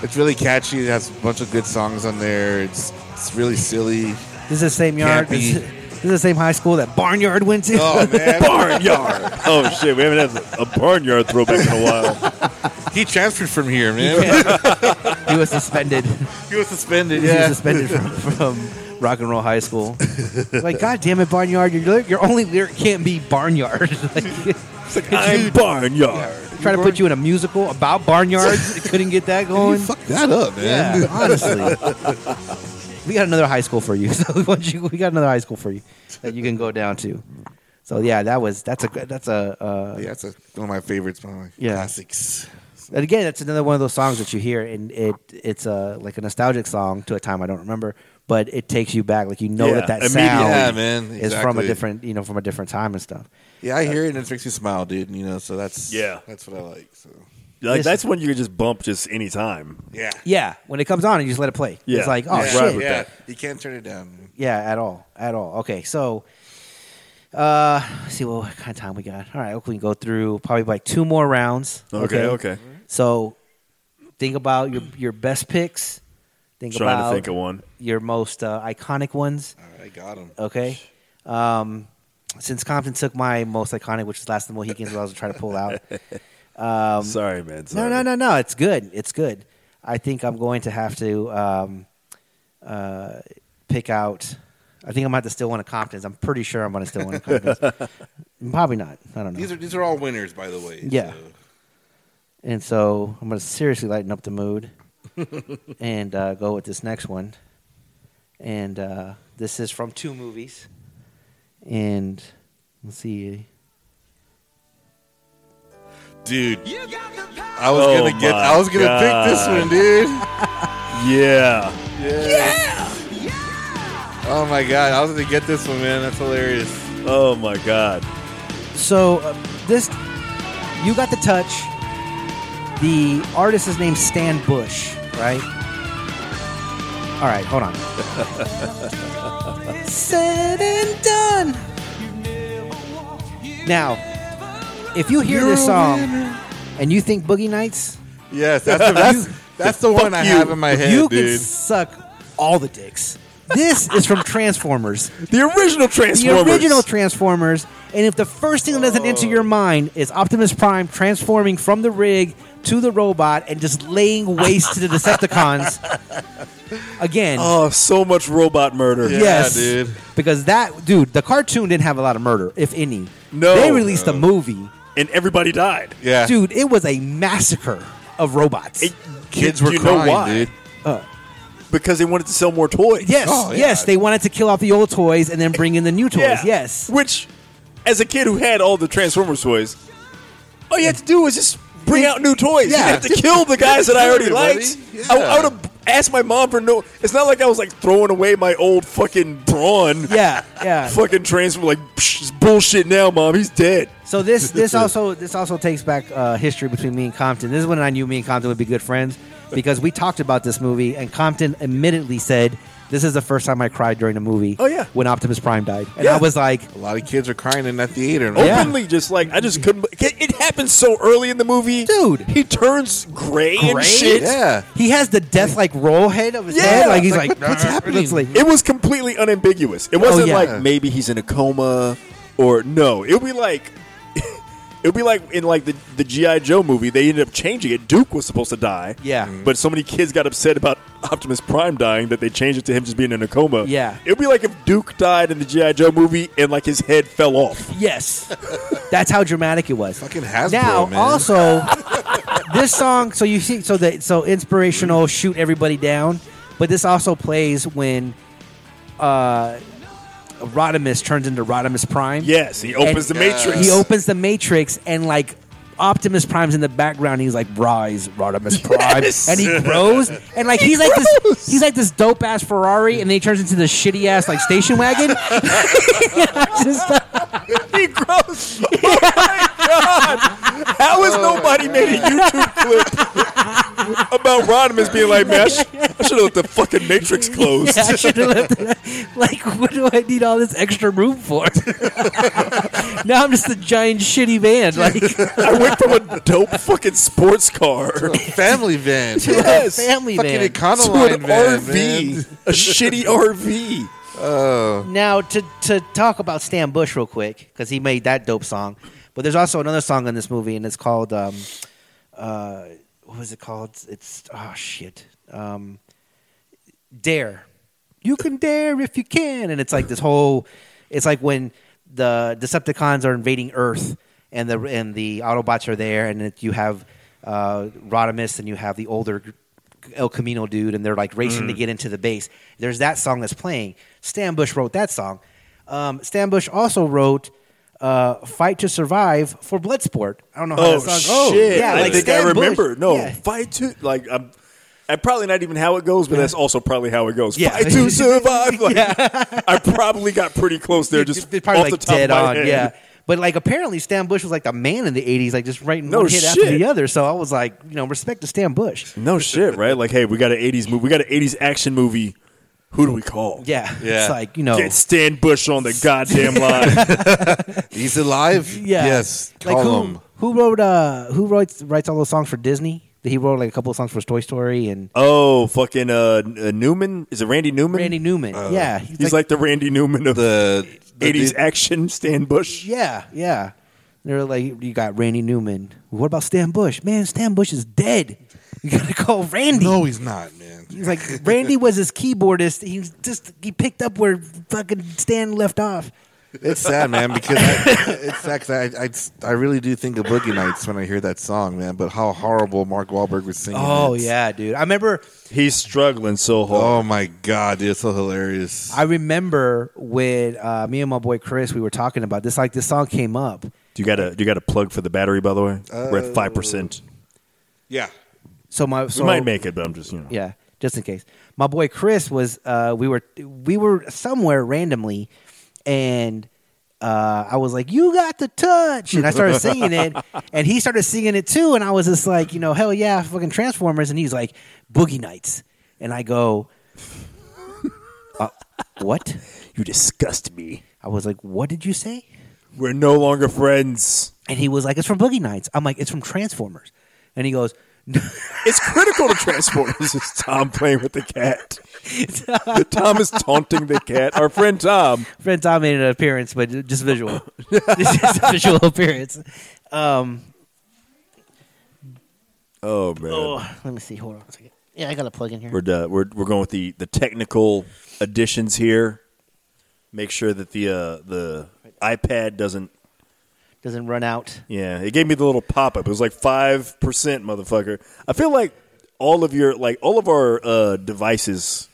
[SPEAKER 3] It's really catchy. It has a bunch of good songs on there. It's, it's really silly.
[SPEAKER 1] This is the same yard.
[SPEAKER 3] Can't
[SPEAKER 1] This
[SPEAKER 3] be.
[SPEAKER 1] is, this is the same high school that Barnyard went to.
[SPEAKER 3] Oh, man.
[SPEAKER 2] barnyard. oh shit, we haven't had a barnyard throwback in a while.
[SPEAKER 3] he transferred from here, man.
[SPEAKER 1] he was suspended.
[SPEAKER 3] He was suspended.
[SPEAKER 1] He was
[SPEAKER 3] Yeah.
[SPEAKER 1] suspended from, from rock and roll high school. like, God damn it, Barnyard! Your lyric- your only lyric can't be Barnyard. like,
[SPEAKER 2] I'm barnyard.
[SPEAKER 1] trying to put you in a musical about barnyards. couldn't get that
[SPEAKER 3] You
[SPEAKER 1] going.
[SPEAKER 3] fucked that up, man.
[SPEAKER 1] Yeah, honestly. we got another high school for you. So once you, we got another high school for you that you can go down to. So yeah, that was that's a that's a uh,
[SPEAKER 3] Yeah, it's a, one of my favorites, one of my
[SPEAKER 1] Yeah.
[SPEAKER 3] classics.
[SPEAKER 1] and again that's another one of those songs that you hear and it it's a like a nostalgic song to a time I don't remember, but it takes you back. Like you know
[SPEAKER 2] Yeah,
[SPEAKER 1] that that
[SPEAKER 2] immediately.
[SPEAKER 1] sound
[SPEAKER 3] Yeah, man,
[SPEAKER 1] is from a
[SPEAKER 3] exactly.
[SPEAKER 1] different you know from a different time and stuff.
[SPEAKER 3] Yeah, I hear it and it makes me smile, dude. You know, so that's
[SPEAKER 2] Yeah.
[SPEAKER 3] that's what I like. So
[SPEAKER 2] Like
[SPEAKER 1] Listen.
[SPEAKER 2] that's when you can just bump just any time.
[SPEAKER 3] yeah,
[SPEAKER 1] Yeah, when it comes on, you just let it play.
[SPEAKER 2] Yeah.
[SPEAKER 1] It's like oh
[SPEAKER 2] Yeah.
[SPEAKER 1] shit,
[SPEAKER 2] Right with
[SPEAKER 3] yeah.
[SPEAKER 2] that.
[SPEAKER 3] You can't turn it down. man.
[SPEAKER 1] Yeah, at all, at all. Okay, so uh, let's see what kind of time we got. All right, we can go through probably like two more rounds.
[SPEAKER 2] Okay, okay.
[SPEAKER 1] So think about your your best picks. Think
[SPEAKER 2] Trying
[SPEAKER 1] about
[SPEAKER 2] to think of one.
[SPEAKER 1] your most uh, iconic ones.
[SPEAKER 3] All right, I got him.
[SPEAKER 1] Okay. Um, since Compton took my most iconic, which is Last of the Mohicans, what I was trying to pull out.
[SPEAKER 2] sorry, man.
[SPEAKER 1] No,
[SPEAKER 2] Sorry.
[SPEAKER 1] no, no, no. It's good. It's good. I think I'm going to have to um, uh, pick out. I think I'm going to have to steal one of Compton's. I'm pretty sure I'm going to steal one of Compton's. Probably not. I don't know.
[SPEAKER 3] These are these are all winners, by the way.
[SPEAKER 1] Yeah.
[SPEAKER 3] so-
[SPEAKER 1] and so I'm going to seriously lighten up the mood and uh, go with this next one. And uh, this is from two movies. And let's see.
[SPEAKER 3] dude. I was
[SPEAKER 2] Oh
[SPEAKER 3] gonna get.
[SPEAKER 2] my
[SPEAKER 3] I was gonna
[SPEAKER 2] God.
[SPEAKER 3] pick this one, dude.
[SPEAKER 2] Yeah.
[SPEAKER 3] Oh my god, I was gonna get this one, man. That's hilarious.
[SPEAKER 2] Oh my god.
[SPEAKER 1] So uh, this, you got the touch. The artist is named Stan Bush, right? All right, hold on. Said and done. Now, if you hear this song and you think Boogie Nights,
[SPEAKER 3] Yes, that's the that's, that's the one I
[SPEAKER 2] you.
[SPEAKER 3] have in my head,
[SPEAKER 1] you can
[SPEAKER 3] dude.
[SPEAKER 1] suck all the dicks. This is from Transformers.
[SPEAKER 2] The original Transformers.
[SPEAKER 1] the original Transformers. And if the first thing that doesn't enter your mind is Optimus Prime transforming from the rig to the robot and just laying waste to the Decepticons, again,
[SPEAKER 2] Oh, so much robot murder.
[SPEAKER 3] Yeah.
[SPEAKER 1] yes,
[SPEAKER 3] dude.
[SPEAKER 1] because that dude, the cartoon didn't have a lot of murder, if any.
[SPEAKER 2] No.
[SPEAKER 1] they released the movie,
[SPEAKER 2] And everybody died.
[SPEAKER 3] yeah,
[SPEAKER 1] dude. It was a massacre of robots.
[SPEAKER 2] It-
[SPEAKER 3] kids
[SPEAKER 2] do
[SPEAKER 3] were
[SPEAKER 2] you know
[SPEAKER 3] crying,
[SPEAKER 2] why? Uh,
[SPEAKER 3] dude.
[SPEAKER 2] Because they wanted to sell more toys.
[SPEAKER 1] yes,
[SPEAKER 3] Oh, yeah.
[SPEAKER 1] yes, they wanted to kill off the old toys and then bring in the new toys.
[SPEAKER 2] Yeah.
[SPEAKER 1] Yes,
[SPEAKER 2] Which, as a kid who had all the Transformers toys, all you had to do was just bring out new toys. You
[SPEAKER 3] Yeah.
[SPEAKER 2] didn't have to kill the guys that I already
[SPEAKER 3] Everybody.
[SPEAKER 2] liked. I,
[SPEAKER 3] Yeah.
[SPEAKER 2] I would have asked my mom for no. It's not like I was like throwing away my old fucking brawn.
[SPEAKER 1] yeah, yeah.
[SPEAKER 2] Fucking Transformer, like, "Psh, it's bullshit now, mom. He's dead.
[SPEAKER 1] So this this also this also takes back uh, history between me and Compton. This is when I knew me and Compton would be good friends because we talked about this movie and Compton admittedly said this is the first time I cried during the movie.
[SPEAKER 2] Oh, yeah.
[SPEAKER 1] when Optimus Prime died, and
[SPEAKER 2] Yeah.
[SPEAKER 1] I was like,
[SPEAKER 3] A lot of kids are crying in that theater. man.
[SPEAKER 1] Yeah.
[SPEAKER 2] Openly, just like, I just couldn't. It, it happens so early in the movie.
[SPEAKER 1] Dude.
[SPEAKER 2] He turns gray,
[SPEAKER 1] Gray?
[SPEAKER 2] and shit.
[SPEAKER 3] Yeah.
[SPEAKER 1] he has the death like roll head of his
[SPEAKER 2] Yeah.
[SPEAKER 1] head. Like he's like,
[SPEAKER 2] Like, what-
[SPEAKER 1] what's
[SPEAKER 2] what's
[SPEAKER 1] happening?
[SPEAKER 2] It was completely unambiguous. It wasn't
[SPEAKER 1] Oh, yeah.
[SPEAKER 2] like maybe he's in a coma or no. It would be like it would be like in like the the GI Joe movie. They ended up changing it. Duke was supposed to die.
[SPEAKER 1] Yeah. Mhm.
[SPEAKER 2] but so many kids got upset about Optimus Prime dying that they changed it to him just being in a coma.
[SPEAKER 1] Yeah.
[SPEAKER 2] it would be like if Duke died in the GI Joe movie and like his head fell off.
[SPEAKER 1] yes, that's how dramatic it was.
[SPEAKER 3] Fucking Hasbro,
[SPEAKER 1] now
[SPEAKER 3] man.
[SPEAKER 1] also this song so you see so that so inspirational shoot everybody down but this also plays when uh Rodimus turns into Rodimus Prime
[SPEAKER 2] Yes, he opens
[SPEAKER 1] And-
[SPEAKER 2] the Matrix.
[SPEAKER 1] he opens the matrix and like Optimus Prime's in the background. He's like, "Rise, Rodimus Prime,"
[SPEAKER 2] Yes.
[SPEAKER 1] and he grows, and like he's like this, he's like this dope ass Ferrari, and then he turns into this shitty ass like station wagon. Just,
[SPEAKER 2] He grows. Oh my god! somebody made a YouTube clip about Rodimus being like, man, I, sh- I should have let the fucking Matrix close.
[SPEAKER 1] I should have left it. Like, what do I need all this extra room for? now I'm just a giant shitty van. Like,
[SPEAKER 2] I went from a dope fucking sports car to
[SPEAKER 3] Family van.
[SPEAKER 2] Yes.
[SPEAKER 1] family
[SPEAKER 3] Fucking
[SPEAKER 1] van.
[SPEAKER 3] Econoline
[SPEAKER 2] an
[SPEAKER 3] van,
[SPEAKER 2] RV,
[SPEAKER 3] man.
[SPEAKER 2] a shitty RV.
[SPEAKER 1] Now to to talk about Stan Bush real quick because he made that dope song, but there's also another song in this movie and it's called um, uh, what was it called? It's oh shit, um, Dare. You can dare if you can, and it's like this whole. It's like when the Decepticons are invading Earth and the and the Autobots are there, and it, you have uh, Rodimus and you have the older El Camino dude, and they're like racing
[SPEAKER 2] Mm.
[SPEAKER 1] to get into the base. There's that song that's playing. Stan Bush wrote that song. Um, Stan Bush also wrote uh, "Fight to Survive" for Bloodsport. I don't know how
[SPEAKER 2] Oh,
[SPEAKER 1] that song.
[SPEAKER 2] shit!
[SPEAKER 1] yeah,
[SPEAKER 2] I
[SPEAKER 1] like
[SPEAKER 2] think
[SPEAKER 1] Stan
[SPEAKER 2] I
[SPEAKER 1] Bush-
[SPEAKER 2] remember. No,
[SPEAKER 1] yeah.
[SPEAKER 2] fight to like I'm. i probably not even how it goes, but that's also probably how it goes.
[SPEAKER 1] Yeah.
[SPEAKER 2] Fight to survive. Like, I probably got pretty close there, just
[SPEAKER 1] They're probably
[SPEAKER 2] off
[SPEAKER 1] like
[SPEAKER 2] the top
[SPEAKER 1] dead
[SPEAKER 2] of my
[SPEAKER 1] on,
[SPEAKER 2] head.
[SPEAKER 1] yeah. But like apparently Stan Bush was like the man in the '80s, like just writing
[SPEAKER 2] No
[SPEAKER 1] one hit after
[SPEAKER 2] shit.
[SPEAKER 1] the other. So I was like, you know, respect to Stan Bush.
[SPEAKER 2] No shit, right? Like, hey, we got an '80s movie. We got an '80s action movie. Who do we call?
[SPEAKER 1] Yeah,
[SPEAKER 3] Yeah.
[SPEAKER 1] it's like you know,
[SPEAKER 2] Get Stan Bush on the goddamn line.
[SPEAKER 3] He's alive.
[SPEAKER 1] yeah,
[SPEAKER 3] Yes.
[SPEAKER 1] Like
[SPEAKER 3] Call
[SPEAKER 1] who
[SPEAKER 3] him.
[SPEAKER 1] who wrote uh who writes writes all those songs for Disney? He wrote like a couple of songs for Toy Story and
[SPEAKER 2] oh, fucking uh, N- Newman. Is it Randy Newman? Uh,
[SPEAKER 1] Randy Newman. yeah, he's,
[SPEAKER 2] He's like, the Randy Newman of the
[SPEAKER 3] The, the
[SPEAKER 2] '80s
[SPEAKER 3] dude-
[SPEAKER 2] action. Stan Bush.
[SPEAKER 1] yeah, yeah. They're like, you got Randy Newman. What about Stan Bush? Man, Stan Bush is dead. You gotta call Randy.
[SPEAKER 3] No, he's not, man.
[SPEAKER 1] He's like Randy was his keyboardist. He just he picked up where fucking Stan left off.
[SPEAKER 3] It's sad, man, because I, it's sad 'cause I, I, I really do think of Boogie Nights when I hear that song, man. But how horrible Mark Wahlberg was singing.
[SPEAKER 1] Oh
[SPEAKER 3] it.
[SPEAKER 1] yeah, dude. I remember.
[SPEAKER 2] He's struggling so hard.
[SPEAKER 3] Oh my god, dude, it's so hilarious.
[SPEAKER 1] I remember when uh, me and my boy Chris we were talking about this. Like this song came up.
[SPEAKER 2] Do you got a do you got a plug for the battery by the way? We're at
[SPEAKER 1] Uh,
[SPEAKER 2] five percent.
[SPEAKER 3] yeah.
[SPEAKER 1] So my
[SPEAKER 2] We
[SPEAKER 1] so
[SPEAKER 2] might make it, but I'm just you know.
[SPEAKER 1] yeah, just in case. My boy Chris was uh, we were we were somewhere randomly, and uh, I was like, "You got the touch," and I started singing it, and he started singing it too, and I was just like, you know, hell yeah, fucking Transformers, and he's like, "Boogie Nights," and I go, uh, "What?"
[SPEAKER 2] You disgust me.
[SPEAKER 1] I was like, "What did you say?"
[SPEAKER 2] We're no longer friends.
[SPEAKER 1] And he was like, "It's from Boogie Nights." I'm like, "It's from Transformers," and he goes.
[SPEAKER 2] It's critical to Transformers. It's Tom playing with the cat. Tom is taunting the cat. Our friend Tom.
[SPEAKER 1] Friend Tom made an appearance, but just visual. this is a visual appearance. Um,
[SPEAKER 2] Oh man,
[SPEAKER 1] oh, let me see. Hold on a second. Yeah, I got a plug in here.
[SPEAKER 2] we're done. we're we're going with the the technical additions here. Make sure that the uh, the iPad doesn't.
[SPEAKER 1] Doesn't run out.
[SPEAKER 2] Yeah, it gave me the little pop up. It was like five percent, motherfucker. I feel like all of your like all of our uh, devices,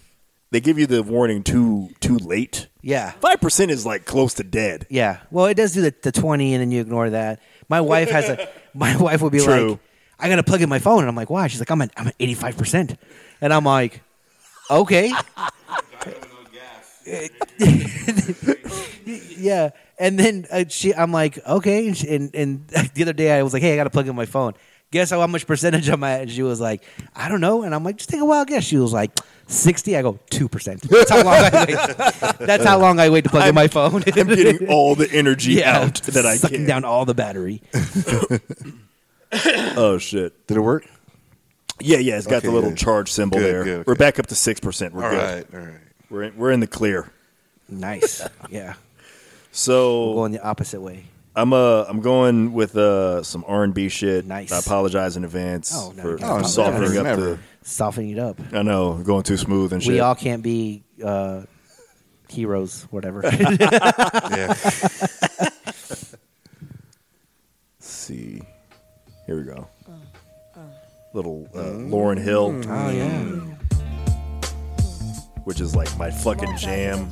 [SPEAKER 2] they give you the warning too too late.
[SPEAKER 1] Yeah.
[SPEAKER 2] Five percent is like close to dead.
[SPEAKER 1] Yeah. Well, it does do the, the 20 and then you ignore that. My wife has a, my wife will be
[SPEAKER 2] True.
[SPEAKER 1] like, I got to plug in my phone. And I'm like, why? She's like, I'm at, I'm at 85%. And I'm like, okay. yeah. And then uh, she, I'm like, okay. And, she, and, and the other day I was like, hey, I got to plug in my phone. Guess how much percentage I'm at? And she was like, I don't know. And I'm like, just take a wild guess. She was like, 60. I go, 2%. That's how long I wait. That's how long I wait to plug in my phone.
[SPEAKER 2] I'm getting all the energy out that I
[SPEAKER 1] sucking
[SPEAKER 2] can.
[SPEAKER 1] down all the battery.
[SPEAKER 2] Oh shit.
[SPEAKER 3] Did it work?
[SPEAKER 2] Yeah, yeah. It's got the
[SPEAKER 3] Okay,
[SPEAKER 2] little
[SPEAKER 3] good.
[SPEAKER 2] charge symbol
[SPEAKER 3] Good,
[SPEAKER 2] there.
[SPEAKER 3] good,
[SPEAKER 2] We're
[SPEAKER 3] good.
[SPEAKER 2] back up to six percent. We're
[SPEAKER 3] All
[SPEAKER 2] good.
[SPEAKER 3] right, all right.
[SPEAKER 2] We're in, we're in the clear.
[SPEAKER 1] nice. Yeah.
[SPEAKER 2] So
[SPEAKER 1] Going the opposite way.
[SPEAKER 2] I'm uh I'm going with uh some R and B shit.
[SPEAKER 1] Nice.
[SPEAKER 2] I apologize in advance
[SPEAKER 1] Oh, no, you can't
[SPEAKER 2] for, for
[SPEAKER 1] apologize.
[SPEAKER 2] softening up
[SPEAKER 3] Never.
[SPEAKER 1] Softening it up.
[SPEAKER 2] the. I know, going too smooth and shit.
[SPEAKER 1] We all can't be uh, heroes, whatever.
[SPEAKER 3] Yeah.
[SPEAKER 2] Let's see. Here we go. Little uh, Lauren Hill,
[SPEAKER 1] oh, yeah.
[SPEAKER 2] which is like my fucking jam.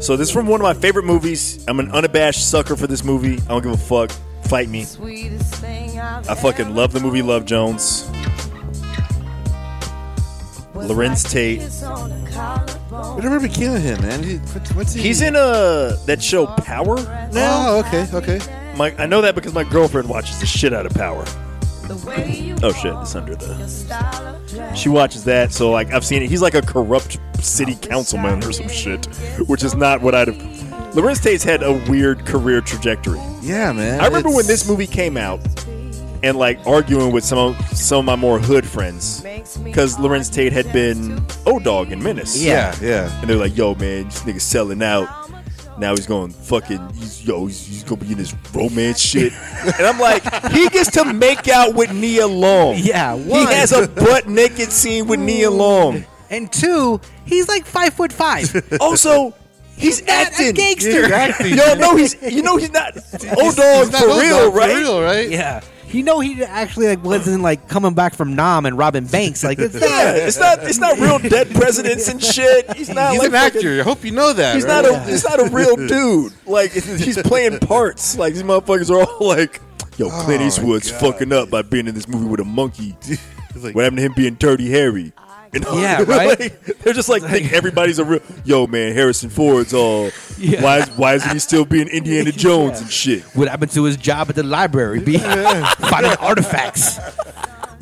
[SPEAKER 2] So this is from one of my favorite movies. I'm an unabashed sucker for this movie. I don't give a fuck. Fight me. I fucking love the movie Love Jones. Lorenz Tate.
[SPEAKER 3] Whatever became of him, man? He, what, what's he?
[SPEAKER 2] He's in uh that show Power now.
[SPEAKER 3] Oh, okay, okay.
[SPEAKER 2] My, I know that because my girlfriend watches the shit out of Power. Oh shit, it's under the. She watches that, so like I've seen it. He's like a corrupt city councilman or some shit, which is not what I'd have. Lorenz Tate's had a weird career trajectory.
[SPEAKER 3] Yeah, man.
[SPEAKER 2] I remember when
[SPEAKER 3] it's-
[SPEAKER 2] this movie came out and like arguing with some of some of my more hood friends because Lorenz Tate had been O Dog in Menace.
[SPEAKER 3] Yeah, yeah.
[SPEAKER 2] And they're like, yo, man, this nigga's selling out. Now he's going fucking, he's, yo, he's, he's going to be in this romance shit. and I'm like, he gets to make out with Nia Long.
[SPEAKER 1] Yeah,
[SPEAKER 2] He
[SPEAKER 1] one.
[SPEAKER 2] has a butt naked scene with Nia Long.
[SPEAKER 1] and two, he's like five foot five.
[SPEAKER 2] Also, he's,
[SPEAKER 1] Not
[SPEAKER 2] acting.
[SPEAKER 1] a gangster.
[SPEAKER 3] Exactly.
[SPEAKER 2] Yo, no, he's, you know, he's not, O
[SPEAKER 3] He's
[SPEAKER 2] Dog
[SPEAKER 3] Oh, not
[SPEAKER 2] for
[SPEAKER 3] old
[SPEAKER 2] real,
[SPEAKER 3] dog,
[SPEAKER 2] right?
[SPEAKER 3] For real, right?
[SPEAKER 1] Yeah. You know he actually like wasn't like coming back from Nam and robbing banks like it's
[SPEAKER 2] Yeah,
[SPEAKER 1] not,
[SPEAKER 2] it's not it's not real dead presidents and shit. He's not
[SPEAKER 3] He's
[SPEAKER 2] like
[SPEAKER 3] an actor. I hope you know that.
[SPEAKER 2] He's
[SPEAKER 3] right?
[SPEAKER 2] not a he's not a real dude. Like he's playing parts. Like these motherfuckers are all like, "Yo,
[SPEAKER 3] Oh
[SPEAKER 2] Clint Eastwood's fucking up by being in this movie with a monkey."
[SPEAKER 3] like-
[SPEAKER 2] what happened to him being Dirty Harry? And all-
[SPEAKER 1] Yeah, right?
[SPEAKER 2] like, they're just like think everybody's a real. Yo, man, Harrison Ford's all. Why is why isn't he still being Indiana Jones and shit?
[SPEAKER 1] what happened to his job at the library be finding artifacts.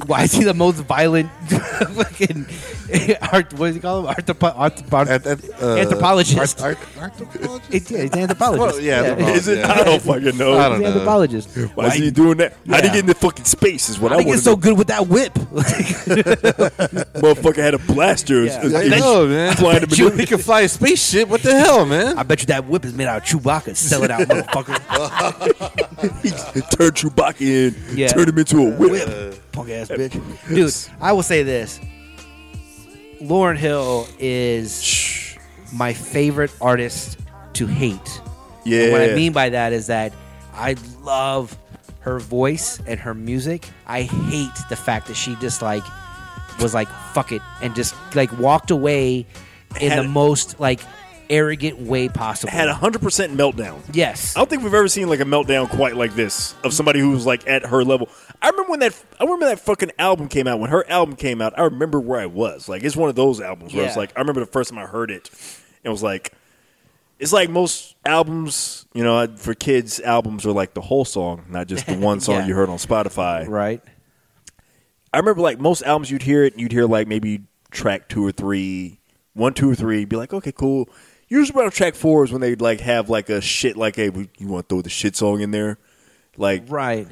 [SPEAKER 1] Why is he the most violent fucking art what do you call him? Arthropo- arthropo-
[SPEAKER 3] At- at, uh,
[SPEAKER 1] anthropologist.
[SPEAKER 3] Art, art, anthropologist?
[SPEAKER 1] It's- yeah, he's an anthropologist.
[SPEAKER 3] Well, yeah, anthropologist. Oh,
[SPEAKER 2] is it?
[SPEAKER 3] yeah.
[SPEAKER 2] I don't fucking
[SPEAKER 3] I
[SPEAKER 2] know.
[SPEAKER 1] He's
[SPEAKER 3] don't
[SPEAKER 1] an
[SPEAKER 3] know.
[SPEAKER 1] anthropologist.
[SPEAKER 2] Why is he doing that? How would he
[SPEAKER 1] Yeah.
[SPEAKER 2] get into fucking space? Is what I,
[SPEAKER 1] I
[SPEAKER 2] want
[SPEAKER 1] think
[SPEAKER 2] to
[SPEAKER 1] it's so good with that whip.
[SPEAKER 2] motherfucker had a blaster.
[SPEAKER 1] Yeah.
[SPEAKER 2] It was-
[SPEAKER 3] I know, man.
[SPEAKER 2] Flying to
[SPEAKER 3] You
[SPEAKER 2] maneuver.
[SPEAKER 3] can fly a spaceship. What the hell, man?
[SPEAKER 1] I bet you that whip is made out of Chewbacca. Sell it out, motherfucker.
[SPEAKER 2] He turned Chewbacca in,
[SPEAKER 1] Yeah.
[SPEAKER 2] turned him into a whip.
[SPEAKER 1] Punk ass bitch. Dude, I will say this. Lauren Hill is my favorite artist to hate.
[SPEAKER 2] Yeah.
[SPEAKER 1] And what I mean by that is that I love her voice and her music. I hate the fact that she just like was like fuck it and just like walked away in
[SPEAKER 2] Had-
[SPEAKER 1] the most like arrogant way possible.
[SPEAKER 2] had a hundred percent meltdown.
[SPEAKER 1] yes.
[SPEAKER 2] I don't think we've ever seen like a meltdown quite like this of somebody who was like at her level. I remember when that I remember that fucking album came out. When her album came out, I remember where I was. Like it's one of those albums where it's
[SPEAKER 1] Yeah.
[SPEAKER 2] like I remember the first time I heard it and was like it's like most albums, you know, for kids albums are like the whole song, not just the one song
[SPEAKER 1] Yeah.
[SPEAKER 2] you heard on Spotify.
[SPEAKER 1] Right.
[SPEAKER 2] I remember like most albums you'd hear it and you'd hear like maybe track two or three, one, two or three, you'd be like, okay, cool. Usually around track four is when they'd like have like a shit like, hey, we- you want to throw the shit song in there? Like
[SPEAKER 1] Right.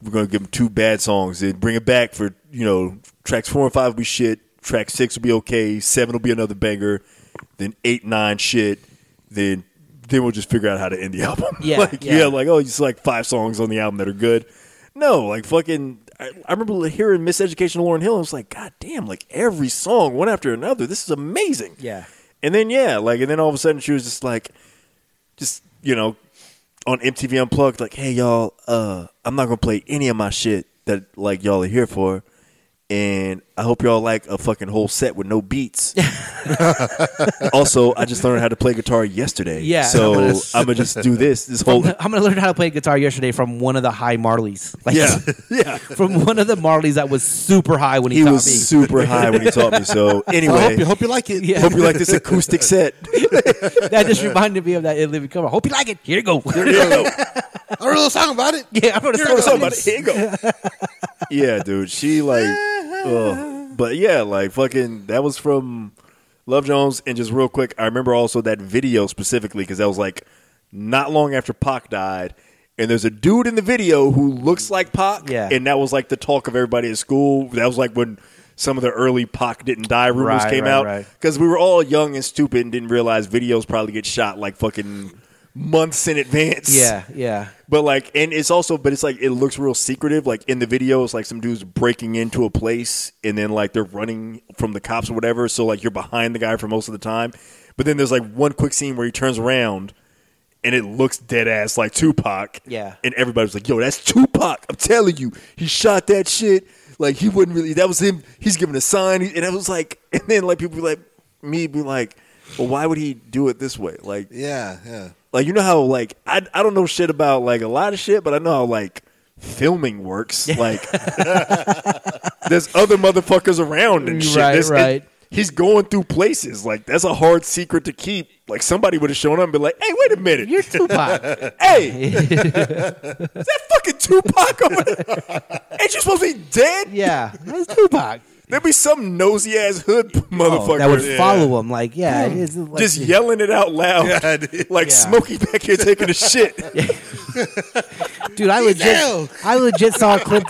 [SPEAKER 2] we're gonna give them two bad songs and bring it back for you know tracks four and five will be shit, track six will be okay, seven will be another banger, then eight, nine shit, then then we'll just figure out how to end the album.
[SPEAKER 1] Yeah,
[SPEAKER 2] like,
[SPEAKER 1] yeah.
[SPEAKER 2] yeah, like oh, just like five songs on the album that are good. No, like fucking. I, I remember hearing Miseducation of Lauren Hill. and I was like, God damn! Like every song, one after another. This is amazing.
[SPEAKER 1] Yeah.
[SPEAKER 2] And then yeah, like and then all of a sudden she was just like, just you know, on MTV Unplugged, like, hey y'all, uh, I'm not gonna play any of my shit that like y'all are here for, and I hope y'all like a fucking whole set with no beats. also, I just learned how to play guitar yesterday.
[SPEAKER 1] Yeah.
[SPEAKER 2] so I'm gonna just do this this whole.
[SPEAKER 1] I'm gonna learn how to play guitar yesterday from one of the high Marleys. Like,
[SPEAKER 2] Yeah, yeah.
[SPEAKER 1] from one of the Marleys that was super high when he,
[SPEAKER 2] He
[SPEAKER 1] taught
[SPEAKER 2] was
[SPEAKER 1] me.
[SPEAKER 2] super high when he taught me. So anyway,
[SPEAKER 3] I hope you hope you like it.
[SPEAKER 1] Yeah.
[SPEAKER 2] hope you like this acoustic set.
[SPEAKER 1] that just reminded me of that in living cover. Hope you like it. Here you go.
[SPEAKER 3] I wrote a song about it.
[SPEAKER 1] yeah, I'm gonna
[SPEAKER 2] Throw
[SPEAKER 1] start
[SPEAKER 2] something about it. Here you go. yeah, dude. She like, ugh. but yeah, like fucking. That was from Love Jones, and just real quick, I remember also that video specifically because that was like not long after Pac died, and there's a dude in the video who looks like Pac,
[SPEAKER 1] Yeah.
[SPEAKER 2] and that was like the talk of everybody at school. That was like when. Some of the early Pac didn't die rumors
[SPEAKER 1] Right,
[SPEAKER 2] came
[SPEAKER 1] right,
[SPEAKER 2] out
[SPEAKER 1] right.
[SPEAKER 2] because we were all young and stupid and didn't realize videos probably get shot like fucking months in advance.
[SPEAKER 1] Yeah, yeah.
[SPEAKER 2] But like, and it's also, but it's like it looks real secretive. Like in the video, it's like some dudes breaking into a place, and then like they're running from the cops or whatever. So like you're behind the guy for most of the time. But then there's like one quick scene where he turns around, and it looks dead ass like Tupac.
[SPEAKER 1] Yeah.
[SPEAKER 2] And everybody's like, "Yo, that's Tupac! I'm telling you, he shot that shit. Like he wouldn't really. That was him. He's giving a sign, and I was like, and then like people be like me be like, well, why would he do it this way? Like,
[SPEAKER 3] Yeah, yeah.
[SPEAKER 2] like you know how like I I don't know shit about like a lot of shit, but I know how like filming works. Like there's other motherfuckers around and shit.
[SPEAKER 1] Right,
[SPEAKER 2] There's- it-
[SPEAKER 1] right.
[SPEAKER 2] he's going through places. Like that's a hard secret to keep. Like somebody would have shown up and been like, "Hey, wait a minute,
[SPEAKER 1] You're Tupac.
[SPEAKER 2] hey, is that fucking Tupac over there? Ain't you supposed to be dead?"
[SPEAKER 1] yeah, that's Tupac.
[SPEAKER 2] There'd be some nosy ass hood motherfucker
[SPEAKER 1] Oh, that would
[SPEAKER 2] Yeah.
[SPEAKER 1] follow him. Like, yeah, it is, like,
[SPEAKER 2] just yelling it out loud,
[SPEAKER 3] Yeah, dude.
[SPEAKER 2] like
[SPEAKER 1] Yeah.
[SPEAKER 2] Smokey back here taking a shit.
[SPEAKER 1] dude, I legit, I legit saw a clip.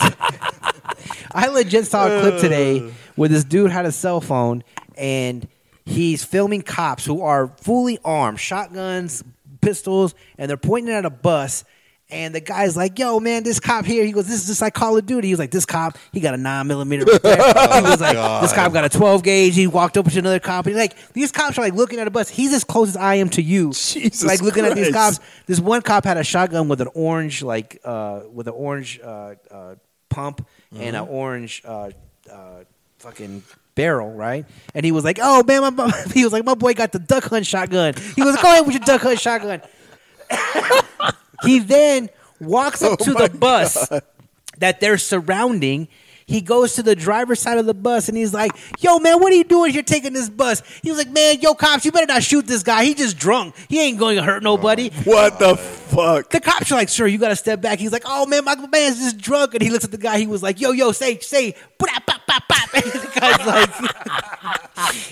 [SPEAKER 1] I legit saw a clip
[SPEAKER 2] Uh.
[SPEAKER 1] today where this dude had a cell phone and he's filming cops who are fully armed, shotguns, pistols, and they're pointing at a bus. And the guy's like, "Yo, man, this cop here." He goes, "This is just like Call of Duty." He was like, "This cop, he got a nine millimeter." Right there. he was like, "This cop got a twelve gauge." He walked up to another cop, and like these cops are like looking at a bus. He's as close as I am to you,
[SPEAKER 2] Jesus
[SPEAKER 1] like looking at these
[SPEAKER 2] Christ.
[SPEAKER 1] cops. This one cop had a shotgun with an orange, like uh, with an orange uh, uh, pump and an orange uh, uh, fucking barrel, right? And he was like, "Oh man, my bo-" he was like, my boy got the duck hunt shotgun." He was like, "Go ahead with your duck hunt shotgun." he then walks up to the bus that they're surrounding. He goes to the driver's side of the bus and he's like, "Yo, man, what are you doing? You're taking this bus." He was like, "Man, yo, cops, you better not shoot this guy. He just drunk. He ain't going to hurt nobody."
[SPEAKER 2] What the fuck?
[SPEAKER 1] The cops are like, "Sir, you got to step back." He's like, "Oh man, my man's just drunk." And he looks at the guy. He was like, "Yo, yo, say, say, blah, blah, blah, blah." And the guy's like,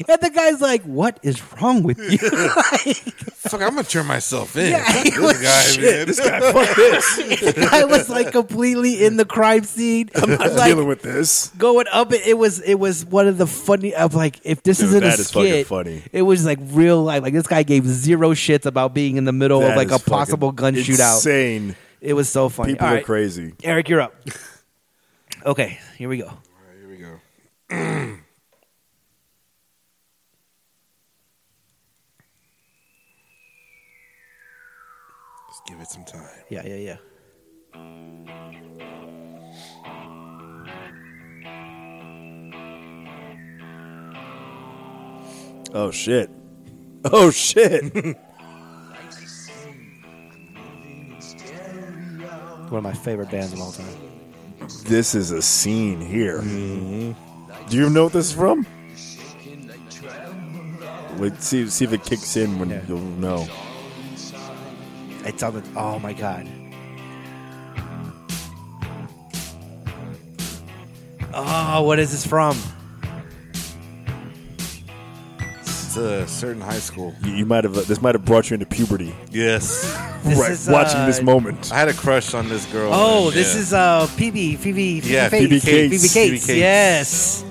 [SPEAKER 1] and the guy's like, "What is wrong with you?"
[SPEAKER 3] Fuck, I'm gonna turn myself in.
[SPEAKER 1] Yeah,
[SPEAKER 3] Fuck
[SPEAKER 1] he was-
[SPEAKER 3] this guy, man.
[SPEAKER 2] This guy, fuck this.
[SPEAKER 1] I was like completely in the crime scene.
[SPEAKER 2] I'm
[SPEAKER 1] Like,
[SPEAKER 2] dealing with this.
[SPEAKER 1] going up. It, it was it was one of the funny of like if this
[SPEAKER 2] Dude,
[SPEAKER 1] isn't
[SPEAKER 2] that
[SPEAKER 1] a
[SPEAKER 2] is fucking
[SPEAKER 1] skit,
[SPEAKER 2] funny.
[SPEAKER 1] it was like real life. Like this guy gave zero shits about being in the middle of
[SPEAKER 2] That
[SPEAKER 1] like
[SPEAKER 2] is
[SPEAKER 1] a
[SPEAKER 2] fucking
[SPEAKER 1] possible gun shootout.
[SPEAKER 2] Insane.
[SPEAKER 1] It was so funny.
[SPEAKER 2] People
[SPEAKER 1] All
[SPEAKER 2] are
[SPEAKER 1] right.
[SPEAKER 2] crazy.
[SPEAKER 1] Eric, you're up. okay, here we go.
[SPEAKER 3] Here we go. Just give it some time.
[SPEAKER 1] Yeah, yeah, yeah.
[SPEAKER 2] Oh shit. Oh shit.
[SPEAKER 1] One of my favorite bands of all time.
[SPEAKER 2] this is a scene here. Do you know what this is from? Let's see, see if it kicks in when
[SPEAKER 1] Yeah.
[SPEAKER 2] you'll know.
[SPEAKER 1] It's on the. Oh my god. Oh, what is this from?
[SPEAKER 3] It's a certain high school.
[SPEAKER 2] You, you might have. This might have brought you into puberty.
[SPEAKER 3] Yes.
[SPEAKER 1] This
[SPEAKER 2] right,
[SPEAKER 1] is,
[SPEAKER 2] watching this
[SPEAKER 1] uh,
[SPEAKER 2] moment.
[SPEAKER 3] I had a crush on this girl.
[SPEAKER 1] Oh,
[SPEAKER 3] Yeah.
[SPEAKER 1] this is uh PB PB
[SPEAKER 3] Yeah,
[SPEAKER 1] Face.
[SPEAKER 2] PB Cakes.
[SPEAKER 1] PB Cakes.
[SPEAKER 3] PB Cakes.
[SPEAKER 1] Yes.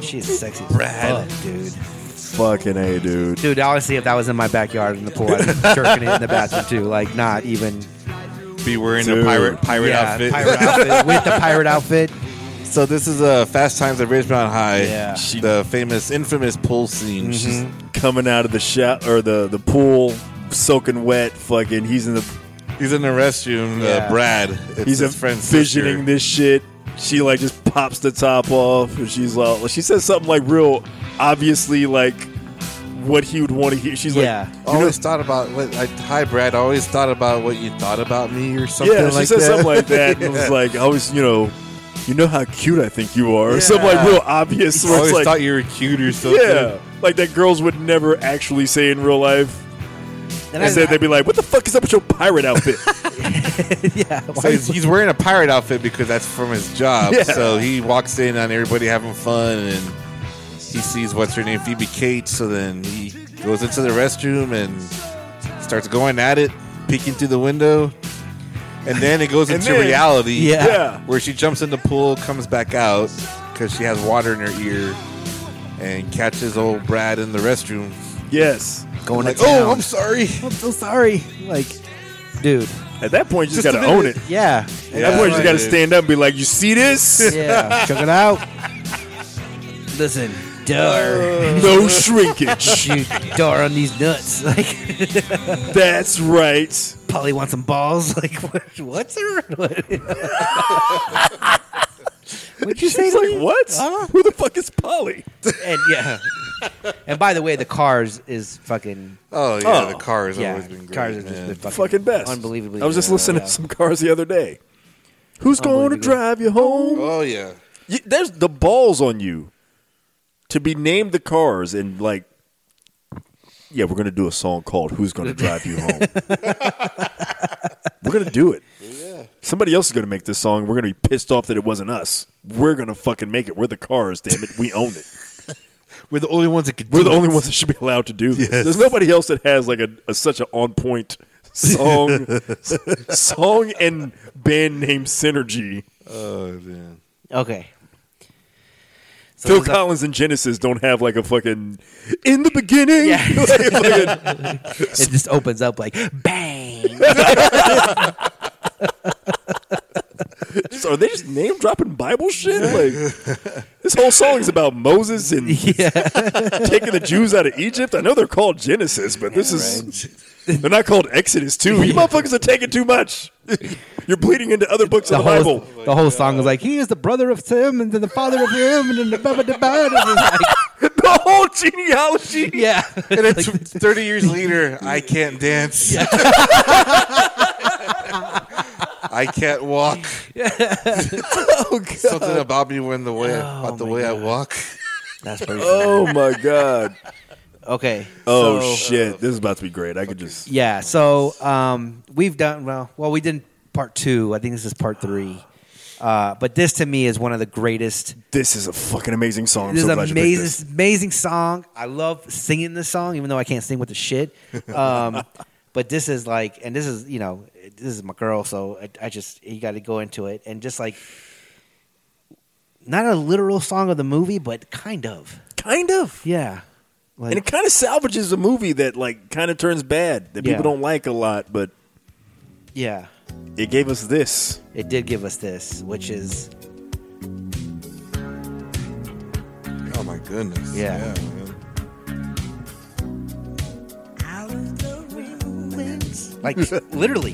[SPEAKER 1] She's sexy. as
[SPEAKER 3] Brad.
[SPEAKER 1] fuck, dude.
[SPEAKER 2] Fucking a, dude.
[SPEAKER 1] Dude, honestly, if that was in my backyard in the pool, I'd be jerking it in the bathroom too. Like, not even.
[SPEAKER 3] be wearing
[SPEAKER 2] Dude.
[SPEAKER 3] a pirate pirate
[SPEAKER 1] yeah,
[SPEAKER 3] outfit.
[SPEAKER 1] pirate outfit with the pirate outfit.
[SPEAKER 3] So this is uh, Fast Times at Ridgemont High.
[SPEAKER 1] Yeah.
[SPEAKER 2] She-
[SPEAKER 3] The famous, infamous pool scene. She's
[SPEAKER 2] Coming out of the shot or the the pool, soaking wet. Fucking, he's in the.
[SPEAKER 3] He's in the restroom.
[SPEAKER 1] Yeah.
[SPEAKER 3] Uh, Brad. It's
[SPEAKER 2] He's
[SPEAKER 3] his
[SPEAKER 2] a-
[SPEAKER 3] friend's
[SPEAKER 2] visioning
[SPEAKER 3] sister.
[SPEAKER 2] this shit. She like just pops the top off, and she's like, she says something like real obviously like what he would want to hear. She's
[SPEAKER 1] Yeah.
[SPEAKER 2] like,
[SPEAKER 3] I always thought about what, like, hi Brad. I always thought about what you thought about me or something
[SPEAKER 2] yeah, she
[SPEAKER 3] like
[SPEAKER 2] said
[SPEAKER 3] that.
[SPEAKER 2] something like that. And it was like, I always, you know, you know how cute I think you are. or Something like
[SPEAKER 3] Yeah.
[SPEAKER 2] real obvious.
[SPEAKER 3] I
[SPEAKER 2] Where
[SPEAKER 3] always
[SPEAKER 2] it's like,
[SPEAKER 3] thought you were cute or something.
[SPEAKER 2] yeah, like that girls would never actually say in real life.
[SPEAKER 1] And I,
[SPEAKER 2] Instead, they'd be like, "What the fuck is up with your pirate outfit?"
[SPEAKER 1] yeah.
[SPEAKER 3] So he's, he's wearing a pirate outfit because that's from his job.
[SPEAKER 2] Yeah.
[SPEAKER 3] So he walks in on everybody having fun and he sees what's her name, Phoebe Cates. So then he goes into the restroom and starts going at it, peeking through the window. And then it goes
[SPEAKER 2] And
[SPEAKER 3] into
[SPEAKER 2] then-
[SPEAKER 3] reality.
[SPEAKER 1] Yeah.
[SPEAKER 2] yeah,
[SPEAKER 3] Where she jumps in the pool, comes back out because she has water in her ear and catches old Brad in the restroom.
[SPEAKER 2] yes.
[SPEAKER 1] going
[SPEAKER 3] Like,
[SPEAKER 1] to town.
[SPEAKER 3] oh, I'm sorry.
[SPEAKER 1] I'm so sorry. Like, dude.
[SPEAKER 2] At that point, you just,
[SPEAKER 3] Just
[SPEAKER 2] gotta
[SPEAKER 3] a
[SPEAKER 2] own it.
[SPEAKER 3] minute.
[SPEAKER 1] Yeah.
[SPEAKER 2] At that point, you just gotta
[SPEAKER 3] dude.
[SPEAKER 2] stand up and be like, "You see this?
[SPEAKER 1] Yeah. Check it out. Listen, door.
[SPEAKER 2] no shrinkage.
[SPEAKER 1] You door on these nuts. Like,
[SPEAKER 2] That's right."
[SPEAKER 1] Polly wants some balls. Like, what, what's her? What? What'd you say
[SPEAKER 2] She's
[SPEAKER 1] to me?
[SPEAKER 2] like, "What?
[SPEAKER 1] Huh?
[SPEAKER 2] Who the fuck is Polly?"
[SPEAKER 1] And yeah. And by the way, the cars is fucking
[SPEAKER 3] Oh, yeah.
[SPEAKER 2] Oh.
[SPEAKER 3] The car has
[SPEAKER 1] yeah.
[SPEAKER 3] always been great.
[SPEAKER 1] cars has just
[SPEAKER 3] man.
[SPEAKER 1] been fucking,
[SPEAKER 2] fucking best.
[SPEAKER 1] unbelievably.
[SPEAKER 2] I was just
[SPEAKER 1] good.
[SPEAKER 2] listening
[SPEAKER 1] Yeah.
[SPEAKER 2] to some cars the other day. Who's going to
[SPEAKER 1] Unbelievable.
[SPEAKER 2] drive you home?
[SPEAKER 3] oh, yeah.
[SPEAKER 2] You- there's the balls on you to be named the Cars and like, yeah, we're gonna do a song called "Who's Gonna Drive You Home." we're gonna do it. Somebody else is gonna make this song. We're gonna be pissed off that it wasn't us. We're gonna fucking make it. We're the Cars. Damn it, we own it.
[SPEAKER 3] We're the only ones that could.
[SPEAKER 2] We're the
[SPEAKER 3] do
[SPEAKER 2] only
[SPEAKER 3] it.
[SPEAKER 2] ones that should be allowed to do this.
[SPEAKER 3] Yes.
[SPEAKER 2] There's nobody else that has like a, a such an on point song, s- song and band name synergy.
[SPEAKER 3] Oh man.
[SPEAKER 1] Okay. So
[SPEAKER 2] Phil
[SPEAKER 1] this is a-
[SPEAKER 2] Collins and Genesis don't have like a fucking in the beginning.
[SPEAKER 1] Yeah.
[SPEAKER 2] Like a fucking-
[SPEAKER 1] it just opens up like bang.
[SPEAKER 2] So are they just name dropping Bible shit? Like this whole song is about Moses and taking the Jews out of Egypt. I know they're called Genesis, but this is they're not called Exodus too. You motherfuckers are taking too much. You're bleeding into other books
[SPEAKER 1] the
[SPEAKER 2] of the
[SPEAKER 1] whole
[SPEAKER 2] Bible.
[SPEAKER 1] the whole song is like he is the brother of Tim and then the father of him and then the blah, blah, blah, blah. It's just like,
[SPEAKER 2] The whole genealogy.
[SPEAKER 1] yeah.
[SPEAKER 3] And then t- thirty years later, I can't dance. I can't walk.
[SPEAKER 1] Oh,
[SPEAKER 3] Something about me when the way about the way I walk.
[SPEAKER 1] That's pretty.
[SPEAKER 2] Oh my god.
[SPEAKER 1] Okay.
[SPEAKER 2] Oh
[SPEAKER 1] so-
[SPEAKER 2] shit. This is about to be great. I could just
[SPEAKER 1] Yeah. So um, we've done well. Well, we did part two. I think this is part three. Uh, but this to me is one of the greatest.
[SPEAKER 2] This is a fucking amazing song. I'm
[SPEAKER 1] This
[SPEAKER 2] so
[SPEAKER 1] is
[SPEAKER 2] glad you picked
[SPEAKER 1] amazing,
[SPEAKER 2] this.
[SPEAKER 1] amazing song. I love singing this song, even though I can't sing with the shit. Um, but this is like, and this is you know, this is my girl, so I, I just you got to go into it and just like, not a literal song of the movie, but kind of,
[SPEAKER 2] Kind of.
[SPEAKER 1] yeah.
[SPEAKER 2] And it
[SPEAKER 1] Like,
[SPEAKER 2] kind of salvages a movie that like kind of turns bad that
[SPEAKER 1] Yeah.
[SPEAKER 2] people don't like a lot, but
[SPEAKER 1] yeah,
[SPEAKER 2] it gave us this.
[SPEAKER 1] it did give us this, which is
[SPEAKER 3] Oh my goodness.
[SPEAKER 1] Yeah.
[SPEAKER 3] man.
[SPEAKER 1] like literally.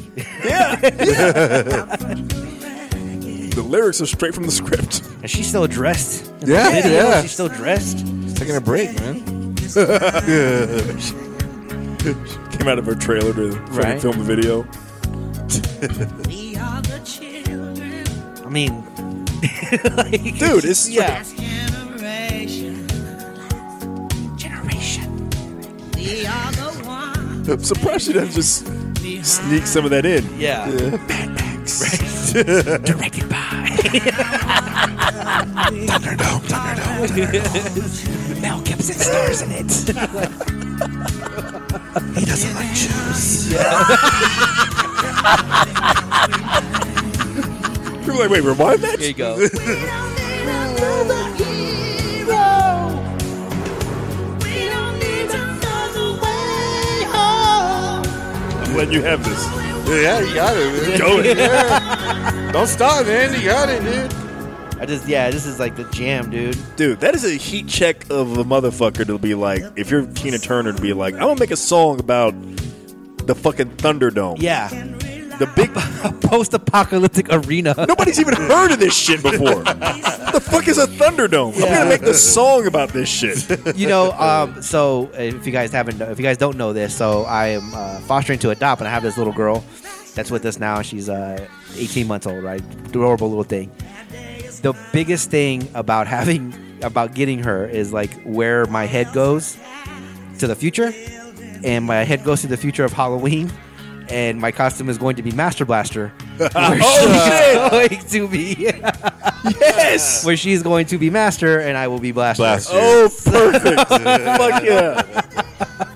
[SPEAKER 2] The lyrics are straight from the script.
[SPEAKER 1] And she's still dressed. in the
[SPEAKER 3] Yeah,
[SPEAKER 1] video.
[SPEAKER 3] yeah.
[SPEAKER 1] She's still dressed.
[SPEAKER 3] Just taking a break, man.
[SPEAKER 2] Came out of her trailer to fucking
[SPEAKER 1] Right.
[SPEAKER 2] film the video.
[SPEAKER 7] We are the children
[SPEAKER 1] I mean,
[SPEAKER 2] Dude, it's
[SPEAKER 1] yeah.
[SPEAKER 7] generation.
[SPEAKER 1] Generation.
[SPEAKER 7] We are the one.
[SPEAKER 2] I'm surprised she doesn't just sneak some of that in.
[SPEAKER 1] Yeah.
[SPEAKER 2] Mad Max.
[SPEAKER 1] Directed by
[SPEAKER 2] Thunderdome, Thunderdome.
[SPEAKER 1] Mel Gibson stars in it.
[SPEAKER 2] He doesn't like Jews. You're like, wait, rewind that?
[SPEAKER 1] Here you go.
[SPEAKER 7] We don't need another hero. We don't need another way home.
[SPEAKER 2] I'm letting you have this.
[SPEAKER 3] Yeah, you got it. Man.
[SPEAKER 2] Go in.
[SPEAKER 3] Don't stop, man. You got it, dude.
[SPEAKER 1] I just yeah, this is like the jam, dude.
[SPEAKER 2] Dude, that is a heat check of a motherfucker to be like, if you're Tina Turner, to be like, I'm gonna make a song about the fucking Thunderdome.
[SPEAKER 1] Yeah.
[SPEAKER 2] The big.
[SPEAKER 1] Post-apocalyptic arena.
[SPEAKER 2] Nobody's even heard of this shit before. the fuck is a Thunderdome? I'm
[SPEAKER 1] Yeah.
[SPEAKER 2] gonna make the song about this shit.
[SPEAKER 1] You know, um, so if you guys haven't, if you guys don't know this, so I am uh, fostering to adopt, and I have this little girl that's with us now. She's uh, 18 months old, right? Adorable little thing. The biggest thing about having, about getting her is like where my head goes to the future, and my head goes to the future of Halloween, and my costume is going to be Master Blaster. Where
[SPEAKER 2] Oh,
[SPEAKER 1] she's going to be,
[SPEAKER 2] Yes!
[SPEAKER 1] where she's going to be Master, and I will be Blaster.
[SPEAKER 3] Blaster.
[SPEAKER 2] Oh, perfect. fuck yeah.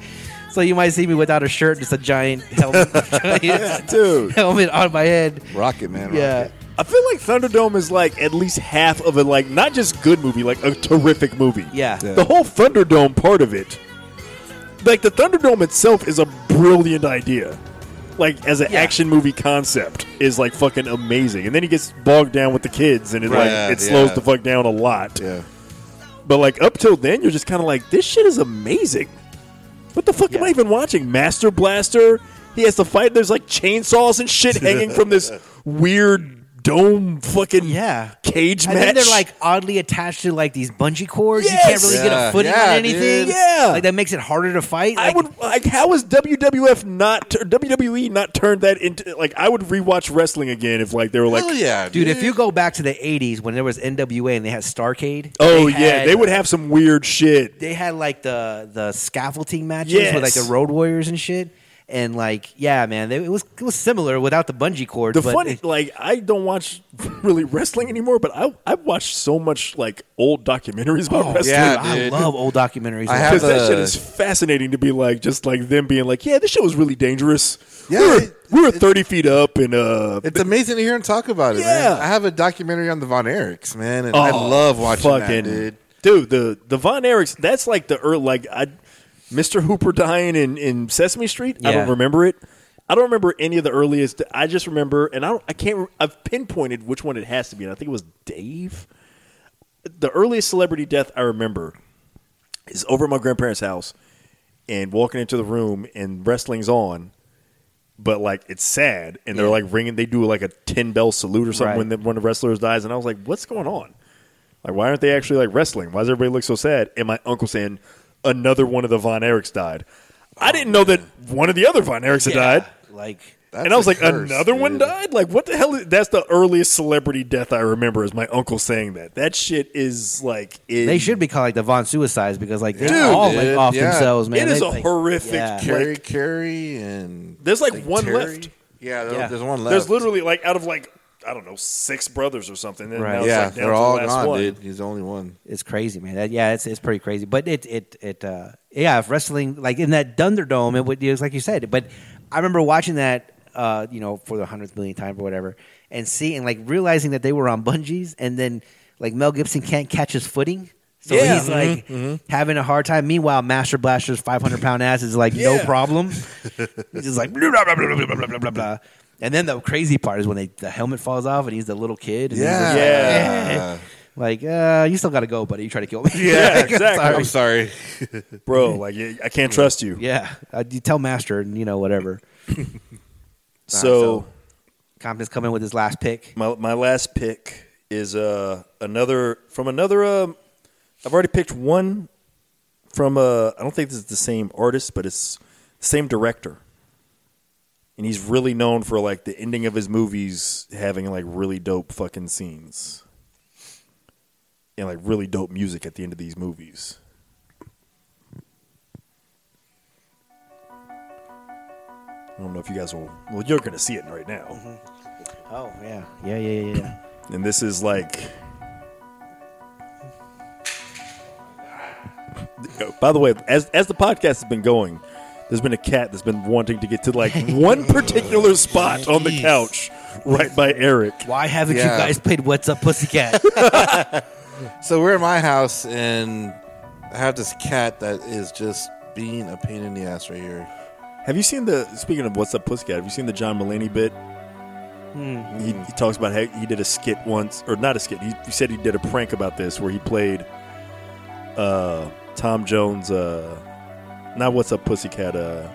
[SPEAKER 1] So you might see me without a shirt, just a giant helmet, giant
[SPEAKER 2] Dude.
[SPEAKER 1] helmet on my head.
[SPEAKER 3] Rocket Man.
[SPEAKER 1] Yeah,
[SPEAKER 2] I feel like Thunderdome is like at least half of a like not just good movie, like a terrific movie.
[SPEAKER 1] yeah,
[SPEAKER 3] Yeah.
[SPEAKER 2] The whole Thunderdome part of it, like the Thunderdome itself, is a brilliant idea. Like as an
[SPEAKER 1] Yeah.
[SPEAKER 2] action movie concept is like fucking amazing, and then he gets bogged down with the kids, and it like
[SPEAKER 3] Right,
[SPEAKER 2] it slows
[SPEAKER 3] yeah.
[SPEAKER 2] the fuck down a lot.
[SPEAKER 3] Yeah.
[SPEAKER 2] But like up till then, you're just kind of like, this shit is amazing. What the fuck am
[SPEAKER 1] Yeah.
[SPEAKER 2] I even watching? Master Blaster. He has to fight. There's like chainsaws and shit hanging from this weird dome fucking
[SPEAKER 1] Yeah.
[SPEAKER 2] cage
[SPEAKER 1] And
[SPEAKER 2] match.
[SPEAKER 1] then they're like oddly attached to like these bungee cords. You
[SPEAKER 2] Yes.
[SPEAKER 1] can't really get
[SPEAKER 3] Yeah.
[SPEAKER 1] a footing
[SPEAKER 3] Yeah,
[SPEAKER 1] on anything.
[SPEAKER 3] dude.
[SPEAKER 2] Yeah.
[SPEAKER 1] like that makes it harder to fight.
[SPEAKER 2] I
[SPEAKER 1] Like,
[SPEAKER 2] would like how is WWF not tur- WWE E not turned that into like I would rewatch wrestling again if like they were like
[SPEAKER 3] Hell yeah,
[SPEAKER 1] dude. If you go back to the '80s when there was NWA and they had Starcade.
[SPEAKER 2] oh
[SPEAKER 1] they
[SPEAKER 2] yeah
[SPEAKER 1] had-
[SPEAKER 2] they would have some weird shit
[SPEAKER 1] They had like the the scaffolding matches with like the
[SPEAKER 2] Yes.
[SPEAKER 1] Road Warriors and shit. And like, yeah, man, they, it was it was similar without the bungee cord.
[SPEAKER 2] the
[SPEAKER 1] but
[SPEAKER 2] funny
[SPEAKER 1] it-
[SPEAKER 2] like I don't watch really wrestling anymore but I I watched so much like old documentaries about wrestling
[SPEAKER 3] Oh, yeah,
[SPEAKER 1] I
[SPEAKER 3] dude.
[SPEAKER 1] love old documentaries.
[SPEAKER 3] I have
[SPEAKER 2] because that shit
[SPEAKER 3] the-
[SPEAKER 2] is fascinating to be like just like them being like yeah this shit was really dangerous
[SPEAKER 3] Yeah,
[SPEAKER 2] we were,
[SPEAKER 3] it-
[SPEAKER 2] we were
[SPEAKER 3] it's-
[SPEAKER 2] 30 feet up and uh
[SPEAKER 3] It's amazing to hear him talk about it.
[SPEAKER 2] Yeah.
[SPEAKER 3] man. I have a documentary on the Von Erichs, man, and I love watching
[SPEAKER 2] Oh,
[SPEAKER 3] that,
[SPEAKER 2] fucking-
[SPEAKER 3] dude.
[SPEAKER 2] Dude, the the Von Erichs, that's like the ear- like I, Mr. Hooper dying in, in Sesame Street. I don't
[SPEAKER 1] Yeah.
[SPEAKER 2] remember it. I don't remember any of the earliest. I just remember, and I don't, I can't. re- I've pinpointed which one it has to be. And I think it was Dave. The earliest celebrity death I remember is over at my grandparents' house, and walking into the room and wrestling's on, but like it's sad, and they're
[SPEAKER 1] Yeah.
[SPEAKER 2] like ringing. They do like a ten bell salute or something
[SPEAKER 1] Right.
[SPEAKER 2] when the, when the wrestlers dies, and I was like, what's going on? Like, why aren't they actually like wrestling? Why does everybody look so sad? And my uncle saying another one of the Von Erichs died. I didn't know that one of the other Von Erichs had
[SPEAKER 1] Yeah,
[SPEAKER 2] died.
[SPEAKER 1] Like,
[SPEAKER 3] That's
[SPEAKER 2] and I was
[SPEAKER 3] a
[SPEAKER 2] like,
[SPEAKER 3] curse,
[SPEAKER 2] another one
[SPEAKER 3] dude.
[SPEAKER 2] died? Like, what the hell? Is, that's the earliest celebrity death I remember is my uncle saying that. That shit is like. in-
[SPEAKER 1] They should be called like the Von Suicides because like they're
[SPEAKER 3] Dude,
[SPEAKER 1] all like
[SPEAKER 3] dude,
[SPEAKER 1] off
[SPEAKER 3] yeah.
[SPEAKER 1] themselves, man.
[SPEAKER 2] It is
[SPEAKER 1] They-
[SPEAKER 2] a
[SPEAKER 1] like-
[SPEAKER 2] horrific
[SPEAKER 1] yeah.
[SPEAKER 2] character.
[SPEAKER 3] Carrie,
[SPEAKER 2] Like-
[SPEAKER 3] Carrie, and
[SPEAKER 2] There's, like,
[SPEAKER 3] I think
[SPEAKER 2] one
[SPEAKER 3] Terry?
[SPEAKER 2] left.
[SPEAKER 3] Yeah, there-
[SPEAKER 1] Yeah.
[SPEAKER 3] there's one left.
[SPEAKER 2] There's literally like out of like, I don't know, six brothers or something. And
[SPEAKER 1] Right.
[SPEAKER 2] now it's,
[SPEAKER 3] yeah,
[SPEAKER 2] like, down
[SPEAKER 3] they're
[SPEAKER 2] to the
[SPEAKER 3] all
[SPEAKER 2] last
[SPEAKER 3] gone,
[SPEAKER 2] one.
[SPEAKER 3] dude. He's the only one.
[SPEAKER 1] It's crazy, man. That, yeah, it's it's pretty crazy. But it it it uh, yeah, if wrestling like in that Thunderdome, it, would, it was like you said. But I remember watching that uh, you know for the hundredth million time or whatever, and seeing like realizing that they were on bungees, and then like Mel Gibson can't catch his footing. So
[SPEAKER 2] Yeah. mm-hmm,
[SPEAKER 1] he's like having a hard time. Meanwhile, Master Blaster's 500 pound ass is like no
[SPEAKER 2] Yeah.
[SPEAKER 1] problem. he's just like, blah, blah, blah, blah, blah, blah, blah, blah, blah. and then the crazy part is when they, the helmet falls off and he's the little kid. And he's just
[SPEAKER 3] Yeah.
[SPEAKER 1] like,
[SPEAKER 2] Yeah.
[SPEAKER 1] like, uh, you still got to go, buddy. You try to kill me.
[SPEAKER 2] Yeah,
[SPEAKER 1] Like, I'm
[SPEAKER 2] exactly.
[SPEAKER 1] sorry.
[SPEAKER 3] I'm sorry.
[SPEAKER 2] Bro, like, I can't trust you.
[SPEAKER 1] Yeah, uh, you tell Master, and you know whatever.
[SPEAKER 2] so
[SPEAKER 1] Compton's coming with his last pick.
[SPEAKER 2] My my last pick is uh another from another um I've already picked one from uh I don't think this is the same artist, but it's the same director. And he's really known for like the ending of his movies having like really dope fucking scenes. And like really dope music at the end of these movies. I don't know if you guys will. Well, you're going to see it right now
[SPEAKER 1] Oh yeah, yeah, yeah, yeah. yeah.
[SPEAKER 2] and this is like by the way as as the podcast has been going there's been a cat that's been wanting to get to like one particular spot on the couch right by eric
[SPEAKER 1] Why haven't you
[SPEAKER 3] Yeah.
[SPEAKER 1] guys played What's Up, Pussycat?
[SPEAKER 3] So we're in my house, and I have this cat that is just being a pain in the ass right here.
[SPEAKER 2] have you seen the speaking of what's up pussycat have you seen the john mulaney bit he, he talks about how he did a skit once or not a skit he, he said he did a prank about this where he played uh tom jones uh not what's up pussycat uh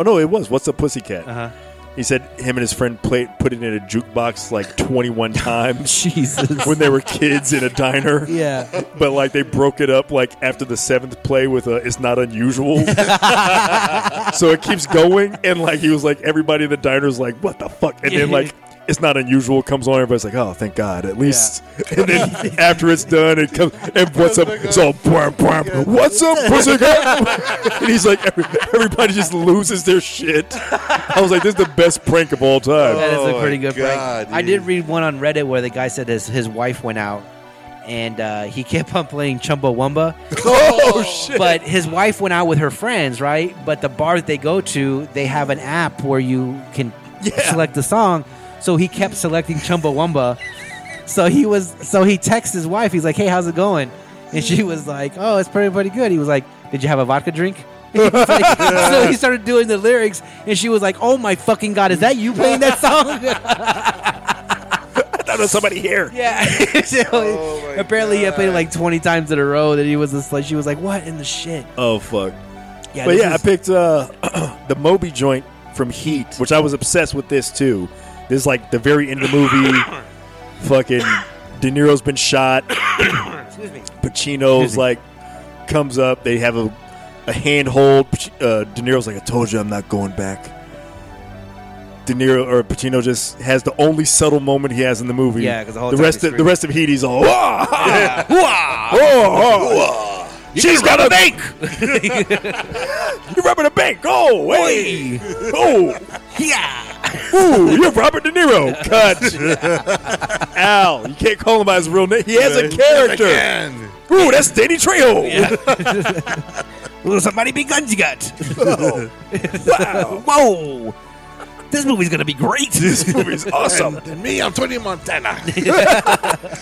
[SPEAKER 2] oh no it was what's up pussycat
[SPEAKER 1] Uh-huh.
[SPEAKER 2] He said him and his friend played put it in a jukebox like 21 times
[SPEAKER 1] Jesus.
[SPEAKER 2] when they were kids in a diner.
[SPEAKER 1] yeah.
[SPEAKER 2] But like they broke it up like after the seventh play with a "It's Not Unusual," so it keeps going. And like he was like everybody in the diner's like, "What the fuck?" And then like. It's not unusual. Comes on, everybody's like, "Oh, thank God!" At least, and then after it's done, it comes and what's up? It's all bwah, bwah, what's up, pussycat? and he's like, every, everybody just loses their shit. I was like, "This is the best prank of all time."
[SPEAKER 1] That is
[SPEAKER 3] Oh
[SPEAKER 1] a
[SPEAKER 3] my
[SPEAKER 1] pretty good
[SPEAKER 3] God,
[SPEAKER 1] prank. I did
[SPEAKER 3] dude.
[SPEAKER 1] read one on Reddit where the guy said his, his wife went out and uh, he kept on playing Chumbawamba.
[SPEAKER 2] Oh shit!
[SPEAKER 1] but his wife went out with her friends, right? But the bar that they go to, they have an app where you can
[SPEAKER 2] Yeah.
[SPEAKER 1] select the song. So he kept selecting Chumbawamba. so he was so he texts his wife, he's like, Hey, how's it going? And she was like, Oh, it's pretty pretty good. He was like, Did you have a vodka drink? Like, so he started doing the lyrics and she was like, Oh my fucking god, is that you playing that song?
[SPEAKER 2] I thought there was somebody here.
[SPEAKER 1] Yeah. So
[SPEAKER 3] Oh, my
[SPEAKER 1] apparently he had played it
[SPEAKER 3] God.
[SPEAKER 1] like twenty times in a row that he was just like she was like, What in the shit?
[SPEAKER 2] Oh fuck!
[SPEAKER 1] Yeah,
[SPEAKER 2] but
[SPEAKER 1] this
[SPEAKER 2] yeah,
[SPEAKER 1] is-
[SPEAKER 2] I picked uh, the Moby joint from Heat, which I was obsessed with this too. This is like the very end of the movie. Fucking De Niro's been shot.
[SPEAKER 1] Excuse me.
[SPEAKER 2] Pacino's like comes up. They have a a handhold. Pac- Uh, De Niro's like, "I told you, I'm not going back." De Niro or Pacino just has the only subtle moment he has in the movie.
[SPEAKER 1] Yeah, 'cause the whole time
[SPEAKER 2] rest
[SPEAKER 1] he's
[SPEAKER 2] of, the rest of Heat, he's all, "Wah! Wah! Oh, oh. she's got a bank. you're robbing a bank. Oh, hey, oh, yeah. Ooh, you're Robert De Niro. Cut. Al, you can't call him by his real name. He has a character.
[SPEAKER 3] Again.
[SPEAKER 2] Ooh, that's Danny Trejo.
[SPEAKER 1] Ooh, somebody big guns you got.
[SPEAKER 2] Wow.
[SPEAKER 1] Whoa. This movie's gonna be great.
[SPEAKER 2] this movie's awesome.
[SPEAKER 3] And me, I'm Tony Montana.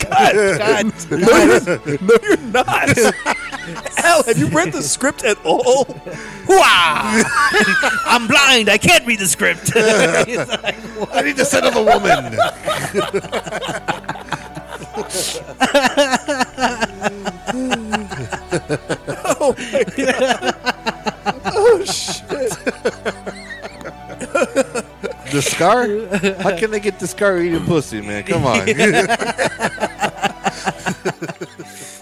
[SPEAKER 1] God.
[SPEAKER 2] No, you're, no, you're not. Al, have you read the script at all?
[SPEAKER 1] Wow. I'm blind. I can't read the script. It's like, what?
[SPEAKER 3] I need to settle the woman.
[SPEAKER 2] Oh, shit.
[SPEAKER 3] the scar? How can they get the scar eating pussy, man? Come on.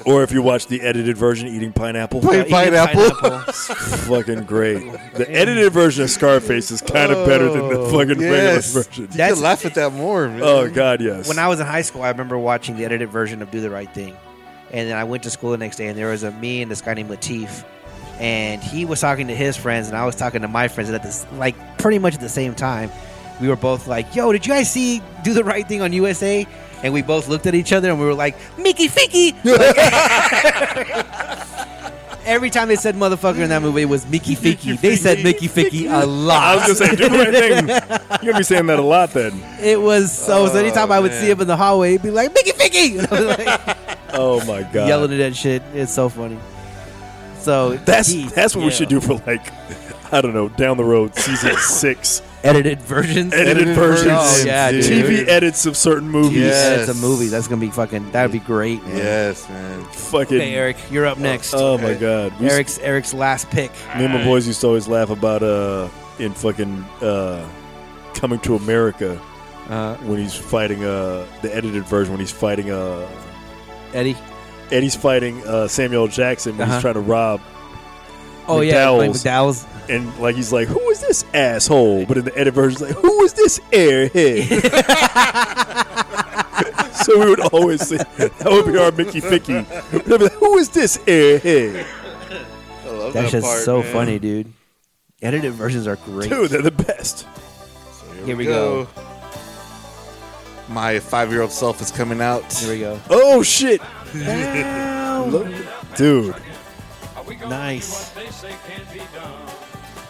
[SPEAKER 2] Or if you watch the edited version, Eating Pineapple.
[SPEAKER 3] Wait.
[SPEAKER 1] Eating
[SPEAKER 3] Pineapple.
[SPEAKER 2] Fucking great. The edited version of Scarface is kind of better than the fucking
[SPEAKER 3] yes. You
[SPEAKER 2] regular version.
[SPEAKER 1] That's-
[SPEAKER 3] can laugh at that more, man.
[SPEAKER 2] Oh, God, yes.
[SPEAKER 1] when I was in high school, I remember watching the edited version of Do the Right Thing. And then I went to school the next day, and there was a me and this guy named Latif. And he was talking to his friends, and I was talking to my friends. And at this, like, pretty much at the same time, we were both like, Yo, did you guys see Do the Right Thing on USA? And we both looked at each other and we were like, Mickey Ficky! Every time they said motherfucker in that movie, it was Mickey Ficky. They said Mickey Ficky a lot.
[SPEAKER 2] I was going to say, do the right thing. You're going to be saying that a lot then.
[SPEAKER 1] It was so. so anytime I would see him in the hallway, he'd be like, "Mickey, Mickey!" And I was like,
[SPEAKER 2] Oh, my God.
[SPEAKER 1] yelling at that shit. It's so funny. So
[SPEAKER 2] That's
[SPEAKER 1] he-
[SPEAKER 2] that's what we
[SPEAKER 1] yeah.
[SPEAKER 2] should do for like I don't know down the road season six
[SPEAKER 1] Edited versions.
[SPEAKER 2] edited,
[SPEAKER 3] Edited
[SPEAKER 2] versions,
[SPEAKER 1] versions, Oh, yeah, dude.
[SPEAKER 2] TV edits of certain movies.
[SPEAKER 3] Yeah.
[SPEAKER 1] It's a movie. That's gonna be fucking. That'd be great. Man.
[SPEAKER 3] Yes, man.
[SPEAKER 2] Fucking
[SPEAKER 1] Okay, Eric, you're up next.
[SPEAKER 2] Oh my god, we
[SPEAKER 1] Eric's Eric's last pick.
[SPEAKER 2] used- me and my boys used to always laugh about uh in fucking uh coming to America
[SPEAKER 1] Uh,
[SPEAKER 2] when he's fighting uh the edited version when he's fighting uh
[SPEAKER 1] Eddie.
[SPEAKER 2] Eddie's fighting uh Samuel L. Jackson when
[SPEAKER 1] Uh-huh.
[SPEAKER 2] he's trying to rob
[SPEAKER 1] Oh yeah, Mike
[SPEAKER 2] McDowell's.
[SPEAKER 1] McDowell's.
[SPEAKER 2] and like he's like who is this asshole but in the edit version he's like who is this airhead so we would always say that would be our mickey ficky We'd be like, who is this airhead
[SPEAKER 3] I love
[SPEAKER 1] That's
[SPEAKER 3] that
[SPEAKER 1] just
[SPEAKER 3] part,
[SPEAKER 1] so
[SPEAKER 3] man.
[SPEAKER 1] funny, dude. Edited versions are great.
[SPEAKER 2] dude they're the best
[SPEAKER 1] here, we go.
[SPEAKER 3] My five-year-old self is coming out.
[SPEAKER 1] Here we go.
[SPEAKER 2] oh shit
[SPEAKER 1] Ow.
[SPEAKER 2] dude
[SPEAKER 1] nice.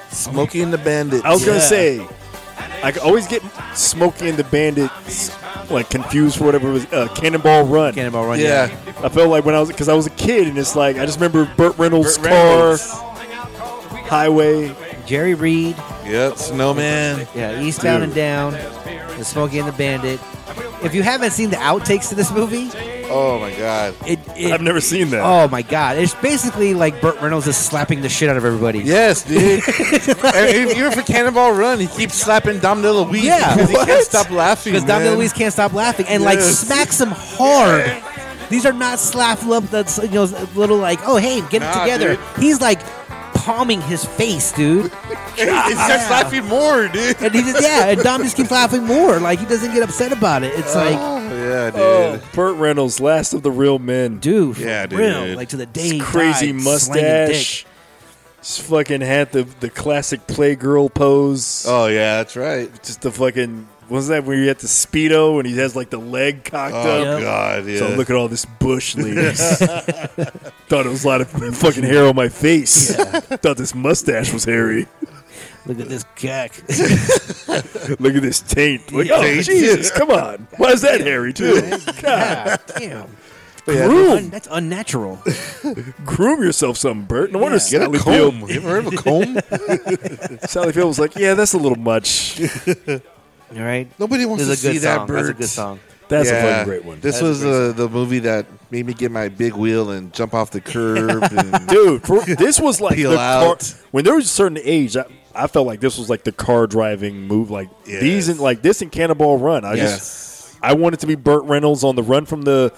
[SPEAKER 3] Smokey and the Bandit.
[SPEAKER 2] i was gonna
[SPEAKER 1] Yeah.
[SPEAKER 2] say i could always get smokey and the bandits like confused for whatever it was uh, cannonball run
[SPEAKER 1] Cannonball Run.
[SPEAKER 3] yeah.
[SPEAKER 2] i felt like when i was because i was a kid and it's like i just remember burt reynolds'
[SPEAKER 3] Burt
[SPEAKER 2] car
[SPEAKER 3] Reynolds.
[SPEAKER 2] highway
[SPEAKER 1] Jerry Reed.
[SPEAKER 3] Yep. Snowman.
[SPEAKER 1] Yeah, Eastbound and Down, The Smokey and the Bandit. If you haven't seen the outtakes to this movie,
[SPEAKER 3] Oh my God.
[SPEAKER 1] it, it
[SPEAKER 2] i've never seen that
[SPEAKER 1] oh my god, it's basically like Burt Reynolds is slapping the shit out of everybody.
[SPEAKER 3] Yes, dude. And Even for Cannonball Run, he keeps slapping Dom DeLuise.
[SPEAKER 1] Yeah.
[SPEAKER 3] because he
[SPEAKER 1] What?
[SPEAKER 3] can't stop laughing.
[SPEAKER 1] because Dom
[SPEAKER 3] man.
[SPEAKER 1] DeLuise can't stop laughing and like
[SPEAKER 3] Yes.
[SPEAKER 1] smacks him hard. These are not slap lump. That's you know little like oh hey get it
[SPEAKER 3] Nah,
[SPEAKER 1] together.
[SPEAKER 3] dude.
[SPEAKER 1] He's like palming his face, dude.
[SPEAKER 3] he starts laughing more, dude.
[SPEAKER 1] And he just, yeah, and Dom just keeps laughing more. Like he doesn't get upset about it. It's like
[SPEAKER 3] Oh, yeah, dude.
[SPEAKER 2] Oh, Burt Reynolds, last of the real men.
[SPEAKER 1] dude, for
[SPEAKER 3] Yeah, dude.
[SPEAKER 1] real, like to the day. he
[SPEAKER 2] Crazy
[SPEAKER 1] died, slanging dick.
[SPEAKER 2] mustache. Just fucking had the the classic playgirl pose.
[SPEAKER 3] Oh yeah, that's right.
[SPEAKER 2] Just the fucking wasn't that where you had the speedo and he has like the leg cocked
[SPEAKER 3] Oh
[SPEAKER 2] up.
[SPEAKER 1] yeah.
[SPEAKER 3] God, yeah.
[SPEAKER 2] So look at all this bush leaves. Thought it was a lot of fucking hair on my face. Thought this mustache was hairy.
[SPEAKER 1] Look at this cock.
[SPEAKER 2] Look at this taint. Like, oh Jesus, come on. Why is that hairy too?
[SPEAKER 1] God damn.
[SPEAKER 2] Groom,
[SPEAKER 1] that's unnatural.
[SPEAKER 2] groom yourself something, Burt. No wonder
[SPEAKER 3] Get a
[SPEAKER 2] Sally Field
[SPEAKER 3] comb. You ever heard of a comb?
[SPEAKER 2] Sally Field was like, "Yeah, that's a little much.
[SPEAKER 1] All right.
[SPEAKER 3] Nobody wants
[SPEAKER 1] This is
[SPEAKER 3] to
[SPEAKER 1] a good
[SPEAKER 3] see
[SPEAKER 1] song.
[SPEAKER 3] that bird.
[SPEAKER 1] That's a good song.
[SPEAKER 2] That's
[SPEAKER 3] yeah.
[SPEAKER 2] a fucking great one,
[SPEAKER 3] This was uh, the movie that made me get my big wheel and jump off the curb. and
[SPEAKER 2] dude. For, this was like
[SPEAKER 3] Peel
[SPEAKER 2] the
[SPEAKER 3] out.
[SPEAKER 2] Car, when there was a certain age. I, I felt like this was like the car driving move. Like
[SPEAKER 3] Yes.
[SPEAKER 2] these and like this and Cannonball Run. I
[SPEAKER 3] yes.
[SPEAKER 2] I want it to be Burt Reynolds on the run from the,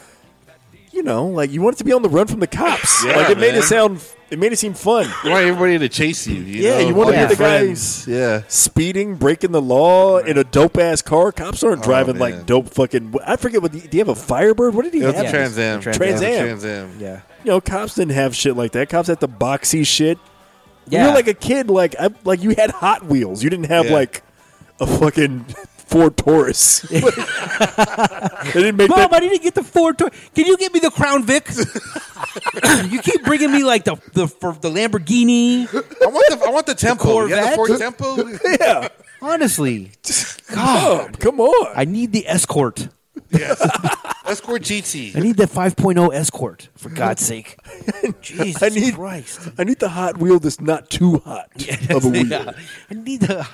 [SPEAKER 2] you know, like you want it to be on the run from the cops.
[SPEAKER 3] Yeah,
[SPEAKER 2] like it made
[SPEAKER 3] man.
[SPEAKER 2] it sound, it made it seem fun.
[SPEAKER 3] You want everybody to chase you. you
[SPEAKER 2] Yeah,
[SPEAKER 3] know?
[SPEAKER 2] you want
[SPEAKER 3] All
[SPEAKER 2] to
[SPEAKER 1] yeah.
[SPEAKER 2] be
[SPEAKER 3] your
[SPEAKER 2] the
[SPEAKER 3] friends.
[SPEAKER 2] guys
[SPEAKER 3] Yeah.
[SPEAKER 2] speeding, breaking the law in a dope ass car. Cops aren't driving
[SPEAKER 3] Oh, man.
[SPEAKER 2] like dope fucking. I forget what. The, do you have a Firebird? What did he
[SPEAKER 3] It was
[SPEAKER 2] have?
[SPEAKER 3] a Trans Am.
[SPEAKER 1] Trans
[SPEAKER 2] Am.
[SPEAKER 3] It was a
[SPEAKER 2] Trans
[SPEAKER 3] Trans Am.
[SPEAKER 1] Yeah.
[SPEAKER 2] You know, cops didn't have shit like that. Cops had the boxy shit.
[SPEAKER 1] Yeah.
[SPEAKER 2] You were like a kid, like I, like you had Hot Wheels. You didn't have
[SPEAKER 3] Yeah.
[SPEAKER 2] like a fucking Ford Taurus. they didn't make
[SPEAKER 1] Mom,
[SPEAKER 2] that.
[SPEAKER 1] I didn't get the Ford. toy. Can you get me the Crown Vic? you keep bringing me like the the, for the Lamborghini.
[SPEAKER 3] I want the I want the tempo. Yeah,
[SPEAKER 1] Corvette?
[SPEAKER 3] the Ford tempo.
[SPEAKER 2] Yeah,
[SPEAKER 1] Honestly,
[SPEAKER 2] Mom, come on.
[SPEAKER 1] Oh. I need the escort.
[SPEAKER 3] Escort
[SPEAKER 1] I
[SPEAKER 3] GT.
[SPEAKER 1] need the 5.0 escort. For God's sake, Jesus
[SPEAKER 2] I need-
[SPEAKER 1] Christ!
[SPEAKER 2] I need the Hot Wheel that's not too hot of a wheel.
[SPEAKER 1] Yeah. I need the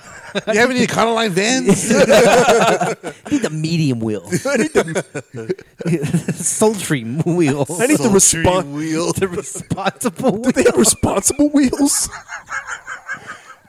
[SPEAKER 3] You have any Econoline vans?
[SPEAKER 1] I need the medium wheel. I need the sultry wheel.
[SPEAKER 2] I need the response.
[SPEAKER 3] wheel.
[SPEAKER 1] the responsible wheel.
[SPEAKER 2] They have responsible wheels.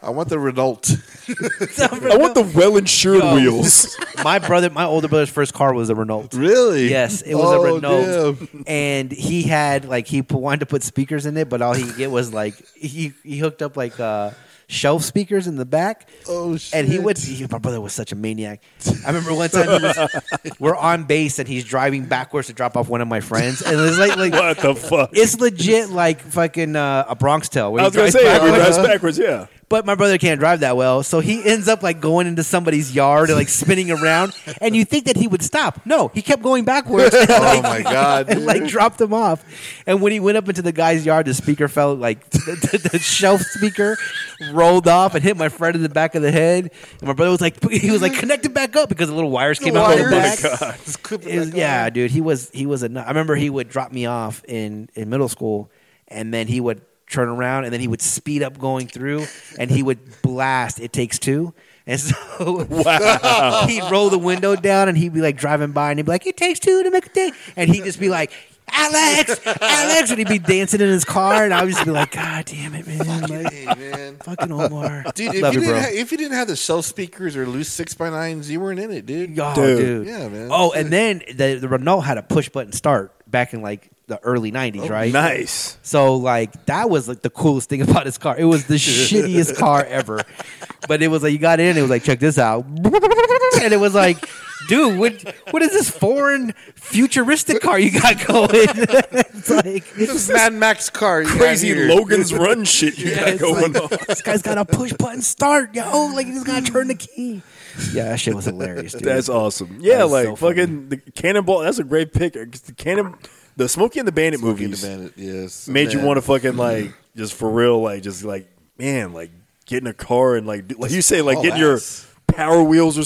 [SPEAKER 3] I want the Renault.
[SPEAKER 2] I want the well insured
[SPEAKER 1] Yo.
[SPEAKER 2] wheels.
[SPEAKER 1] my brother, my older brother's first car was a Renault.
[SPEAKER 3] Really?
[SPEAKER 1] Yes, it was
[SPEAKER 3] Oh,
[SPEAKER 1] a Renault,
[SPEAKER 3] damn.
[SPEAKER 1] and he had like he put, wanted to put speakers in it, but all he could get was like he he hooked up like uh, shelf speakers in the back.
[SPEAKER 3] Oh,
[SPEAKER 1] And he
[SPEAKER 3] shit.
[SPEAKER 1] would. He, my brother was such a maniac. I remember one time he was, we're on base and he's driving backwards to drop off one of my friends, and it's like like
[SPEAKER 2] what the fuck?
[SPEAKER 1] it's legit like fucking uh, a Bronx Tale. where
[SPEAKER 2] I
[SPEAKER 1] he
[SPEAKER 2] was gonna
[SPEAKER 1] drives
[SPEAKER 2] say
[SPEAKER 1] backwards.
[SPEAKER 2] everyone drives backwards. Yeah,
[SPEAKER 1] But my brother can't drive that well, so he ends up like going into somebody's yard and like spinning around. And you think that he would stop? No, he kept going backwards. And,
[SPEAKER 3] Oh
[SPEAKER 1] like,
[SPEAKER 3] my god.
[SPEAKER 1] and, like dropped him off. And when he went up into the guy's yard, the speaker fell like the, the, the shelf speaker rolled off and hit my friend in the back of the head. And my brother was like, he was like, connect it back up because the little wires came out of the
[SPEAKER 2] wires.
[SPEAKER 1] back.
[SPEAKER 2] Oh my God.
[SPEAKER 3] Just clip it
[SPEAKER 1] It was-
[SPEAKER 3] back on.
[SPEAKER 1] yeah, dude, he was he was a. nut. I remember he would drop me off in in middle school, and then he would turn around and then he would speed up going through, and he would blast. It takes two. And so he'd roll the window down and he'd be like driving by and he'd be like, It takes two to make a thing. And he'd just be like, Alex, Alex. And he'd be dancing in his car. And I would just be like, God damn it, man. Like,
[SPEAKER 3] Hey, man.
[SPEAKER 1] fucking Omar.
[SPEAKER 3] Dude, if
[SPEAKER 1] Love
[SPEAKER 3] you,
[SPEAKER 1] you, bro.
[SPEAKER 3] didn't ha- if you didn't have the shelf speakers or loose six by nines, you weren't in it, dude.
[SPEAKER 1] Oh, dude.
[SPEAKER 2] Dude.
[SPEAKER 3] Yeah, man.
[SPEAKER 1] Oh, and then the, the Renault had a push button start back in like the early 90s, right?
[SPEAKER 2] nice.
[SPEAKER 1] So like that was like the coolest thing about his car. It was the shittiest car ever, but it was like you got in. It was like check this out, and it was like, dude, what what is this foreign futuristic car you got going? it's like
[SPEAKER 3] This is Mad Max car. you got
[SPEAKER 2] Crazy
[SPEAKER 3] here.
[SPEAKER 2] Logan's Run shit you
[SPEAKER 1] Yeah,
[SPEAKER 2] got
[SPEAKER 1] it's
[SPEAKER 2] going
[SPEAKER 1] like,
[SPEAKER 2] on.
[SPEAKER 1] this guy's got a push button start, yo. Like he's gonna turn the key. Yeah, that shit was hilarious, dude.
[SPEAKER 2] That's awesome. Yeah,
[SPEAKER 1] That is
[SPEAKER 2] like
[SPEAKER 1] so funny.
[SPEAKER 2] fucking the Cannonball. That's a great pick. 'cause The Cannon, the Smokey and the Bandit
[SPEAKER 3] Fucking
[SPEAKER 2] movies
[SPEAKER 3] demanded, Yes.
[SPEAKER 2] made you
[SPEAKER 3] man.
[SPEAKER 2] want to fucking like just for real, like just like man, like get in a car and like do- like you say, like
[SPEAKER 3] haul
[SPEAKER 2] get in your
[SPEAKER 3] ass.
[SPEAKER 2] power wheels or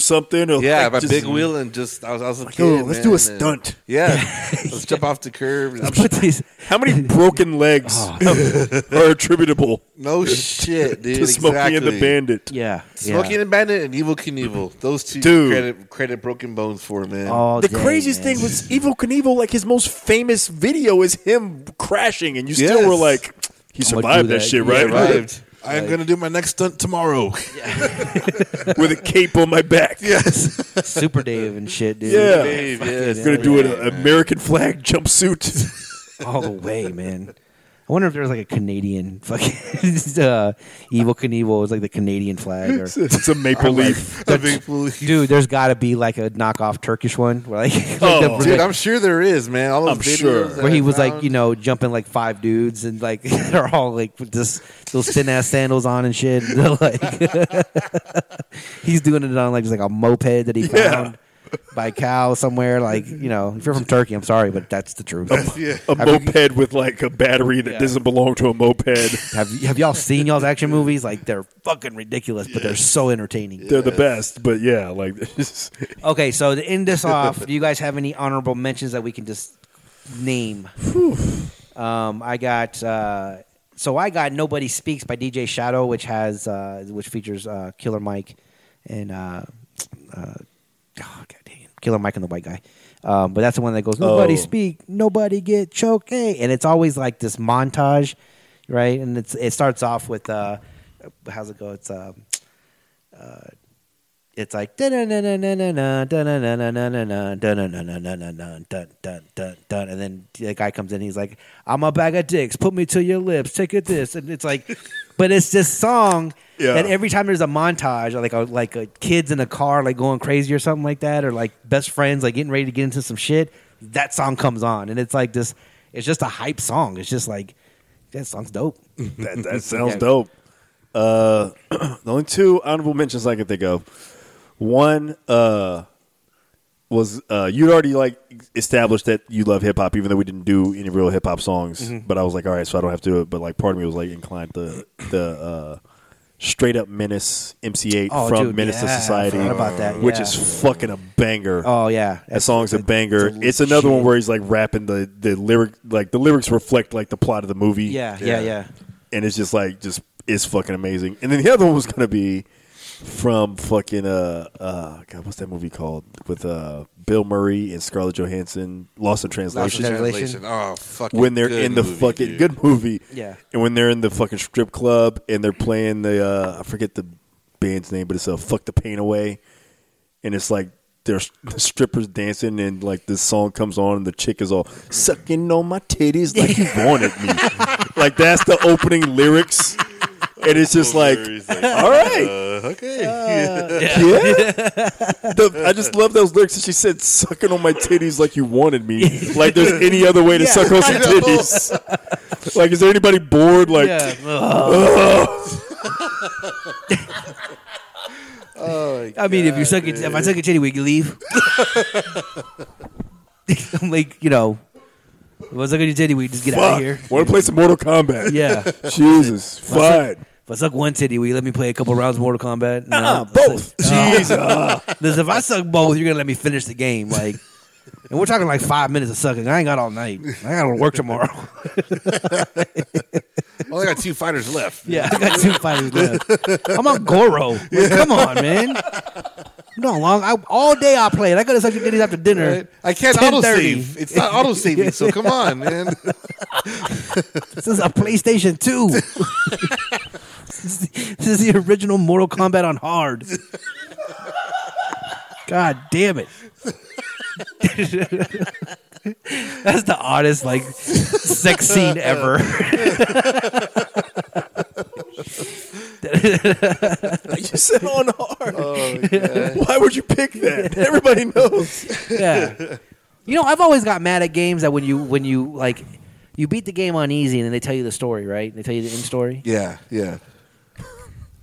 [SPEAKER 2] something. Or
[SPEAKER 3] Yeah,
[SPEAKER 2] like,
[SPEAKER 3] my
[SPEAKER 2] just-
[SPEAKER 3] big wheel and just I was, I was a kid.
[SPEAKER 2] "Yo, let's
[SPEAKER 3] man,
[SPEAKER 2] do a
[SPEAKER 3] and-
[SPEAKER 2] stunt."
[SPEAKER 3] yeah, let's jump off the curb. and-
[SPEAKER 1] But these-
[SPEAKER 2] How many broken legs are attributable
[SPEAKER 3] no shit, dude.
[SPEAKER 2] to Smokey and the
[SPEAKER 3] exactly.
[SPEAKER 2] Bandit?
[SPEAKER 1] yeah, yeah.
[SPEAKER 3] Smokey and the Bandit and Evil Knievel. Those two
[SPEAKER 2] Dude. Oh,
[SPEAKER 3] credit credit Broken Bones for man.
[SPEAKER 1] All
[SPEAKER 2] The
[SPEAKER 1] day,
[SPEAKER 2] craziest
[SPEAKER 1] man.
[SPEAKER 2] thing was Evil Knievel, like his most famous video is him crashing, and you still
[SPEAKER 3] Yes.
[SPEAKER 2] were like, he
[SPEAKER 1] I'ma
[SPEAKER 2] survived
[SPEAKER 1] do that.
[SPEAKER 2] that, shit,
[SPEAKER 1] Yeah,
[SPEAKER 2] right?
[SPEAKER 3] Arrived. I am gonna do my next stunt tomorrow.
[SPEAKER 2] With a cape on my back.
[SPEAKER 3] yes.
[SPEAKER 1] Super Dave and shit, dude.
[SPEAKER 2] Yeah.
[SPEAKER 3] Dave, yes.
[SPEAKER 2] Gonna do an American flag jumpsuit.
[SPEAKER 1] all the way, man. I wonder if there was like a Canadian fucking uh, evil Knievel was like the Canadian flag or
[SPEAKER 2] it's a maple leaf.
[SPEAKER 3] A big blue-
[SPEAKER 1] dude. There's got to be like a knockoff Turkish one where like, like
[SPEAKER 2] Oh,
[SPEAKER 1] the,
[SPEAKER 3] Dude, I'm sure there is, man. All those
[SPEAKER 2] I'm
[SPEAKER 3] videos
[SPEAKER 2] sure.
[SPEAKER 3] that
[SPEAKER 1] where
[SPEAKER 3] I
[SPEAKER 1] he was like
[SPEAKER 3] found.
[SPEAKER 1] you know jumping like five dudes and like they're all like with this those thin ass sandals on and shit. like he's doing it on like just like a moped that he
[SPEAKER 2] Yeah.
[SPEAKER 1] found by a cow somewhere. Like you know, if you're from Turkey, I'm sorry, but that's the truth.
[SPEAKER 2] A moped with like a battery that doesn't belong to a moped.
[SPEAKER 1] Have have y'all seen y'all's action movies? Like they're fucking ridiculous, but they're so entertaining.
[SPEAKER 2] They're the best, but yeah, like it's-
[SPEAKER 1] Okay, so to end this off, do you guys have any honorable mentions that we can just name? Um, I got uh, so I got "Nobody Speaks" by DJ Shadow, which has uh, which features uh, Killer Mike and uh, uh, oh, God dang it, Killer Mike and the white guy. Um, but that's the one that goes "Nobody
[SPEAKER 2] Oh.
[SPEAKER 1] Speak, Nobody Get Choked," hey," and it's always like this montage, right? And it's it starts off with uh, how's it go? It's uh, it's like dun dun dun dun dun dun dun dun dun dun dun dun dun dun dun dun dun dun dun dun and then the guy comes in he's like I'm a bag of dicks put me to your lips take it this and it's like but it's this song
[SPEAKER 2] Yeah.
[SPEAKER 1] that every time there's a montage like a, like a kids in a car like going crazy or something like that or like best friends like getting ready to get into some shit that song comes on and it's like this it's just a hype song it's just like that song's dope
[SPEAKER 2] That, that sounds
[SPEAKER 1] Yeah.
[SPEAKER 2] dope. Uh, the only two honorable mentions I can think of. One uh, was uh, you'd already like established that you love hip hop, even though we didn't do any real hip hop songs.
[SPEAKER 1] Mm-hmm.
[SPEAKER 2] But I was like, all right, so I don't have to do it. But like, part of me was like inclined to the uh, straight up menace MC8
[SPEAKER 1] Oh,
[SPEAKER 2] from
[SPEAKER 1] dude,
[SPEAKER 2] Menace to
[SPEAKER 1] yeah, I
[SPEAKER 2] Society,
[SPEAKER 1] forgot about that,
[SPEAKER 2] which
[SPEAKER 1] yeah.
[SPEAKER 2] is fucking a banger.
[SPEAKER 1] oh yeah
[SPEAKER 2] That song's a
[SPEAKER 1] It's-
[SPEAKER 2] banger.
[SPEAKER 1] it's a-
[SPEAKER 2] It's another one
[SPEAKER 1] shit.
[SPEAKER 2] where he's like rapping the the lyric, like the lyrics reflect like the plot of the movie.
[SPEAKER 1] yeah yeah yeah
[SPEAKER 2] and it's just like just it's fucking amazing. And then the other one was gonna be from fucking uh uh God, what's that movie called with uh Bill Murray and Scarlett Johansson, Lost in
[SPEAKER 1] Lost
[SPEAKER 2] Translation.
[SPEAKER 1] in Translation.
[SPEAKER 3] Oh, fucking
[SPEAKER 2] When they're
[SPEAKER 3] good
[SPEAKER 2] in the
[SPEAKER 3] movie,
[SPEAKER 2] fucking
[SPEAKER 3] dude.
[SPEAKER 2] good movie,
[SPEAKER 1] Yeah.
[SPEAKER 2] and when they're in the fucking strip club and they're playing the uh I forget the band's name, but it's a "Fuck the Pain Away," and it's like. There's the strippers dancing and like this song comes on and the chick is all sucking on my titties like you wanted me. like that's the opening lyrics, and it's just like
[SPEAKER 3] He's like,
[SPEAKER 2] all right,
[SPEAKER 3] uh, okay.
[SPEAKER 2] yeah. The- I just love those lyrics that she said, "Sucking on my titties like you wanted me." Like there's any other way to suck on some titties? like, is there anybody bored? Like,
[SPEAKER 1] yeah. I mean, if you suck it, if I suck a titty, would you leave? I'm like, you know, if I suck a titty, we just get out of here.
[SPEAKER 2] want to play some Mortal Kombat?
[SPEAKER 1] Yeah. If
[SPEAKER 2] Jesus, fine.
[SPEAKER 1] I suck one titty, will you let me play a couple rounds of Mortal Kombat? No.
[SPEAKER 2] Ah,
[SPEAKER 1] It's
[SPEAKER 2] both.
[SPEAKER 1] like, oh.
[SPEAKER 2] Ah.
[SPEAKER 1] Because if I suck both, you're gonna let me finish the game, like. And we're talking like five minutes of sucking. I ain't got all night. I gotta work tomorrow.
[SPEAKER 3] Only got two fighters left.
[SPEAKER 1] yeah, I got two fighters left. I'm on Goro. Like, come on, man. No, long. I, all day I played. I could have sucked your titties after dinner.
[SPEAKER 3] Right? I can't
[SPEAKER 1] 10:30.
[SPEAKER 3] autosave. It's not autosaving, so come on, man.
[SPEAKER 1] This is a PlayStation 2. this is the original Mortal Kombat on hard. God damn it. That's the oddest like sex scene ever.
[SPEAKER 2] You said on hard.
[SPEAKER 1] Oh,
[SPEAKER 2] Why would you pick that? Everybody knows.
[SPEAKER 1] yeah. You know, I've always got mad at games that when you when you like you beat the game on easy and then they tell you the story, right? They tell you the end story.
[SPEAKER 3] Yeah, yeah.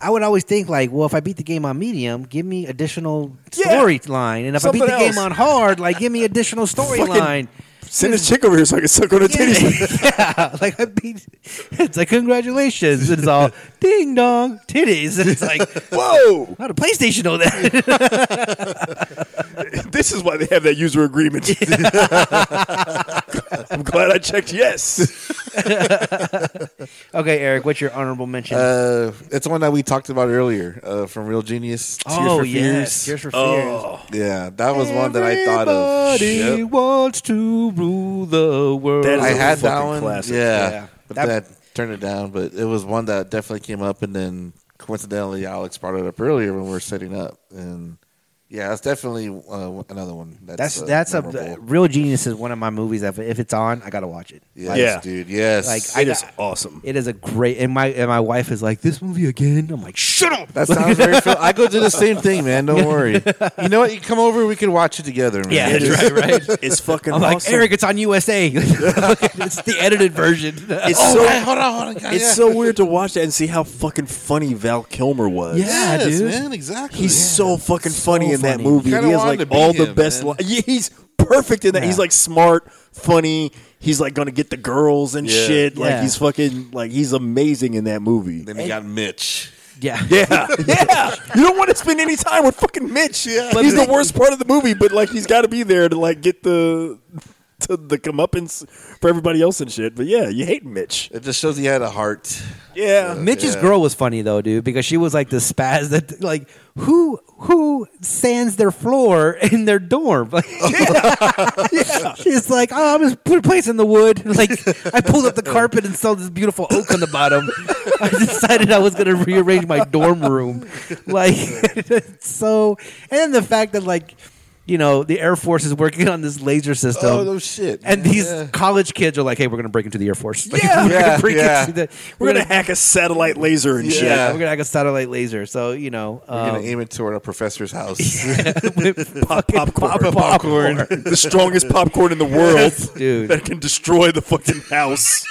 [SPEAKER 1] I would always think like, well, if I beat the game on medium, give me additional
[SPEAKER 2] Yeah.
[SPEAKER 1] storyline, and if I beat
[SPEAKER 2] Something
[SPEAKER 1] the
[SPEAKER 2] else.
[SPEAKER 1] game on hard, like give me additional storyline.
[SPEAKER 2] Send this chick over here so I can suck on her titties.
[SPEAKER 1] Yeah. yeah, like I beat. It's like congratulations. It's all ding dong titties, and it's like
[SPEAKER 2] Whoa!
[SPEAKER 1] how did PlayStation know that?
[SPEAKER 2] This is why they have that user agreement. I'm glad I checked yes.
[SPEAKER 1] okay, Eric, what's your honorable mention?
[SPEAKER 3] Uh, it's one that we talked about earlier uh, from Real Genius. Tears
[SPEAKER 1] oh
[SPEAKER 3] for
[SPEAKER 1] yes,
[SPEAKER 3] Fears.
[SPEAKER 1] Tears for
[SPEAKER 2] Oh,
[SPEAKER 3] Yeah, that was one that I thought of.
[SPEAKER 1] Everybody
[SPEAKER 3] Yep.
[SPEAKER 1] wants to rule the world.
[SPEAKER 2] That is
[SPEAKER 3] I
[SPEAKER 2] a
[SPEAKER 3] had that
[SPEAKER 2] fucking
[SPEAKER 3] one.
[SPEAKER 2] classic.
[SPEAKER 3] Yeah,
[SPEAKER 1] Yeah.
[SPEAKER 3] but
[SPEAKER 1] That-
[SPEAKER 3] that, turned it down. But it was one that definitely came up, and then coincidentally, Alex brought it up earlier when we were setting up, and yeah, that's definitely uh, another one. That's
[SPEAKER 1] that's
[SPEAKER 3] uh,
[SPEAKER 1] that's a
[SPEAKER 3] memorable.
[SPEAKER 1] real genius is one of my movies. If, if it's on, I gotta watch it.
[SPEAKER 3] yes,
[SPEAKER 2] Yeah.
[SPEAKER 3] dude. Yes,
[SPEAKER 1] Like, I
[SPEAKER 2] it is
[SPEAKER 1] got-
[SPEAKER 2] awesome.
[SPEAKER 1] It is a great and my and my wife is like this movie again. I'm like shut up.
[SPEAKER 3] That sounds very. Phil- I go do the same thing, man. Don't worry. You know what? You come over, we can watch it together, man.
[SPEAKER 1] Yeah,
[SPEAKER 3] It is-
[SPEAKER 1] that's right, right.
[SPEAKER 2] It's fucking
[SPEAKER 1] I'm like
[SPEAKER 2] awesome.
[SPEAKER 1] Eric, it's on USA. it's the edited version.
[SPEAKER 2] It's
[SPEAKER 3] Oh,
[SPEAKER 2] so
[SPEAKER 3] hey, hold on, hold on. Yeah,
[SPEAKER 2] it's
[SPEAKER 3] yeah.
[SPEAKER 2] so weird to watch that and see how fucking funny Val Kilmer was.
[SPEAKER 1] Yeah,
[SPEAKER 3] yes,
[SPEAKER 1] dude.
[SPEAKER 3] man. Exactly.
[SPEAKER 2] He's so fucking funny in that
[SPEAKER 1] funny.
[SPEAKER 2] movie. He
[SPEAKER 3] Kinda
[SPEAKER 2] has
[SPEAKER 3] wanted
[SPEAKER 2] like
[SPEAKER 3] to be
[SPEAKER 2] all the
[SPEAKER 3] him,
[SPEAKER 2] best. Li-
[SPEAKER 3] man.
[SPEAKER 2] yeah, he's perfect in that. He's
[SPEAKER 1] Yeah.
[SPEAKER 2] like smart, funny. He's like gonna get the girls and
[SPEAKER 3] Yeah.
[SPEAKER 2] shit. Like
[SPEAKER 1] Yeah.
[SPEAKER 2] he's fucking like he's amazing in that movie.
[SPEAKER 3] Then he got Mitch.
[SPEAKER 1] yeah.
[SPEAKER 2] Yeah, yeah. You don't want to spend any time with fucking Mitch.
[SPEAKER 3] Yeah.
[SPEAKER 2] he's the worst part of the movie, but like he's got to be there to like get the to the comeuppance for everybody else and shit. But yeah, you hate Mitch.
[SPEAKER 3] It just shows he had a heart.
[SPEAKER 2] Yeah,
[SPEAKER 1] Mitch's
[SPEAKER 3] Yeah.
[SPEAKER 1] girl was funny though, dude, because she was like the spaz that like who who sands their floor in their dorm. Like, she's like, oh, I'm just put- placing the wood. Like I pulled up the carpet and saw this beautiful oak on the bottom. I decided I was gonna rearrange my dorm room. Like it's so, and then the fact that like. You know, the Air Force is working on this laser system.
[SPEAKER 3] Oh, no shit.
[SPEAKER 1] And these
[SPEAKER 3] Yeah.
[SPEAKER 1] college kids are like, hey, we're going to break into the Air Force. Like,
[SPEAKER 2] Yeah.
[SPEAKER 1] we're gonna
[SPEAKER 3] Yeah,
[SPEAKER 1] break into
[SPEAKER 3] yeah.
[SPEAKER 1] the-
[SPEAKER 2] we're gonna hack a satellite laser and shit.
[SPEAKER 1] yeah,
[SPEAKER 3] Yeah.
[SPEAKER 1] we're gonna have a satellite laser. So you know,
[SPEAKER 3] We're
[SPEAKER 1] um,
[SPEAKER 3] gonna aim it toward a professor's house.
[SPEAKER 1] with fucking
[SPEAKER 2] popcorn.
[SPEAKER 1] pop-
[SPEAKER 3] Popcorn.
[SPEAKER 2] The strongest popcorn in the world,
[SPEAKER 1] dude.
[SPEAKER 2] that can destroy the fucking house.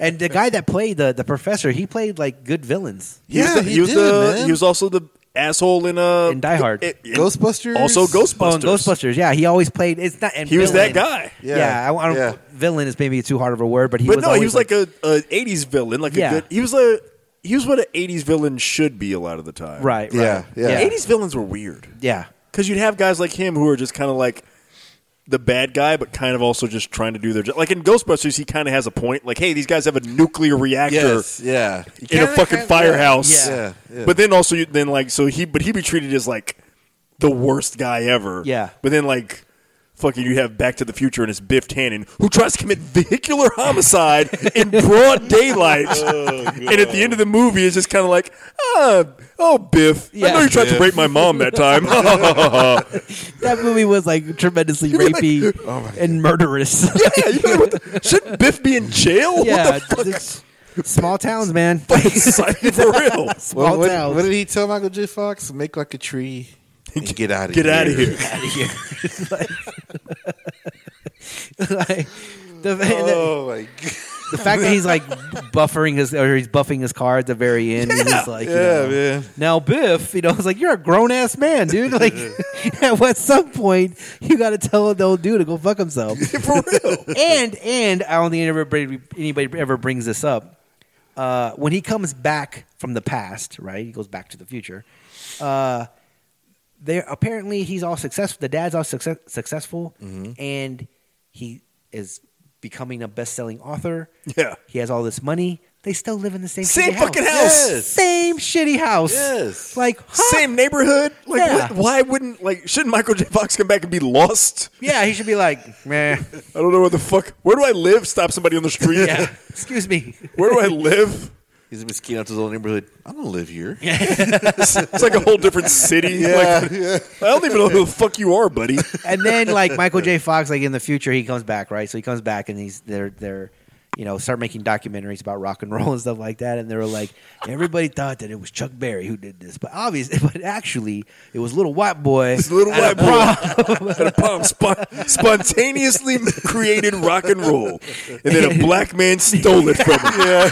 [SPEAKER 1] And the guy that played the the professor, he played like good villains.
[SPEAKER 3] yeah,
[SPEAKER 2] was the-
[SPEAKER 3] he,
[SPEAKER 2] was
[SPEAKER 3] did,
[SPEAKER 2] the-
[SPEAKER 3] man.
[SPEAKER 2] he was also the asshole in uh
[SPEAKER 1] In Die Hard.
[SPEAKER 2] it- it-
[SPEAKER 3] Ghostbusters.
[SPEAKER 2] Also Ghostbusters.
[SPEAKER 1] Oh, and Ghostbusters. Yeah, he always played. It's not. And
[SPEAKER 2] He was that
[SPEAKER 1] villain.
[SPEAKER 2] guy.
[SPEAKER 1] Yeah,
[SPEAKER 3] Yeah,
[SPEAKER 1] I, I don't,
[SPEAKER 3] yeah.
[SPEAKER 1] villain is maybe too hard of a word, but he
[SPEAKER 2] But
[SPEAKER 1] was.
[SPEAKER 2] no, he
[SPEAKER 1] always,
[SPEAKER 2] was like, a, a '80s villain, like
[SPEAKER 1] Yeah.
[SPEAKER 2] a good. He was a he was what an '80s villain should be a lot of the time.
[SPEAKER 1] right, right.
[SPEAKER 3] Yeah, yeah.
[SPEAKER 1] yeah.
[SPEAKER 2] '80s villains were weird
[SPEAKER 1] Yeah.
[SPEAKER 2] because you'd have guys like him who are just kind of like the bad guy, but kind of also just trying to do their job. Like in Ghostbusters, he kind of has a point. Like, hey, these guys have a nuclear reactor.
[SPEAKER 3] Yes, yeah.
[SPEAKER 2] in a fucking firehouse.
[SPEAKER 3] Yeah. Yeah, yeah.
[SPEAKER 2] But then also, you- then like, so he, but he be treated as like the worst guy ever.
[SPEAKER 1] Yeah.
[SPEAKER 2] But then like, fucking, you have Back to the Future and it's Biff Tannen who tries to commit vehicular homicide in broad daylight, and at the end of the movie, it's just kind of like, ah, oh Biff, I
[SPEAKER 1] Yeah.
[SPEAKER 2] know you tried to
[SPEAKER 3] Yeah.
[SPEAKER 2] rape my mom that time.
[SPEAKER 1] That movie was like tremendously rapey and murderous.
[SPEAKER 2] yeah, you know, what the, should Biff be in jail?
[SPEAKER 1] yeah,
[SPEAKER 2] What the fuck?
[SPEAKER 1] just- small towns, man.
[SPEAKER 2] Psych, for real.
[SPEAKER 1] small
[SPEAKER 3] Well, what,
[SPEAKER 1] towns.
[SPEAKER 3] what did he tell Michael J. Fox? Make like a tree and get out of
[SPEAKER 2] Get
[SPEAKER 3] here.
[SPEAKER 2] out of here.
[SPEAKER 1] like, the,
[SPEAKER 3] Oh my god.
[SPEAKER 1] the fact that he's like buffering his or he's buffing his car at the very end. he's just like, you
[SPEAKER 3] Yeah,
[SPEAKER 1] know.
[SPEAKER 3] man.
[SPEAKER 1] Now Biff, you know, it's like you're a grown ass man, dude. Like, at some point, you got to tell the old dude to go fuck himself.
[SPEAKER 2] For real.
[SPEAKER 1] and and I don't think anybody anybody ever brings this up. Uh, when he comes back from the past, right? He goes back to the future. Uh, there apparently he's all successful. The dad's all success, successful, and he is becoming a best-selling author.
[SPEAKER 2] Yeah.
[SPEAKER 1] He has all this money. They still live in the same
[SPEAKER 2] Same
[SPEAKER 1] shitty
[SPEAKER 2] fucking
[SPEAKER 1] house.
[SPEAKER 2] house.
[SPEAKER 3] Yes.
[SPEAKER 1] Same shitty house.
[SPEAKER 3] Yes.
[SPEAKER 1] Like huh?
[SPEAKER 2] Same neighborhood. Like,
[SPEAKER 1] Yeah.
[SPEAKER 2] what, why wouldn't like? Shouldn't Michael J. Fox come back and be lost?
[SPEAKER 1] Yeah, he should be like, meh.
[SPEAKER 2] I don't know where the fuck. Where do I live? Stop somebody on the street.
[SPEAKER 1] Yeah. Excuse me.
[SPEAKER 2] Where do I live?
[SPEAKER 3] He's a mosquito out to his old neighborhood. I don't live here.
[SPEAKER 2] It's, it's like a whole different city. Like,
[SPEAKER 3] yeah.
[SPEAKER 2] I don't even know who the fuck you are, buddy.
[SPEAKER 1] and then like Michael J. Fox, like in the future, he comes back, right? So he comes back and he's they're they're you know start making documentaries about rock and roll and stuff like that. And they were like, everybody thought that it was Chuck Berry who did this, but obviously, but actually, it was little white boy.
[SPEAKER 2] This little white boy at a prom spon- spontaneously created rock and roll, and then a black man stole it from him.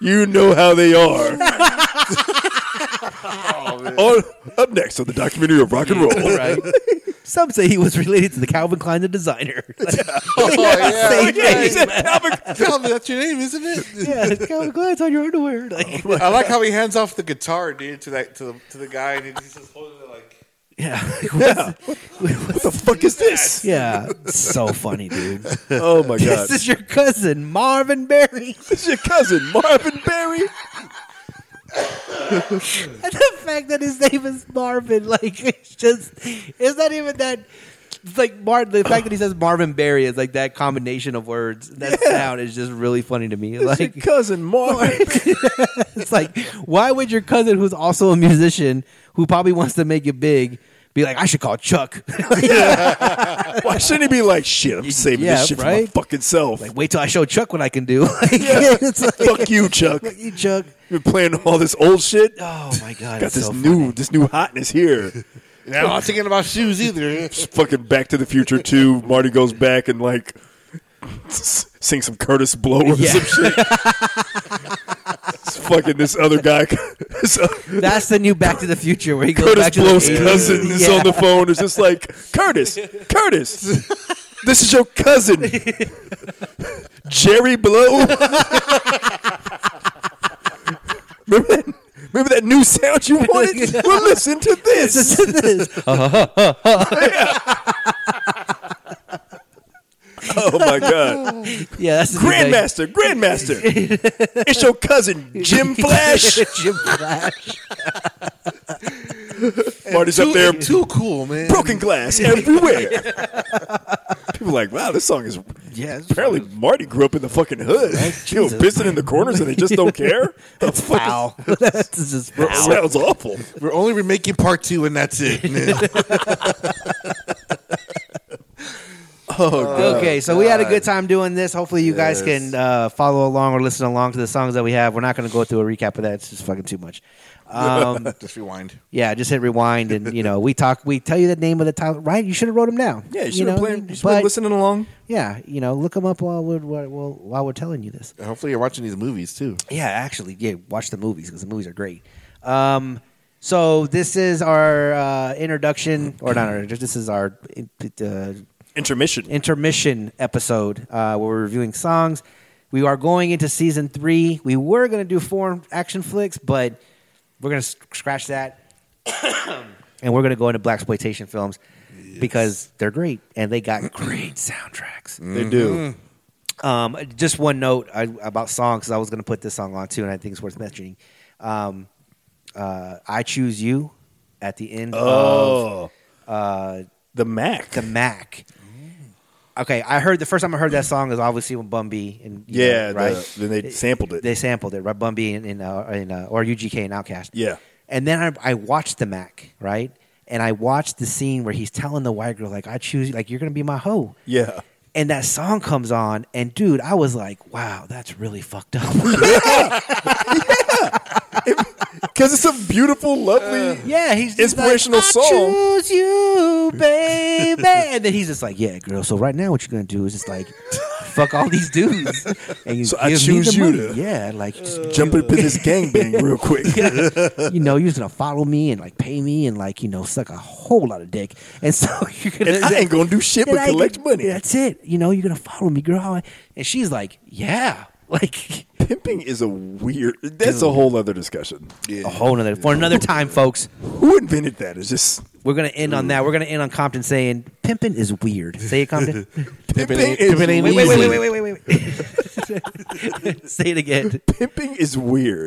[SPEAKER 2] You know how they are. On- up next on the documentary of rock and roll.
[SPEAKER 1] Right. Some say he was related to the Calvin Klein, the designer. Like,
[SPEAKER 3] Oh, yeah.
[SPEAKER 1] Same
[SPEAKER 3] yeah.
[SPEAKER 1] name.
[SPEAKER 3] Tell me that's your name, isn't it?
[SPEAKER 1] yeah, Calvin Klein's on your underwear. Like,
[SPEAKER 3] I like how he hands off the guitar, dude, to that to the to the guy, and he's just holding it like.
[SPEAKER 1] yeah,
[SPEAKER 2] What the fuck is this?
[SPEAKER 1] yeah, so funny, dude.
[SPEAKER 2] Oh my god.
[SPEAKER 1] This is your cousin Marvin Berry.
[SPEAKER 2] This is your cousin, Marvin Berry.
[SPEAKER 1] And the fact that his name is Marvin, like it's just it's not even that it's like Marvin the fact that he says Marvin Berry is like that combination of words, that sound is just really funny to me.
[SPEAKER 2] Your
[SPEAKER 1] Like
[SPEAKER 2] cousin, Marvin.
[SPEAKER 1] it's like why would your cousin who's also a musician who probably wants to make it big be like, I should call Chuck.
[SPEAKER 2] Why shouldn't he be like, shit, I'm saving
[SPEAKER 1] Yeah,
[SPEAKER 2] this shit for my
[SPEAKER 1] right?
[SPEAKER 2] fucking self.
[SPEAKER 1] like, wait till I show Chuck what I can do. Like, it's like
[SPEAKER 2] fuck you, Chuck.
[SPEAKER 1] fuck you, Chuck.
[SPEAKER 2] You've been playing all this old shit.
[SPEAKER 1] Oh my god.
[SPEAKER 2] Got
[SPEAKER 1] it's
[SPEAKER 2] this
[SPEAKER 1] so
[SPEAKER 2] new this new hotness here.
[SPEAKER 3] Now I'm not thinking about shoes either.
[SPEAKER 2] Just fucking Back to the Future 2. Marty goes back and like s- sing some Curtis Blow or
[SPEAKER 1] Yeah.
[SPEAKER 2] some shit. It's fucking this other guy. this
[SPEAKER 1] funny. That's the new Back to the Future where he goes
[SPEAKER 2] Curtis
[SPEAKER 1] back to
[SPEAKER 2] Blow's
[SPEAKER 1] the 80s.
[SPEAKER 2] cousin is
[SPEAKER 1] Yeah.
[SPEAKER 2] on the phone. It's just like, Curtis, Curtis, this is your cousin, Jerry Blow. remember, that, remember that new sound you wanted? well, listen to this.
[SPEAKER 1] This is-
[SPEAKER 2] Oh my god,
[SPEAKER 1] Yeah, that's the new thing.
[SPEAKER 2] Grandmaster, Grandmaster! it's your cousin Jim Flash.
[SPEAKER 1] Jim Flash.
[SPEAKER 2] Marty's up there,
[SPEAKER 3] Too, too cool, man.
[SPEAKER 2] broken glass everywhere. People are like, wow, this song is.
[SPEAKER 1] Yeah, it's
[SPEAKER 2] Apparently, Marty grew up in the fucking hood. You know,
[SPEAKER 1] Jesus.
[SPEAKER 2] pissing in the corners, and they just don't care. The fuck is-
[SPEAKER 1] Foul. that's just foul.
[SPEAKER 2] sounds awful.
[SPEAKER 3] We're only remaking part two, and that's it.
[SPEAKER 1] Okay, so we had a good time doing this. Hopefully, you guys can uh, follow along or listen along to the songs that we have. We're not going to go through a recap of that; it's just fucking too much. Um,
[SPEAKER 3] Just rewind.
[SPEAKER 1] yeah, just hit rewind, and you know, we talk. We tell you the name of the title, right? You should have wrote them down.
[SPEAKER 2] Yeah, you should
[SPEAKER 1] know,
[SPEAKER 2] have played. You should
[SPEAKER 1] but,
[SPEAKER 2] been listening along.
[SPEAKER 1] Yeah, you know, look them up while we're while, while we're telling you this.
[SPEAKER 3] Hopefully, you're watching these movies too.
[SPEAKER 1] Yeah, actually, yeah, watch the movies because the movies are great. Um, so this is our uh, introduction, or not? our- This is our uh,
[SPEAKER 2] Intermission.
[SPEAKER 1] intermission episode uh, where we're reviewing songs. We are going into season three. We were going to do four action flicks, but we're going to scratch that, and we're going to go into black exploitation films because they're great and they got great soundtracks.
[SPEAKER 2] they do.
[SPEAKER 1] Um, just one note I, about songs because I was going to put this song on too, and I think it's worth mentioning. Um, uh, I choose you at the end of
[SPEAKER 2] Oh,
[SPEAKER 1] uh,
[SPEAKER 2] the Mac.
[SPEAKER 1] the Mac. Okay, I heard the first time I heard that song is obviously when Bun B and you know,
[SPEAKER 2] yeah, the-
[SPEAKER 1] right.
[SPEAKER 2] then they sampled it.
[SPEAKER 1] They sampled it, right? Bun B and, and, uh, and uh, or UGK and Outcast.
[SPEAKER 2] Yeah.
[SPEAKER 1] and then I, I watched the Mac, right? And I watched the scene where he's telling the white girl, like, "I choose, like, you're gonna be my hoe."
[SPEAKER 2] yeah.
[SPEAKER 1] And that song comes on, and dude, I was like, "Wow, that's really fucked up."
[SPEAKER 2] Because it's a beautiful, lovely.
[SPEAKER 1] yeah, he's just
[SPEAKER 2] Inspirational
[SPEAKER 1] like, I
[SPEAKER 2] song.
[SPEAKER 1] choose you, baby, and then he's just like, "Yeah, girl. So right now, what you're gonna do is just like." Fuck all these dudes, and you
[SPEAKER 2] So
[SPEAKER 1] give
[SPEAKER 2] I choose
[SPEAKER 1] me the
[SPEAKER 2] you
[SPEAKER 1] money.
[SPEAKER 2] to-
[SPEAKER 1] yeah, like just
[SPEAKER 2] Jump up in this gangbang real quick.
[SPEAKER 1] you know, you're just gonna follow me and like pay me and like you know suck a whole lot of dick, and so you're gonna.
[SPEAKER 2] And I ain't gonna do shit
[SPEAKER 1] and
[SPEAKER 2] but
[SPEAKER 1] I-
[SPEAKER 2] collect money.
[SPEAKER 1] That's it. You know, you're gonna follow me, girl. And she's like, yeah, like
[SPEAKER 2] Pimping is a weird. That's a whole other discussion.
[SPEAKER 1] a whole nother for another time, folks.
[SPEAKER 2] Who invented that? It's just
[SPEAKER 1] We're gonna end on that. We're gonna end on Compton saying pimping is weird. Say it, Compton.
[SPEAKER 2] pimping.
[SPEAKER 3] ain't-
[SPEAKER 2] is,
[SPEAKER 3] pimping ain't
[SPEAKER 1] wait, wait,
[SPEAKER 3] easy.
[SPEAKER 1] wait, wait, wait, wait, wait. Say it again.
[SPEAKER 2] pimping is weird.